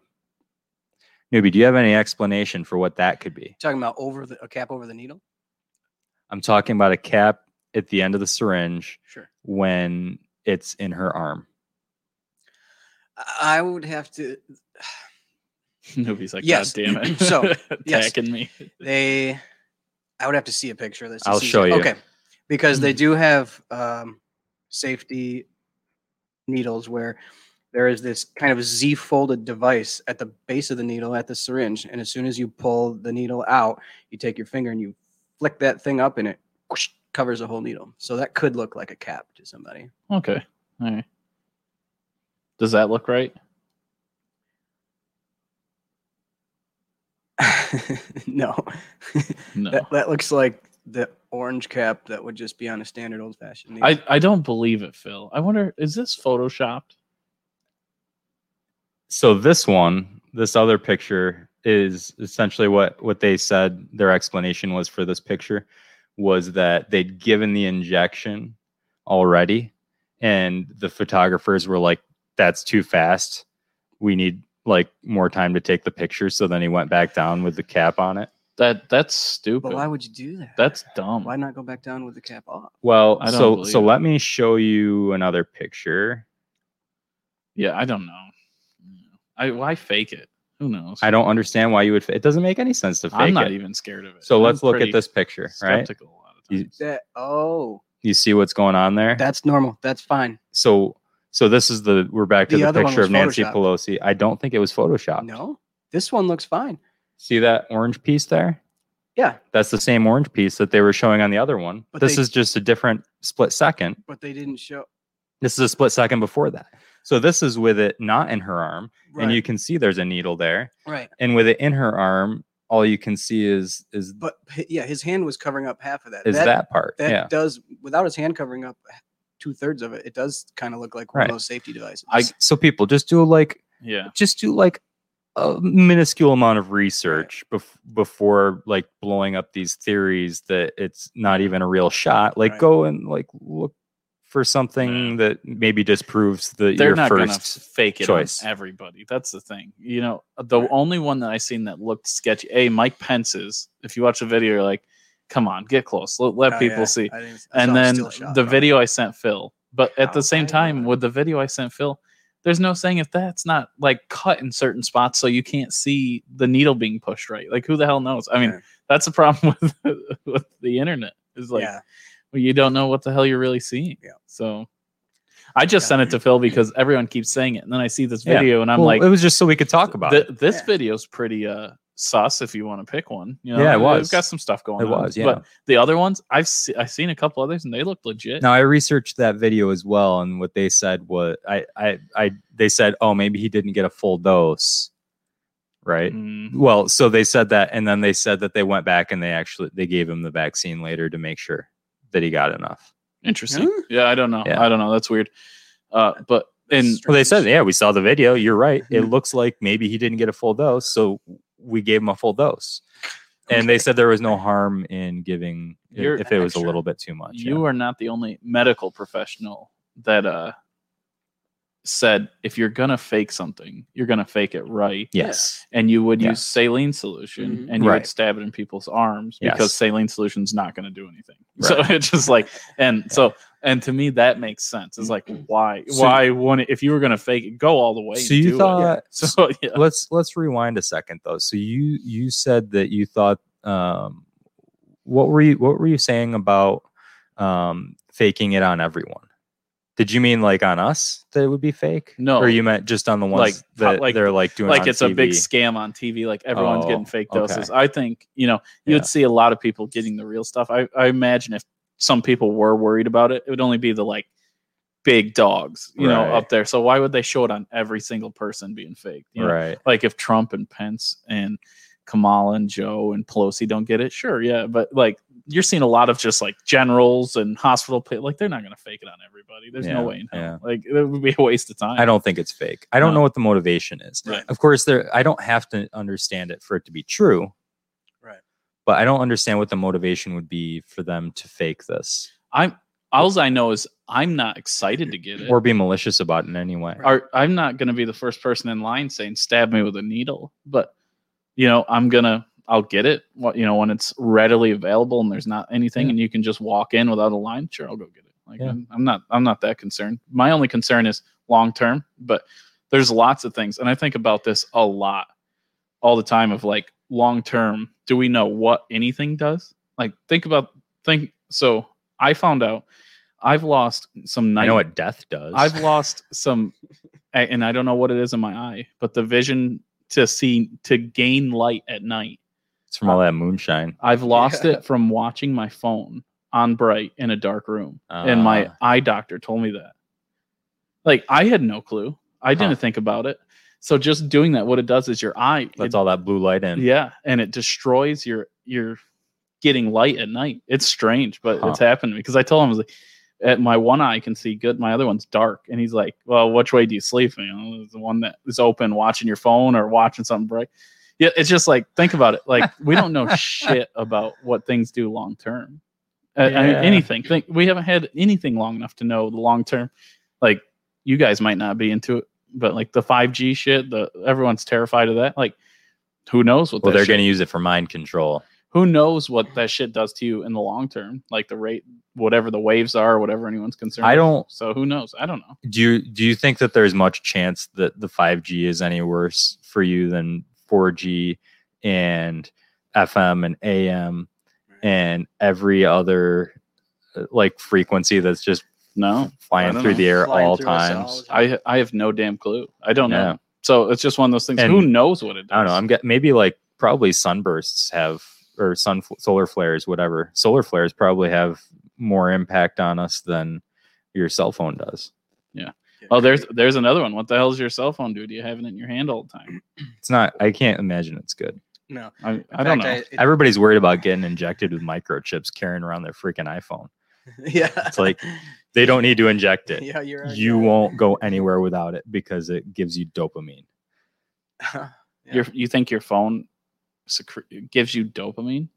Speaker 2: Newbie, do you have any explanation for what that could be?
Speaker 3: Talking about over the a cap over the needle.
Speaker 2: I'm talking about a cap at the end of the syringe
Speaker 3: Sure.
Speaker 2: when it's in her arm.
Speaker 3: I- I would have to.
Speaker 1: Nobody's like,
Speaker 3: Yes.
Speaker 1: God damn it.
Speaker 3: So, yes.
Speaker 1: attacking me.
Speaker 3: They, I would have to see a picture of this. to
Speaker 2: I'll
Speaker 3: see-
Speaker 2: show you.
Speaker 3: Okay, because they do have um, safety needles where there is this kind of Z-folded device at the base of the needle at the syringe, and as soon as you pull the needle out, you take your finger and you flick that thing up, and it whoosh, covers the whole needle. So that could look like a cap to somebody.
Speaker 1: Okay. All right. Does that look right?
Speaker 3: no,
Speaker 1: No.
Speaker 3: that, that looks like the orange cap that would just be on a standard old-fashioned needle.
Speaker 1: I, I don't believe it, Phil. I wonder is this photoshopped?
Speaker 2: So this one, this other picture is essentially what what they said their explanation was for this picture was that they'd given the injection already and the photographers were like that's too fast. We need like more time to take the picture so then he went back down with the cap on it.
Speaker 1: That that's stupid.
Speaker 3: but why would you do that?
Speaker 1: that's dumb.
Speaker 3: Why not go back down with the cap off?
Speaker 2: Well,
Speaker 1: I don't
Speaker 2: so
Speaker 1: believe
Speaker 2: so
Speaker 1: it.
Speaker 2: let me show you another picture.
Speaker 1: Yeah, I don't know. I why fake it? Who knows?
Speaker 2: I don't understand why you would. fa- It doesn't make any sense to fake
Speaker 1: I'm not
Speaker 2: it.
Speaker 1: even scared of it.
Speaker 2: so
Speaker 1: I'm
Speaker 2: let's look
Speaker 1: pretty
Speaker 2: at this picture, right?
Speaker 1: skeptical a lot of
Speaker 2: You-
Speaker 1: times.
Speaker 3: That oh,
Speaker 2: You see what's going on there.
Speaker 3: that's normal. That's fine.
Speaker 2: so so this is the we're back to
Speaker 3: The
Speaker 2: the,
Speaker 3: other one
Speaker 2: picture
Speaker 3: was
Speaker 2: of Nancy
Speaker 3: photoshopped.
Speaker 2: Pelosi. I don't think it was Photoshop.
Speaker 3: No, this one looks fine.
Speaker 2: See that orange piece there?
Speaker 3: Yeah.
Speaker 2: That's the same orange piece that they were showing on the other one.
Speaker 3: But
Speaker 2: this
Speaker 3: they-
Speaker 2: is just a different split second.
Speaker 3: But they didn't show.
Speaker 2: This is a split second before that. So this is with it not in her arm,
Speaker 3: Right,
Speaker 2: and you can see there's a needle there.
Speaker 3: right.
Speaker 2: And with it in her arm, all you can see is is
Speaker 3: But h- yeah, his hand was covering up half of that.
Speaker 2: is that,
Speaker 3: that
Speaker 2: part.
Speaker 3: that
Speaker 2: yeah.
Speaker 3: does without his hand covering up two thirds of it. It does kind of look like one
Speaker 2: Right.
Speaker 3: of those safety devices.
Speaker 2: I so people just do like
Speaker 1: Yeah.
Speaker 2: just do like a minuscule amount of research bef- before like blowing up these theories that it's not even a real shot like
Speaker 3: Right.
Speaker 2: go and like look for something that maybe disproves the
Speaker 1: They're
Speaker 2: your
Speaker 1: not going to
Speaker 2: first.
Speaker 1: fake it
Speaker 2: choice.
Speaker 1: on everybody. That's the thing. You know, the only one that I seen that looked sketchy. A Mike Pence's. If you watch the video, you're like, come on, get close. Let, let
Speaker 3: Oh,
Speaker 1: people
Speaker 3: yeah.
Speaker 1: see.
Speaker 3: I didn't- I saw
Speaker 1: And
Speaker 3: a
Speaker 1: then
Speaker 3: still shot
Speaker 1: the
Speaker 3: from it.
Speaker 1: video I sent Phil. But at
Speaker 2: How
Speaker 1: the same
Speaker 2: did I
Speaker 1: time,
Speaker 2: not-
Speaker 1: with the video I sent Phil, there's no saying if that's not like cut in certain spots so you can't see the needle being pushed right. Like who the hell knows? I mean,
Speaker 3: Yeah.
Speaker 1: that's the problem with with the internet. Is like
Speaker 3: yeah,
Speaker 1: well, you don't know what the hell you're really seeing.
Speaker 3: Yeah.
Speaker 1: So I just
Speaker 3: Yeah.
Speaker 1: sent it to Phil because everyone keeps saying it. And then I see this
Speaker 2: Yeah.
Speaker 1: video and I'm
Speaker 2: Well,
Speaker 1: like,
Speaker 2: it was just so we could talk about
Speaker 1: "Th-
Speaker 2: it.
Speaker 1: this
Speaker 3: Yeah.
Speaker 1: video's pretty uh sus if you want to pick one. You know,
Speaker 2: Yeah, it was.
Speaker 1: We've got some stuff going
Speaker 2: It
Speaker 1: on.
Speaker 2: was, yeah.
Speaker 1: But the other ones, I've se- I've seen a couple others and they look legit.
Speaker 2: Now I researched that video as well, and what they said was, I, I, I, they said, oh, maybe he didn't get a full dose, right?
Speaker 1: Mm,
Speaker 2: Well, so they said that, and then they said that they went back and they actually they gave him the vaccine later to make sure that he got enough.
Speaker 1: interesting.
Speaker 3: Huh?
Speaker 1: Yeah, I don't know.
Speaker 2: Yeah.
Speaker 1: I don't know. That's weird. Uh, but and
Speaker 2: Well, they said, yeah, we saw the video. You're right. It
Speaker 1: Mm-hmm.
Speaker 2: looks like maybe he didn't get a full dose, so we gave him a full dose. And they said there was no harm in giving i-
Speaker 1: You're
Speaker 2: if it was a
Speaker 3: extra.
Speaker 2: little bit too much.
Speaker 1: you are not the only medical professional that uh said if you're gonna fake something, you're gonna fake it right.
Speaker 2: yeah. yes.
Speaker 1: and you would
Speaker 2: Yeah.
Speaker 1: use saline solution
Speaker 3: Mhm.
Speaker 1: and you
Speaker 2: Right.
Speaker 1: would stab it in people's arms
Speaker 2: Yes.
Speaker 1: because saline solution's not going to do anything. So it's just like and so and to me that makes sense. It's like why
Speaker 2: So-
Speaker 1: why wouldn't if you were going to fake it go all the way?
Speaker 2: So
Speaker 1: and
Speaker 2: you
Speaker 1: do it.
Speaker 2: thought-
Speaker 1: so yeah.
Speaker 2: let's let's rewind a second though. So you you said that you thought um, what were you what were you saying about um, faking it on everyone? Did you mean like on us that it would be fake?
Speaker 1: No.
Speaker 2: or you meant just on the ones
Speaker 1: Like,
Speaker 2: that
Speaker 1: like-
Speaker 2: they're like doing
Speaker 1: Like
Speaker 2: on
Speaker 1: it's a big
Speaker 2: TV?
Speaker 1: scam on TV. Like everyone's
Speaker 2: Oh,
Speaker 1: getting fake
Speaker 2: okay.
Speaker 1: doses. I think you know you
Speaker 2: Yeah.
Speaker 1: would see a lot of people getting the real stuff. I, I imagine if some people were worried about it, it would only be the like big dogs, you know,
Speaker 2: Right.
Speaker 1: up there. So why would they show it on every single person being faked? You know?
Speaker 2: right?
Speaker 1: like if Trump and Pence and Kamala and Joe and Pelosi don't get it, sure, yeah, but like you're seeing a lot of just like generals and hospital pa- like they're not going to fake it on everybody. There's
Speaker 2: Yeah,
Speaker 1: no way in hell.
Speaker 2: yeah.
Speaker 1: Like it would be a waste of time.
Speaker 2: I don't think it's fake. I don't
Speaker 1: No.
Speaker 2: know what the motivation is.
Speaker 1: Right.
Speaker 2: Of course, there I don't have to understand it for it to be true.
Speaker 3: Right.
Speaker 2: But I don't understand what the motivation would be for them to fake this
Speaker 1: I'm all I know is I'm not excited to get it.
Speaker 2: or be malicious about it in any way.
Speaker 1: Or I'm not going to be the first person in line saying stab me with a needle, but you know, I'm going to I'll get it. What you know, when it's readily available and there's not anything,
Speaker 2: Yeah.
Speaker 1: and you can just walk in without a line. Sure, I'll go get it. Like
Speaker 2: Yeah.
Speaker 1: I'm, I'm not, I'm not that concerned. My only concern is long term. But there's lots of things, and I think about this a lot, all the time. Of like long term, do we know what anything does? Like think about think. So I found out I've lost some.
Speaker 2: I
Speaker 1: night-
Speaker 2: know what death does.
Speaker 1: I've lost some, a- and I don't know what it is in my eye, but the vision to see to gain light at night.
Speaker 2: It's from all that moonshine.
Speaker 1: I've lost it from watching my phone on bright in a dark room, and my
Speaker 2: Ah.
Speaker 1: eye doctor told me that. Like I had no clue. I didn't
Speaker 2: Huh.
Speaker 1: think about it. So just doing that, what it does is your eye.
Speaker 2: That's
Speaker 1: it-
Speaker 2: all that blue light in.
Speaker 1: Yeah, and it destroys your your getting light at night. It's strange, but
Speaker 2: Huh.
Speaker 1: it's happened to me because I told him I was like, at my one eye can see good, my other one's dark, and he's like, "Well, which way do you sleep? You know, is the one that is open, watching your phone or watching something bright." Yeah, it's just like think about it. Like we don't know shit about what things do long term. Uh, I- I mean,
Speaker 2: Yeah.
Speaker 1: anything. Think, we haven't had anything long enough to know the long term. Like you guys might not be into it, but like the five G shit, the everyone's terrified of that. Like who knows what?
Speaker 2: Well,
Speaker 1: that
Speaker 2: they're
Speaker 1: shit-
Speaker 2: going to use it for mind control.
Speaker 1: Who knows what that shit does to you in the long term? Like the rate, whatever the waves are, whatever anyone's concerned.
Speaker 2: I
Speaker 1: with.
Speaker 2: don't.
Speaker 1: So who knows? I don't know.
Speaker 2: Do you do you think that there's much chance that the 5G is any worse for you than 4G and FM and AM and every other uh, like frequency that's just
Speaker 1: No, I
Speaker 2: flying
Speaker 1: don't
Speaker 2: through
Speaker 1: know.
Speaker 2: the air
Speaker 3: Flying
Speaker 2: all
Speaker 3: through us all
Speaker 2: times?
Speaker 3: the time.
Speaker 1: I I have no damn clue. I don't
Speaker 2: Yeah.
Speaker 1: know. So it's just one of those things.
Speaker 2: And-
Speaker 1: who knows what it does?
Speaker 2: I don't know. I'm get maybe like probably sunbursts have or sun solar flares, whatever. Solar flares probably have more impact on us than your cell phone does.
Speaker 1: Oh, there's there's another one. What the hell does your cell phone do? Do you have it in your hand all the time?
Speaker 2: It's not. I can't imagine it's good.
Speaker 3: no.
Speaker 1: I,
Speaker 3: In
Speaker 1: I don't know.
Speaker 3: fact, I- it-
Speaker 2: Everybody's worried about getting injected with microchips carrying around their freaking iPhone.
Speaker 3: yeah,
Speaker 2: It's like they don't need to inject it.
Speaker 3: yeah, you're right,
Speaker 2: You
Speaker 3: yeah.
Speaker 2: won't go anywhere without it because it gives you dopamine.
Speaker 3: Yeah.
Speaker 1: Your, you think your phone secre- gives you dopamine?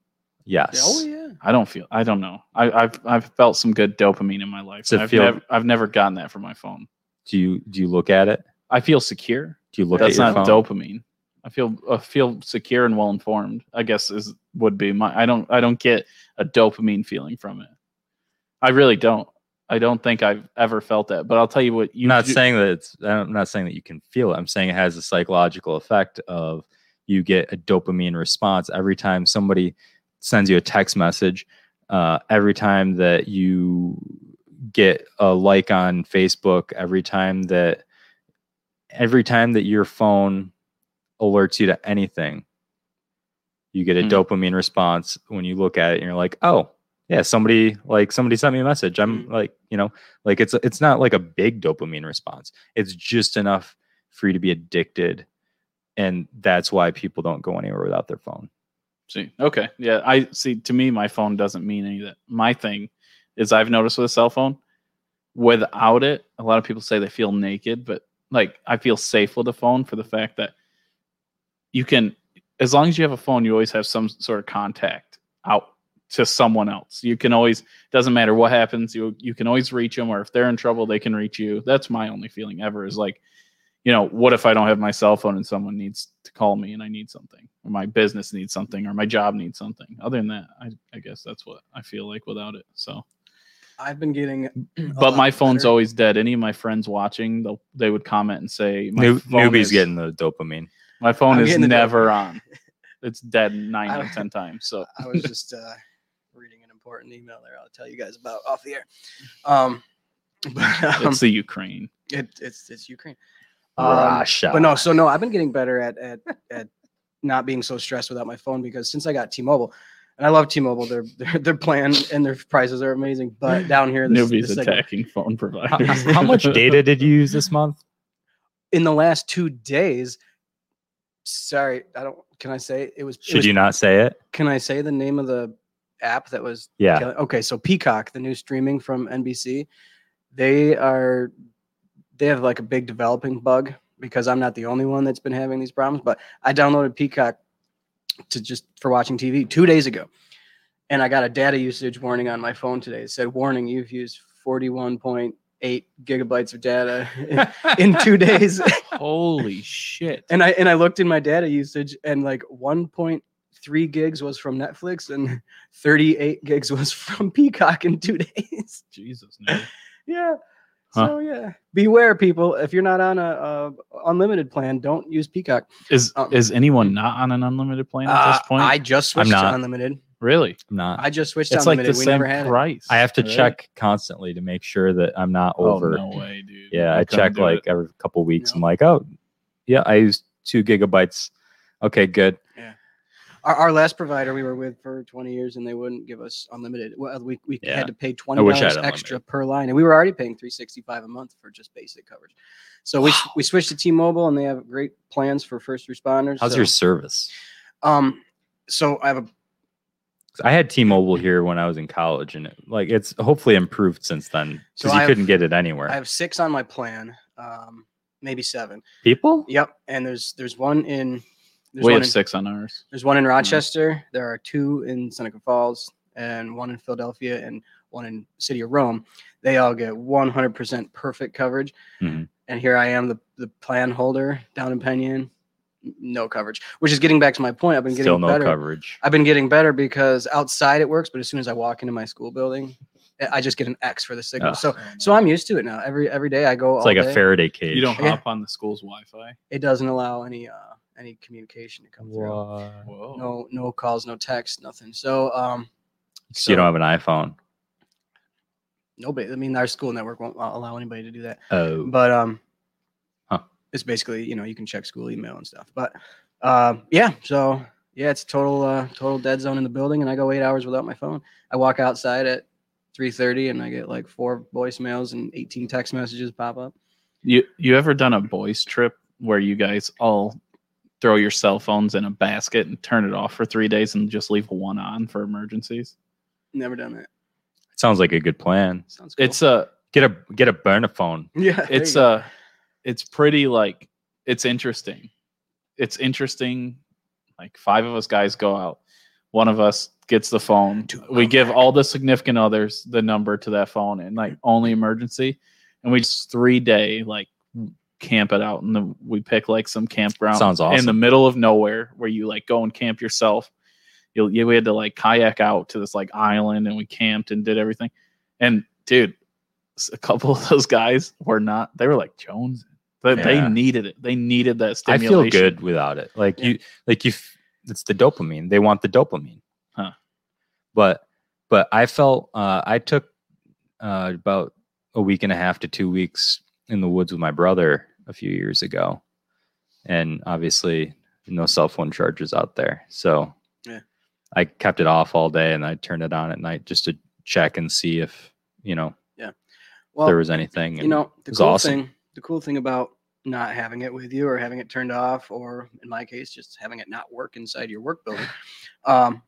Speaker 2: Yes.
Speaker 3: Oh yeah.
Speaker 1: I don't feel. I don't know. I, I've I've felt some good dopamine in my life.
Speaker 2: So
Speaker 1: and I've
Speaker 2: feel-
Speaker 1: never I've never gotten that from my phone.
Speaker 2: Do you do you look at it?
Speaker 1: I feel secure.
Speaker 2: Do you look
Speaker 1: That's
Speaker 2: at your
Speaker 1: not
Speaker 2: phone?
Speaker 1: dopamine. I feel I feel secure and well informed. I guess is would be my. I don't I don't get a dopamine feeling from it. I really don't. I don't think I've ever felt that. But I'll tell you what. You
Speaker 2: I'm not
Speaker 1: do-
Speaker 2: saying that it's I'm not saying that you can feel it. I'm saying it has a psychological effect of you get a dopamine response every time somebody sends you a text message, uh, every time that you get a like on Facebook, every time that every time that your phone alerts you to anything, you get a
Speaker 1: Hmm.
Speaker 2: dopamine response when you look at it and you're like, oh yeah, somebody like somebody sent me a message. I'm
Speaker 1: Hmm.
Speaker 2: like, you know, like it's it's not like a big dopamine response. It's just enough for you to be addicted. And that's why people don't go anywhere without their phone.
Speaker 1: See, okay, yeah, I see. To me, my phone doesn't mean any of that. My thing is, I've noticed with a cell phone, without it, a lot of people say they feel naked, but like I feel safe with a phone for the fact that you can, as long as you have a phone, you always have some sort of contact out to someone else. You can always doesn't matter what happens, you you can always reach them, or if they're in trouble, they can reach you. That's my only feeling ever is like you know, what if I don't have my cell phone and someone needs to call me and I need something, or my business needs something, or my job needs something? Other than that, I, I guess that's what I feel like without it. So,
Speaker 3: I've been getting. Hmm, a
Speaker 1: but
Speaker 3: lot
Speaker 1: my phone's
Speaker 3: better.
Speaker 1: always dead. Any of my friends watching, they'll, they would comment and say, my
Speaker 2: New,
Speaker 1: phone
Speaker 2: newbies
Speaker 1: is-
Speaker 2: getting the dopamine.
Speaker 1: my phone
Speaker 3: I'm
Speaker 1: is
Speaker 3: getting the
Speaker 1: never
Speaker 3: dopamine."
Speaker 1: on. It's dead nine out of ten times. So,
Speaker 3: I was just uh, reading an important email there. I'll tell you guys about off the air. Um, but um,
Speaker 1: it's the Ukraine.
Speaker 3: it, it's it's Ukraine. Um,
Speaker 2: Russia.
Speaker 3: but no, so no, I've been getting better at at at not being so stressed without my phone because since I got T-Mobile, and I love T-Mobile, their their, their plan and their prices are amazing. But down here, this,
Speaker 1: Newbies
Speaker 3: this, like,
Speaker 1: attacking phone
Speaker 2: how,
Speaker 1: providers.
Speaker 2: how much data did you use this month?
Speaker 3: in the last two days, sorry, I don't. Can I say it was? it
Speaker 2: Should
Speaker 3: was-
Speaker 2: you not say it?
Speaker 3: Can I say the name of the app that was
Speaker 2: Yeah.
Speaker 3: Kelly- Okay, so Peacock, the new streaming from NBC, they are they have like a big developing bug because I'm not the only one that's been having these problems. But I downloaded Peacock to just for watching TV two days ago, and I got a data usage warning on my phone today. It said, "Warning: You've used 41.8 gigabytes of data in, in two days."
Speaker 1: Holy shit!
Speaker 3: and I and I looked in my data usage, and like 1.3 gigs was from Netflix, and 38 gigs was from Peacock in two days.
Speaker 1: Jesus, no.
Speaker 3: yeah.
Speaker 1: Huh.
Speaker 3: So yeah, beware, people. If you're not on a, a unlimited plan, don't use Peacock.
Speaker 1: is
Speaker 3: Um,
Speaker 1: is anyone not on an unlimited plan at
Speaker 3: Uh,
Speaker 1: this point?
Speaker 3: I just
Speaker 2: I'm
Speaker 3: switched to
Speaker 2: not.
Speaker 3: unlimited.
Speaker 1: really?
Speaker 2: I'm not.
Speaker 3: I just switched to
Speaker 1: It's like the
Speaker 3: unlimited. we
Speaker 1: same
Speaker 3: never had it.
Speaker 1: price.
Speaker 2: I have to
Speaker 1: right?
Speaker 2: check constantly to make sure that I'm not over.
Speaker 1: Oh, no way, dude.
Speaker 2: Yeah, I,
Speaker 1: couldn't
Speaker 2: check
Speaker 1: do
Speaker 2: like
Speaker 1: it.
Speaker 2: every couple weeks.
Speaker 3: No.
Speaker 2: I'm like, oh, yeah, I used two gigabytes. Okay, good.
Speaker 3: Our, our last provider we were with for 20 years, and they wouldn't give us unlimited. Well, we, we
Speaker 2: Yeah.
Speaker 3: had to pay
Speaker 2: I
Speaker 3: twenty
Speaker 2: wish I had
Speaker 3: dollars extra
Speaker 2: unlimited.
Speaker 3: per line, and we were already paying 365 a month for just basic coverage. So we, we switched to T-Mobile, and they have great plans for first responders.
Speaker 2: How's
Speaker 3: so,
Speaker 2: your service?
Speaker 3: um? So I have a
Speaker 2: 'Cause I had T-Mobile here when I was in college, and it, like it's hopefully improved since then
Speaker 3: So
Speaker 2: because
Speaker 3: I
Speaker 2: you
Speaker 3: have-
Speaker 2: couldn't get it anywhere.
Speaker 3: I have six on my plan, um, maybe seven.
Speaker 2: People,
Speaker 3: Yep, and there's there's one in there's
Speaker 1: we
Speaker 3: one
Speaker 1: have
Speaker 3: in,
Speaker 1: six on ours.
Speaker 3: There's one in
Speaker 2: Hmm.
Speaker 3: Rochester. There are two in Seneca Falls, and one in Philadelphia, and one in City of Rome. They all get 100% perfect coverage.
Speaker 2: Mhm.
Speaker 3: And here I am, the, the plan holder down in Penyon, n- no coverage. Which is getting back to my point. I've been getting
Speaker 2: still no
Speaker 3: better.
Speaker 2: coverage.
Speaker 3: I've been getting better because outside it works, but as soon as I walk into my school building, I- I just get an X for the signal.
Speaker 2: Ugh.
Speaker 3: So so I'm used to it now. Every every day I go.
Speaker 2: It's
Speaker 3: all
Speaker 2: like a
Speaker 3: day.
Speaker 2: Faraday cage.
Speaker 1: You don't
Speaker 3: Yeah.
Speaker 1: hop on the school's Wi-Fi.
Speaker 3: It doesn't allow any uh any communication to come through.
Speaker 2: What?
Speaker 1: Whoa.
Speaker 3: no no calls no text nothing so um
Speaker 2: So you don't have an iPhone.
Speaker 3: nobody i mean our school network won't allow anybody to do that
Speaker 2: Oh,
Speaker 3: but um
Speaker 2: Huh.
Speaker 3: it's basically you know you can check school email and stuff but um yeah so yeah it's total uh total dead zone in the building and i go eight hours without my phone i walk outside at 3.30 and i get like four voicemails and 18 text messages pop up
Speaker 1: You you ever done a boys trip where you guys all throw your cell phones in a basket and turn it off for three days and just leave one on for emergencies?
Speaker 3: never done that
Speaker 2: it sounds like a good plan.
Speaker 3: sounds cool.
Speaker 2: uh,
Speaker 1: It's a
Speaker 2: Get a get a burner phone.
Speaker 3: yeah there
Speaker 1: it's
Speaker 2: uh,
Speaker 3: you go.
Speaker 1: a it's pretty like it's interesting. It's interesting. Like five of us guys go out. one of us gets the phone. We give all the significant others the number to that phone and like only emergency. And we just three day like camp it out and then we pick like some campground
Speaker 2: Sounds
Speaker 1: in the
Speaker 2: awesome.
Speaker 1: middle of nowhere where you like go and camp yourself. You'll, you, we had to like kayak out to this like island and we camped and did everything. And dude, s- a couple of those guys were not, they were like Jones. They,
Speaker 2: Yeah.
Speaker 1: they needed it. They needed that
Speaker 2: I
Speaker 1: stimulation.
Speaker 2: feel good without it. Like you, like you, f- it's the dopamine. They want the dopamine.
Speaker 1: Huh.
Speaker 2: But, but I felt, uh, I took uh, about a week and a half to two weeks in the woods with my brother a few years ago. And obviously, no cell phone chargers out there. So
Speaker 3: Yeah.
Speaker 2: I kept it off all day and I turned it on at night just to check and see if, you know,
Speaker 3: Well,
Speaker 2: there was anything.
Speaker 3: you
Speaker 2: and-
Speaker 3: know the
Speaker 2: was
Speaker 3: cool
Speaker 2: awesome.
Speaker 3: thing. The cool thing about not having it with you, or having it turned off, or in my case, just having it not work inside your work building, um,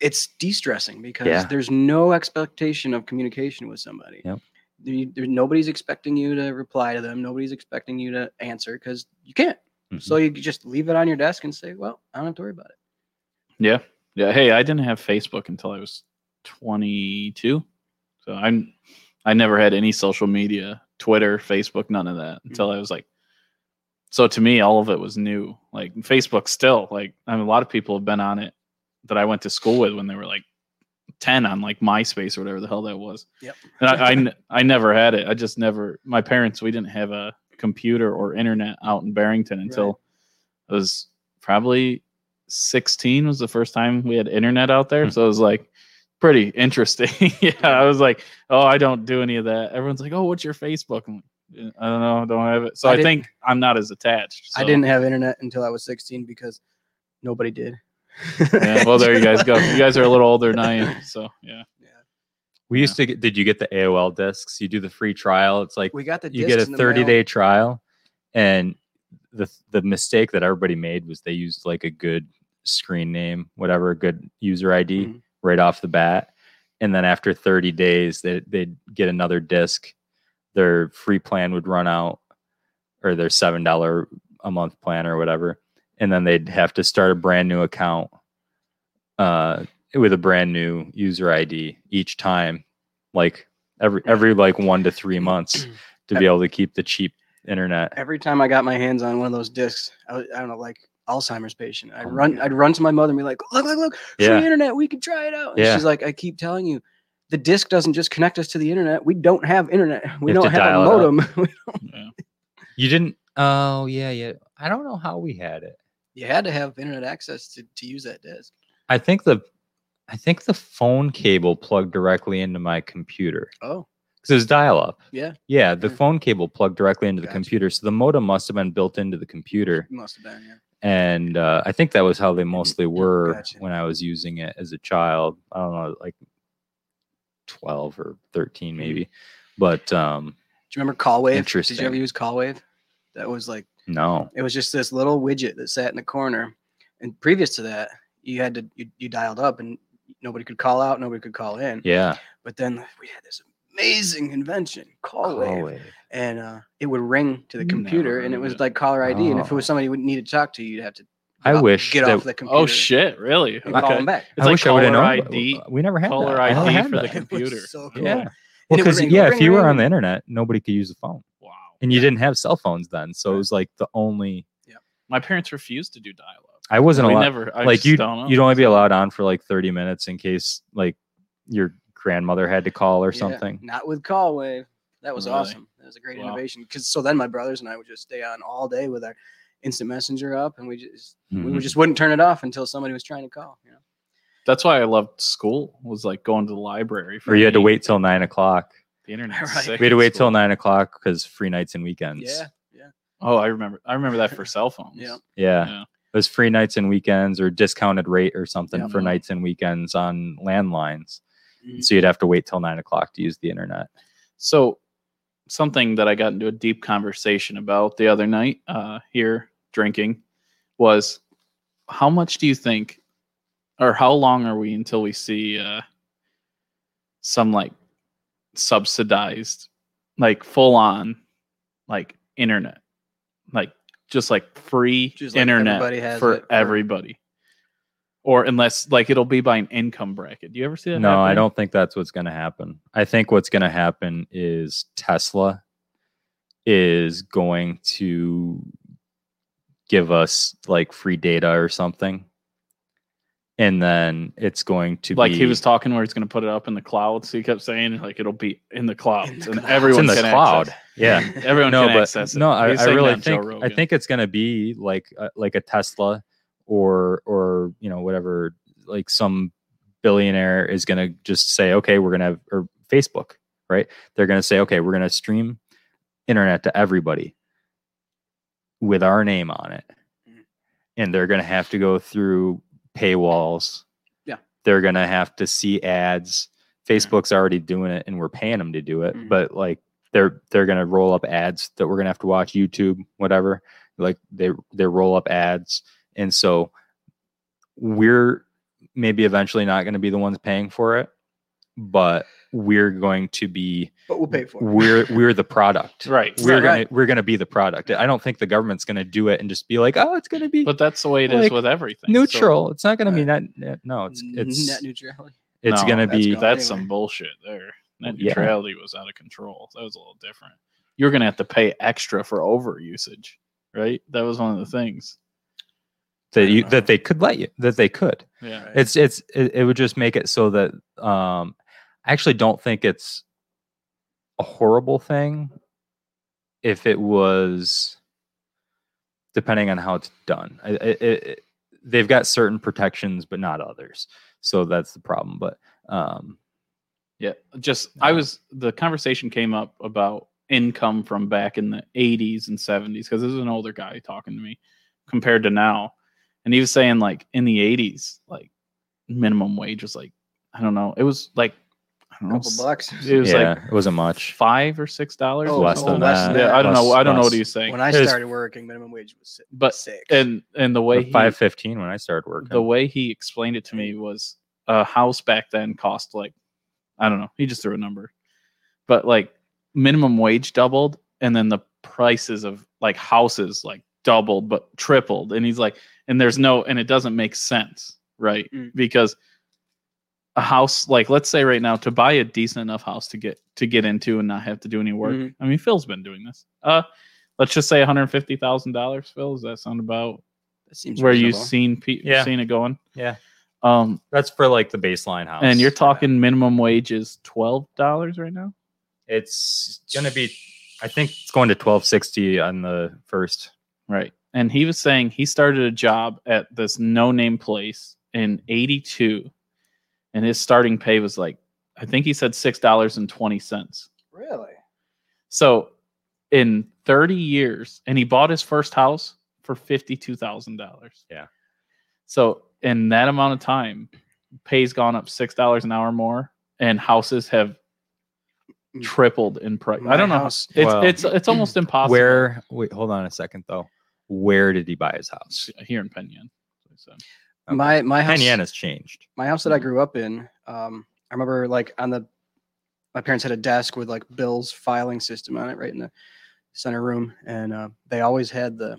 Speaker 3: it's de-stressing because
Speaker 2: Yeah.
Speaker 3: there's no expectation of communication with somebody.
Speaker 2: Yep.
Speaker 3: There- you- there- nobody's expecting you to reply to them. Nobody's expecting you to answer because you can't.
Speaker 1: Mm-hmm.
Speaker 2: Mhm.
Speaker 3: So you just leave it on your desk and say, "Well, I don't have to worry about it."
Speaker 1: Yeah. Yeah. Hey, I didn't have Facebook until I was 22. So I'm, I never had any social media, Twitter, Facebook, none of that until I was like, so to me, all of it was new. Like Facebook still, like, I mean, a lot of people have been on it that I went to school with when they were like 10 on like MySpace or whatever the hell that was.
Speaker 3: Yep.
Speaker 1: And I, I, n- I never had it. I just never, my parents, we didn't have a computer or internet out in Barrington until I was probably 16 was the first time we had internet out there.
Speaker 2: Hmm.
Speaker 1: So it was like pretty interesting. yeah. I was like, oh, I don't do any of that. Everyone's like, oh, what's your Facebook? I'm like, "Eh, I don't know. I don't have it. So
Speaker 3: I
Speaker 1: I,
Speaker 3: didn't-
Speaker 1: think I'm not as attached.
Speaker 3: I
Speaker 1: so-
Speaker 3: didn't have internet until I was 16 because nobody did.
Speaker 1: Yeah, well, there you guys go. You guys are a little older than I am. So yeah.
Speaker 2: we used to get, did you get the AOL discs? You do the free trial. It's like,
Speaker 3: We got the
Speaker 2: you get a
Speaker 3: discs in the
Speaker 2: 30
Speaker 3: mail.
Speaker 2: day trial and the the mistake that everybody made was they used like a good screen name whatever a good user id
Speaker 3: Mhm.
Speaker 2: right off the bat and then after 30 days they, they'd get another disc their free plan would run out or their seven dollar a month plan or whatever and then they'd have to start a brand new account uh with a brand new user id each time like every every like one to three months to be able to keep the cheap internet.
Speaker 3: every time I got my hands on one of those discs, I, was, I don't know, like Alzheimer's patient, I'd run, I'd run to my mother and be like, "Look, look, look! Free
Speaker 2: Oh, Yeah.
Speaker 3: internet, we can try it out." And
Speaker 2: Yeah.
Speaker 3: she's like, "I keep telling you, the disc doesn't just connect us to the internet. We don't have internet. We
Speaker 2: You have
Speaker 3: don't
Speaker 2: to
Speaker 3: have a
Speaker 2: dial it up.
Speaker 3: modem."
Speaker 1: yeah.
Speaker 2: You didn't? Oh yeah, yeah. I don't know how we had it.
Speaker 3: you had to have internet access to, to use that disc.
Speaker 2: I think the, I think the phone cable plugged directly into my computer
Speaker 3: Oh,
Speaker 2: because it was dial up.
Speaker 3: Yeah.
Speaker 2: Yeah, the
Speaker 3: Yeah.
Speaker 2: phone cable plugged directly into the
Speaker 3: Gotcha.
Speaker 2: computer, so the modem must have been built into the computer,
Speaker 3: it must have been. Yeah.
Speaker 2: and uh, I think that was how they mostly were
Speaker 3: Gotcha.
Speaker 2: when I was using it as a child. I don't know, like twelve or thirteen
Speaker 3: Mm-hmm.
Speaker 2: maybe, but um,
Speaker 3: Do you remember Callwave? Did
Speaker 2: Interesting.
Speaker 3: you ever use Callwave? That was like.
Speaker 2: no.
Speaker 3: It was just this little widget that sat in the corner. And previous to that, you had to you, you dialed up and nobody could call out, nobody could call in.
Speaker 2: Yeah.
Speaker 3: But then we had this amazing invention, call wave,
Speaker 2: Callaway.
Speaker 3: and uh, it would ring to the
Speaker 1: Never
Speaker 3: computer, and it
Speaker 1: heard
Speaker 3: was
Speaker 1: of it.
Speaker 3: like caller ID. And if it was
Speaker 2: Mm, Oh.
Speaker 3: somebody you would need to talk to, you'd have to.
Speaker 2: I
Speaker 3: get off-
Speaker 2: wish
Speaker 3: get
Speaker 2: that-
Speaker 3: off the computer.
Speaker 1: Oh shit! Really?
Speaker 3: And call
Speaker 1: Okay.
Speaker 3: them back.
Speaker 1: It's like
Speaker 2: would've
Speaker 1: caller
Speaker 2: about-
Speaker 1: ID-
Speaker 2: We never had
Speaker 1: caller
Speaker 2: that. I never
Speaker 1: ID
Speaker 2: had
Speaker 1: for the
Speaker 2: that.
Speaker 3: It was
Speaker 1: computer.
Speaker 3: so cool.
Speaker 2: Yeah.
Speaker 3: And
Speaker 2: Well,
Speaker 3: it would
Speaker 2: because
Speaker 3: ring,
Speaker 2: yeah,
Speaker 3: ring,
Speaker 2: if you were
Speaker 3: ring.
Speaker 2: on the internet, nobody could use the phone,
Speaker 1: Wow.
Speaker 2: and you didn't have cell phones then, so it
Speaker 3: Right.
Speaker 2: was like the only.
Speaker 1: My parents refused to do dial-up.
Speaker 2: I wasn't
Speaker 1: we
Speaker 2: allowed.
Speaker 1: never. I
Speaker 2: like
Speaker 1: just
Speaker 2: you,
Speaker 1: don't know.
Speaker 2: you'd only be allowed on for like thirty minutes in case like your grandmother had to call or
Speaker 3: Yeah,
Speaker 2: something.
Speaker 3: not with Callwave. That was
Speaker 1: Really?
Speaker 3: awesome. That was a great
Speaker 1: Wow.
Speaker 3: innovation. Because so then my brothers and I would just stay on all day with our instant messenger up, and we just we
Speaker 2: Mhm.
Speaker 3: would just wouldn't turn it off until somebody was trying to call. You know?
Speaker 1: That's why I loved school. Was like going to the library. For
Speaker 2: Or you had to
Speaker 1: me,
Speaker 2: wait till nine o'clock.
Speaker 1: The internet.
Speaker 3: Right.
Speaker 1: sick
Speaker 2: We had to
Speaker 1: in
Speaker 2: wait
Speaker 1: school.
Speaker 2: till nine o'clock because free nights and weekends.
Speaker 3: Yeah,
Speaker 1: Oh, I remember. I remember that for cell phones.
Speaker 3: Yeah.
Speaker 2: Yeah.
Speaker 1: Yeah.
Speaker 2: It was free nights and weekends or discounted rate or something
Speaker 1: Yep.
Speaker 2: for nights and weekends on landlines.
Speaker 1: Mm-hmm.
Speaker 3: Mhm.
Speaker 2: So you'd have to wait till nine o'clock to use the internet.
Speaker 1: So, something that I got into a deep conversation about the other night uh, here drinking was how much do you think, or how long are we until we see uh, some like subsidized, like full on, like internet, like just like free
Speaker 3: Just like
Speaker 1: internet
Speaker 3: everybody has
Speaker 1: for
Speaker 3: it, or-
Speaker 1: everybody? or unless like it'll be by an income bracket. Do you ever see that?
Speaker 2: No, I
Speaker 1: happening?
Speaker 2: don't think that's what's going to happen. I think what's going to happen is Tesla is going to give us like free data or something. And then it's going to
Speaker 1: Like
Speaker 2: be
Speaker 1: he was talking where he's going to put it up in the clouds. He kept saying like it'll be in the clouds,
Speaker 3: In the
Speaker 1: and
Speaker 3: clouds.
Speaker 2: it's
Speaker 1: everyone
Speaker 2: in the
Speaker 1: can
Speaker 2: cloud.
Speaker 1: access-
Speaker 2: Yeah.
Speaker 1: Everyone
Speaker 2: no,
Speaker 1: can
Speaker 2: but
Speaker 1: access it.
Speaker 2: no, I,
Speaker 1: He's
Speaker 2: I
Speaker 1: saying that
Speaker 2: really
Speaker 1: on Joe
Speaker 2: think I
Speaker 1: Rogan.
Speaker 2: think it's gonna be like uh, like a Tesla or or you know whatever like some billionaire is gonna just say okay we're gonna have or Facebook right they're gonna say okay we're gonna stream internet to everybody with our name on it
Speaker 1: Mm-hmm.
Speaker 3: Mhm.
Speaker 2: and they're gonna have to go through paywalls
Speaker 3: Yeah.
Speaker 2: they're gonna have to see ads
Speaker 1: Mm-hmm.
Speaker 2: Facebook's already doing it and we're paying them to do it
Speaker 3: Mhm.
Speaker 2: but like they're they're gonna roll up ads that we're gonna have to watch YouTube, whatever. Like they they roll up ads, and so we're maybe eventually not gonna be the ones paying for it, but we're going to be
Speaker 3: But we'll pay for it.
Speaker 2: we're we're the product.
Speaker 1: right.
Speaker 2: We're gonna
Speaker 3: Right.
Speaker 2: we're gonna be the product. I don't think the government's gonna do it and just be like, oh, it's gonna be
Speaker 1: But that's the way it is
Speaker 2: Like,
Speaker 1: with everything. So
Speaker 2: neutral. it's not gonna be net, net- No, it's it's
Speaker 3: net neutrality.
Speaker 2: it's
Speaker 1: No,
Speaker 2: gonna
Speaker 3: that's
Speaker 2: be
Speaker 3: gone.
Speaker 1: that's
Speaker 3: Anyway.
Speaker 1: some bullshit there. Net
Speaker 2: Yeah.
Speaker 1: neutrality was out of control. That was a little different. You're gonna have to pay extra for over usage, right? That was one of the things.
Speaker 2: that you that they could let you that they could.
Speaker 1: Yeah.
Speaker 2: it's it's it, it would just make it so that um i actually don't think it's a horrible thing if it was depending on how it's done I- I- it, it- they've got certain protections but not others so that's the problem but um
Speaker 1: Yeah, just I was the conversation came up about income from back in the 80s and 70s because this is an older guy talking to me compared to now, and he was saying like in the 80s, like minimum wage was like I don't know, it was like I
Speaker 3: A
Speaker 1: don't know,
Speaker 3: couple bucks.
Speaker 1: it was
Speaker 2: yeah
Speaker 1: like
Speaker 2: it wasn't much
Speaker 1: five or six dollars.
Speaker 3: Oh,
Speaker 2: less
Speaker 3: oh,
Speaker 2: than
Speaker 3: less
Speaker 2: that
Speaker 3: than
Speaker 1: Yeah, I don't
Speaker 2: less-
Speaker 1: know. I don't know
Speaker 2: less.
Speaker 1: what he's saying.
Speaker 3: When I
Speaker 2: It was-
Speaker 3: started working, minimum wage was si-
Speaker 1: But-
Speaker 3: six.
Speaker 1: and and the way he
Speaker 2: 515 when i started working
Speaker 1: the way he explained it to me was a house back then cost like I don't know. He just threw a number, but like minimum wage doubled, and then the prices of like houses like doubled but tripled, and he's like, and there's no, and it doesn't make sense, right?
Speaker 3: Mm.
Speaker 1: Because a house like let's say right now to buy a decent enough house to get to get into and not have to do any work.
Speaker 3: Mhm.
Speaker 1: I mean, Phil's been doing this. Uh, let's just say one hundred fifty thousand dollars. Phil, does that sound about
Speaker 3: that seems
Speaker 1: where you've
Speaker 3: reasonable.
Speaker 1: seen pe-
Speaker 2: Yeah.
Speaker 1: seen it going?
Speaker 2: yeah
Speaker 1: Um,
Speaker 2: that's for like the baseline house
Speaker 1: and you're talking minimum wage is twelve dollars right now.
Speaker 2: it's gonna be i think it's going to 1260 on the first
Speaker 1: Right. And he was saying he started a job at this no name place in 82 and his starting pay was like I think he said $6.20.
Speaker 3: really
Speaker 1: So in 30 years and he bought his first house for $52,000.
Speaker 2: Yeah.
Speaker 1: So in that amount of time pay's gone up $6 an hour more and houses have tripled in price. I
Speaker 3: My
Speaker 1: don't know. how-
Speaker 3: house-
Speaker 1: It's
Speaker 2: Wow.
Speaker 1: it's it's almost impossible.
Speaker 2: Where? Wait, hold on a second though. Where did he buy his house?
Speaker 1: here in Penyon. So,
Speaker 2: Okay.
Speaker 3: My my house
Speaker 2: Penyanas changed.
Speaker 3: my house that
Speaker 1: Mm-hmm.
Speaker 3: I grew up in. Um, I remember like on the my parents had a desk with like Bill's filing system on it, right in the center room, and uh, they always had the.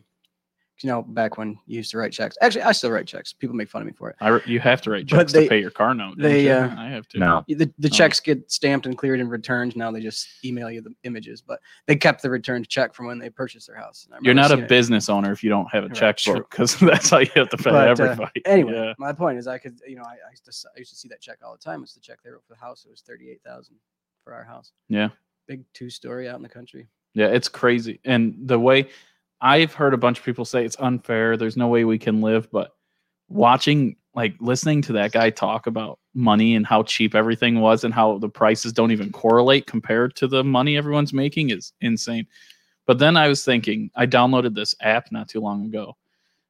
Speaker 3: You know, back when you used to write checks. Actually, I still write checks. People make fun of me for it.
Speaker 1: I re- you have to write
Speaker 3: But
Speaker 1: checks
Speaker 3: they-
Speaker 1: to pay your car note. don't
Speaker 3: they,
Speaker 1: you?
Speaker 3: uh,
Speaker 1: I have to.
Speaker 2: No.
Speaker 3: the,
Speaker 1: Oh.
Speaker 3: the checks get stamped and cleared and returned. Now they just email you the images, but they kept the returned check from when they purchased their house. And I
Speaker 1: You're
Speaker 3: remember
Speaker 1: not a
Speaker 3: seeing it.
Speaker 1: business owner if you don't have a
Speaker 3: Right,
Speaker 1: checkbook because that's how you have to pay
Speaker 3: But, uh,
Speaker 1: everybody.
Speaker 3: Anyway,
Speaker 1: Yeah.
Speaker 3: my point is, I could, you know, I, I, used to, s- I used to see that check all the time. It's the check they wrote for the house. It was thirty-eight thousand for our house.
Speaker 1: Yeah.
Speaker 3: big two-story out in the country.
Speaker 1: Yeah, it's crazy. And the way I've heard a bunch of people say it's unfair, there's no way we can live, but watching like listening to that guy talk about money and how cheap everything was and how the prices don't even correlate compared to the money everyone's making is insane. But then I was thinking, I downloaded this app not too long ago.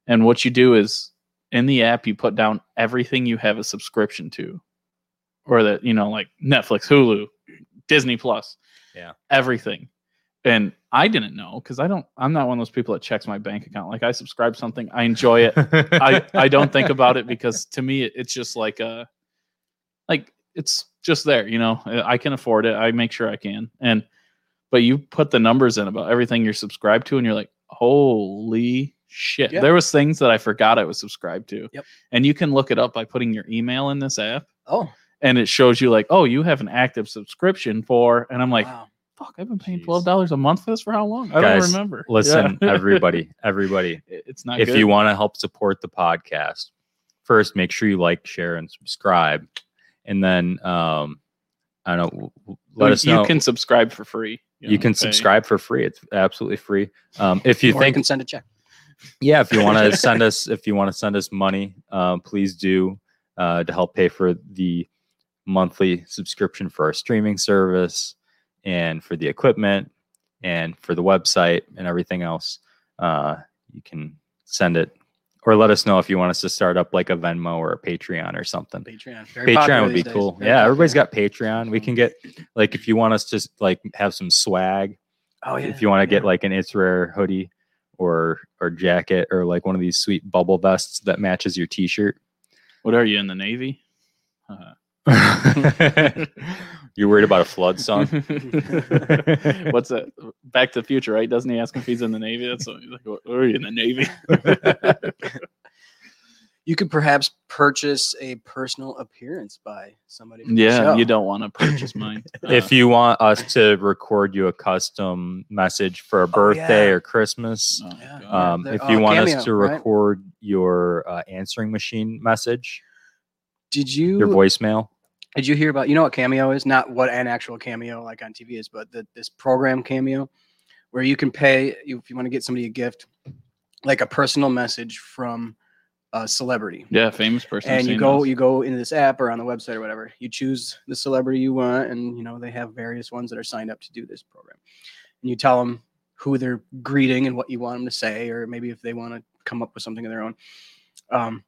Speaker 1: And what you do is in the app you put down everything you have a subscription to or that, you know, like Netflix, Hulu, Disney Plus.
Speaker 2: Yeah.
Speaker 1: Everything and I didn't know because I don't. I'm not one of those people that checks my bank account. Like I subscribe something, I enjoy it. I I don't think about it because to me it, it's just like a, like it's just there. You know, I I can afford it. I make sure I can. And but you put the numbers in about everything you're subscribed to, and you're like, holy shit.
Speaker 3: Yeah.
Speaker 1: There was things that I forgot I was subscribed to.
Speaker 3: Yep.
Speaker 1: And you can look it up by putting your email in this app
Speaker 3: Oh,
Speaker 1: and it shows you like, oh, you have an active subscription for and I'm like,
Speaker 3: wow.
Speaker 1: fuck, I've been paying
Speaker 2: Jeez.
Speaker 1: twelve dollars a month for this for how long? I
Speaker 2: Guys,
Speaker 1: don't remember.
Speaker 2: Listen,
Speaker 1: Yeah.
Speaker 2: everybody, everybody,
Speaker 1: It- it's not
Speaker 2: if
Speaker 1: good.
Speaker 2: you want to help support the podcast, first make sure you like, share, and subscribe, and then um, I don't know, w- w- let
Speaker 1: You-
Speaker 2: us know.
Speaker 1: You can subscribe for free.
Speaker 2: you
Speaker 1: know,
Speaker 2: can
Speaker 1: pay.
Speaker 2: subscribe for free. It's absolutely free. Um, if you
Speaker 3: Or
Speaker 2: think
Speaker 3: can send a check.
Speaker 2: yeah if you want to send us if you want to send us money um, please do uh, to help pay for the monthly subscription for our streaming service and for the equipment and for the website and everything else uh, you can send it or let us know if you want us to start up like a venmo or a patreon or something
Speaker 3: Patreon. Very popular
Speaker 2: patreon would be
Speaker 3: these days.
Speaker 2: cool
Speaker 3: Very
Speaker 2: yeah everybody's
Speaker 3: popular.
Speaker 2: got patreon we can get like if you want us to like have some swag
Speaker 3: Oh yeah.
Speaker 2: if you want to
Speaker 3: yeah.
Speaker 2: get like an it's rare hoodie or or jacket or like one of these sweet bubble vests that matches your t-shirt
Speaker 1: What are you in the Navy? Uh,
Speaker 2: you're worried about a flood son
Speaker 1: What's that? Back to the Future, right? Doesn't he ask if he's in the Navy? That's what, he's like, what are you in the Navy?
Speaker 3: you could perhaps purchase a personal appearance by somebody. from the
Speaker 1: yeah,
Speaker 3: show.
Speaker 1: you don't want to purchase mine. Uh,
Speaker 2: if you want us to record you a custom message for a birthday
Speaker 3: Oh, yeah.
Speaker 2: or christmas
Speaker 1: oh,
Speaker 3: Yeah.
Speaker 1: God.
Speaker 2: um,
Speaker 3: the-
Speaker 2: if
Speaker 3: uh,
Speaker 2: you want
Speaker 3: Cameo,
Speaker 2: us to
Speaker 3: right?
Speaker 2: record your uh, answering machine message
Speaker 3: Did you
Speaker 2: your voicemail
Speaker 3: did you hear about you know what cameo is? Not what an actual cameo like on TV is, but the, this program cameo where you can pay you- if you want to get somebody a gift, like a personal message from a celebrity.
Speaker 1: yeah, famous person. I've
Speaker 3: and you
Speaker 1: seen
Speaker 3: go
Speaker 1: those.
Speaker 3: you go into this app or on the website or whatever you choose the celebrity you want and you know they have various ones that are signed up to do this program and you tell them who they're greeting and what you want them to say or maybe if they want to come up with something of their own um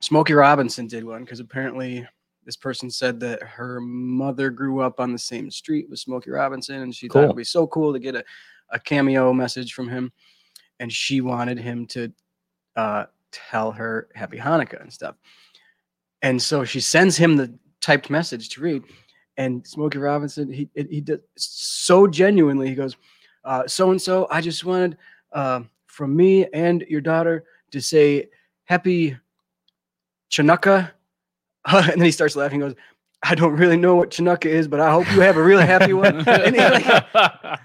Speaker 3: smokey robinson did one because apparently this person said that her mother grew up on the same street with smokey robinson and she thought
Speaker 2: Cool.
Speaker 3: it'd be so cool to get a, a cameo message from him and she wanted him to uh, tell her happy hanukkah and stuff and so she sends him the typed message to read. And Smokey Robinson, he it- he does so genuinely. He goes, "So and so, I just wanted um from me and your daughter to say happy Chanukah." and then he starts laughing. He goes, "I don't really know what Chanukah is, but I hope you have a really happy one." and, he, like,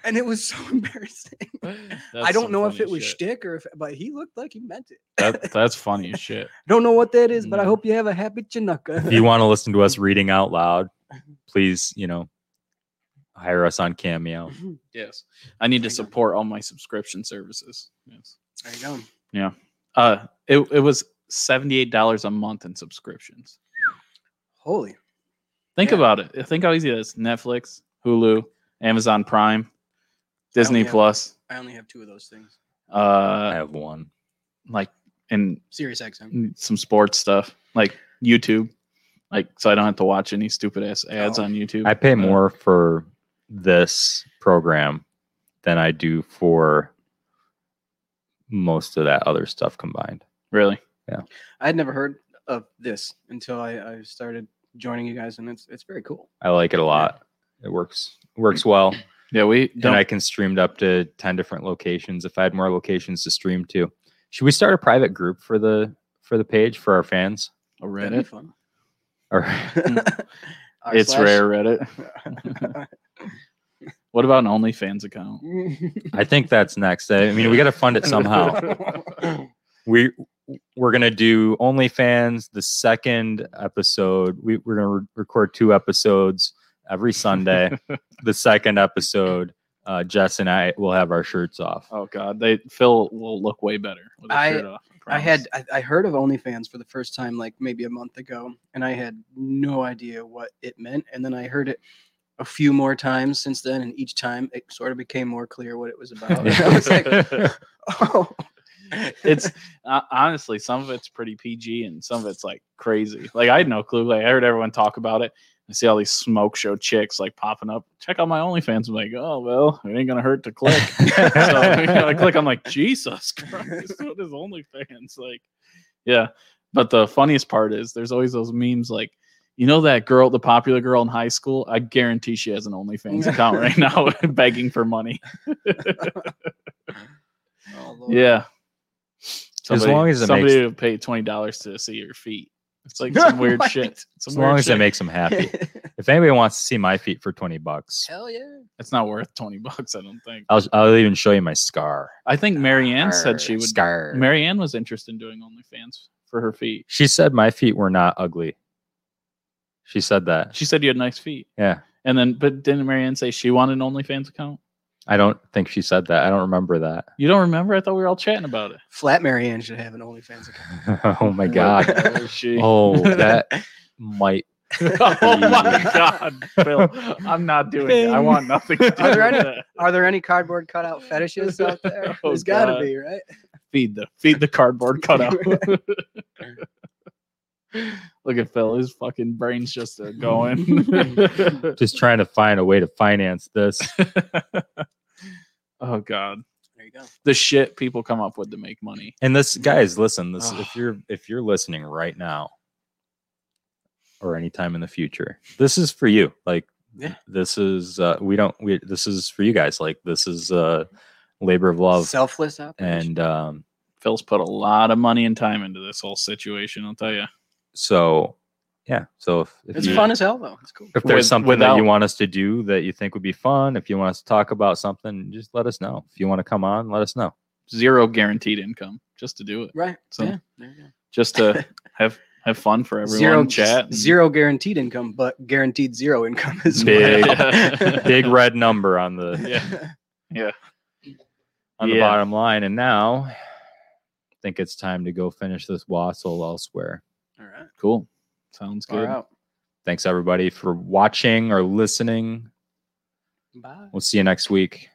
Speaker 3: and it was so embarrassing. I
Speaker 1: That's
Speaker 3: don't
Speaker 1: some
Speaker 3: know if
Speaker 1: funny
Speaker 3: it was
Speaker 1: shit.
Speaker 3: shtick or if, but he looked like he meant it.
Speaker 1: That- that's funny as shit.
Speaker 3: Don't know what that is, but I
Speaker 1: No.
Speaker 3: hope you have a happy Chanukah.
Speaker 2: if you want to listen to us reading out loud please you know hire us on cameo
Speaker 1: Yes, I need
Speaker 3: There
Speaker 1: to
Speaker 3: you go.
Speaker 1: support all my subscription services. Yes.
Speaker 3: there you go.
Speaker 1: Uh, it it was seventy eight dollars a month in subscriptions.
Speaker 3: Holy.
Speaker 1: Think
Speaker 3: Yeah.
Speaker 1: about it. Think how easy it is. Netflix, Hulu, Amazon Prime, Disney
Speaker 3: Oh, yeah.
Speaker 1: Plus,
Speaker 3: I only have two of those things.
Speaker 2: i
Speaker 1: uh,
Speaker 2: have one
Speaker 1: like and
Speaker 3: Sirius XM.
Speaker 1: some sports stuff, like YouTube. Like so I don't have to watch any stupid ass ads
Speaker 3: Oh.
Speaker 1: on YouTube.
Speaker 2: I pay
Speaker 1: Uh,
Speaker 2: more for this program than I do for most of that other stuff combined.
Speaker 1: really.
Speaker 3: I had never heard of this until I, I started joining you guys, and it's it's very cool.
Speaker 2: I like it a lot. It works works well.
Speaker 1: Yeah, we
Speaker 2: And
Speaker 1: don't
Speaker 2: I can stream it up to 10 different locations if I had more locations to stream to. Should we start a private group for the for the page for our fans?
Speaker 3: That'd be
Speaker 1: Reddit.
Speaker 3: fun.
Speaker 2: Or
Speaker 3: R
Speaker 1: Hmm. It's
Speaker 3: slash-
Speaker 1: rare Reddit. What about an OnlyFans account?
Speaker 2: I think that's next. I mean, we got to fund it somehow. we we're gonna do OnlyFans the second episode. We we're gonna re- record two episodes every Sunday. the second episode, uh, Jess and I will have our shirts off.
Speaker 1: Oh God, they Phil will look way better. With his
Speaker 3: I-
Speaker 1: shirt off,
Speaker 3: I
Speaker 1: promise.
Speaker 3: had I, I heard of OnlyFans for the first time like maybe a month ago, and I had no idea what it meant. And then I heard it a few more times since then, and each time it sort of became more clear what it was about. And I was like, oh,
Speaker 1: it's uh, honestly some of it's pretty PG and some of it's like crazy. Like I had no clue. Like I heard everyone talk about it. I see all these smoke show chicks like popping up. Check out my OnlyFans. I'm like, oh well, it ain't gonna hurt to click. so you know, I click. I'm like, Jesus Christ, what is OnlyFans? Like, yeah. But the funniest part is there's always those memes like. You know that girl, the popular girl in high school? I guarantee she has an OnlyFans account right now, begging for money.
Speaker 3: oh Lord.
Speaker 1: Yeah. Somebody,
Speaker 2: long as it
Speaker 1: somebody
Speaker 2: makes-
Speaker 1: would pay twenty dollars to see your feet. It's like some weird
Speaker 3: Right.
Speaker 1: shit. Some
Speaker 2: As
Speaker 1: weird
Speaker 2: long as it
Speaker 1: shit.
Speaker 2: makes them happy. if anybody wants to see my feet for twenty bucks,
Speaker 3: Hell yeah.
Speaker 1: it's not worth twenty bucks. I don't think.
Speaker 2: I'll I'll even show you my scar.
Speaker 1: I think Marianne said she
Speaker 2: Arr,
Speaker 1: would.
Speaker 2: scar.
Speaker 1: Marianne was interested in doing OnlyFans for her feet.
Speaker 2: she said my feet were not ugly. She said that.
Speaker 1: She said you had nice feet,
Speaker 2: yeah,
Speaker 1: and then but didn't Marianne say she wanted an OnlyFans account?
Speaker 2: I don't think she said that. I don't remember that.
Speaker 1: You don't remember? I thought we were all chatting about it.
Speaker 3: Flat Marianne should have an OnlyFans account.
Speaker 2: oh my god.
Speaker 1: Where is she? Oh.
Speaker 2: Oh, that might.
Speaker 1: my god, Bill! I'm not doing it. I want nothing to do
Speaker 3: Are
Speaker 1: with
Speaker 3: there any-
Speaker 1: that.
Speaker 3: Are there any cardboard cutout fetishes out there?
Speaker 1: Oh,
Speaker 3: There's gotta
Speaker 1: God.
Speaker 3: be, right?
Speaker 1: feed the feed the cardboard cutout. Look at Phil, his fucking brain's just uh, going.
Speaker 2: Just trying to find a way to finance this.
Speaker 1: oh god,
Speaker 3: There you go.
Speaker 1: the shit people come up with to make money.
Speaker 2: And this, guys, listen. This, if you're if you're listening right now, or anytime in the future, this is for you. Like,
Speaker 3: Yeah.
Speaker 2: this is uh, we don't we this is for you guys. Like, this is uh, labor of love,
Speaker 3: Selfless operation.
Speaker 2: and um,
Speaker 1: Phil's put a lot of money and time into this whole situation. I'll tell you.
Speaker 2: so yeah. So if, if
Speaker 3: it's
Speaker 2: you-
Speaker 3: fun as hell though. It's cool.
Speaker 2: If there's
Speaker 1: With-
Speaker 2: something that you
Speaker 1: without-
Speaker 2: want us to do that you think would be fun, if you want us to talk about something, just let us know. If you want to come on, let us know.
Speaker 1: Zero guaranteed income just to do it,
Speaker 3: Right.
Speaker 1: So-
Speaker 3: yeah. There you go.
Speaker 1: just to have have fun for everyone.
Speaker 3: zero
Speaker 1: chat and-
Speaker 3: Zero guaranteed income, but guaranteed zero income as
Speaker 2: Big.
Speaker 3: well.
Speaker 2: Big red number on the
Speaker 1: Yeah.
Speaker 2: on the
Speaker 1: Yeah.
Speaker 2: bottom line. And now I think it's time to go finish this wassail elsewhere.
Speaker 3: All right.
Speaker 1: Cool. Sounds
Speaker 3: Far
Speaker 1: good.
Speaker 3: out.
Speaker 2: Thanks everybody for watching or listening.
Speaker 3: Bye.
Speaker 2: We'll see you next week.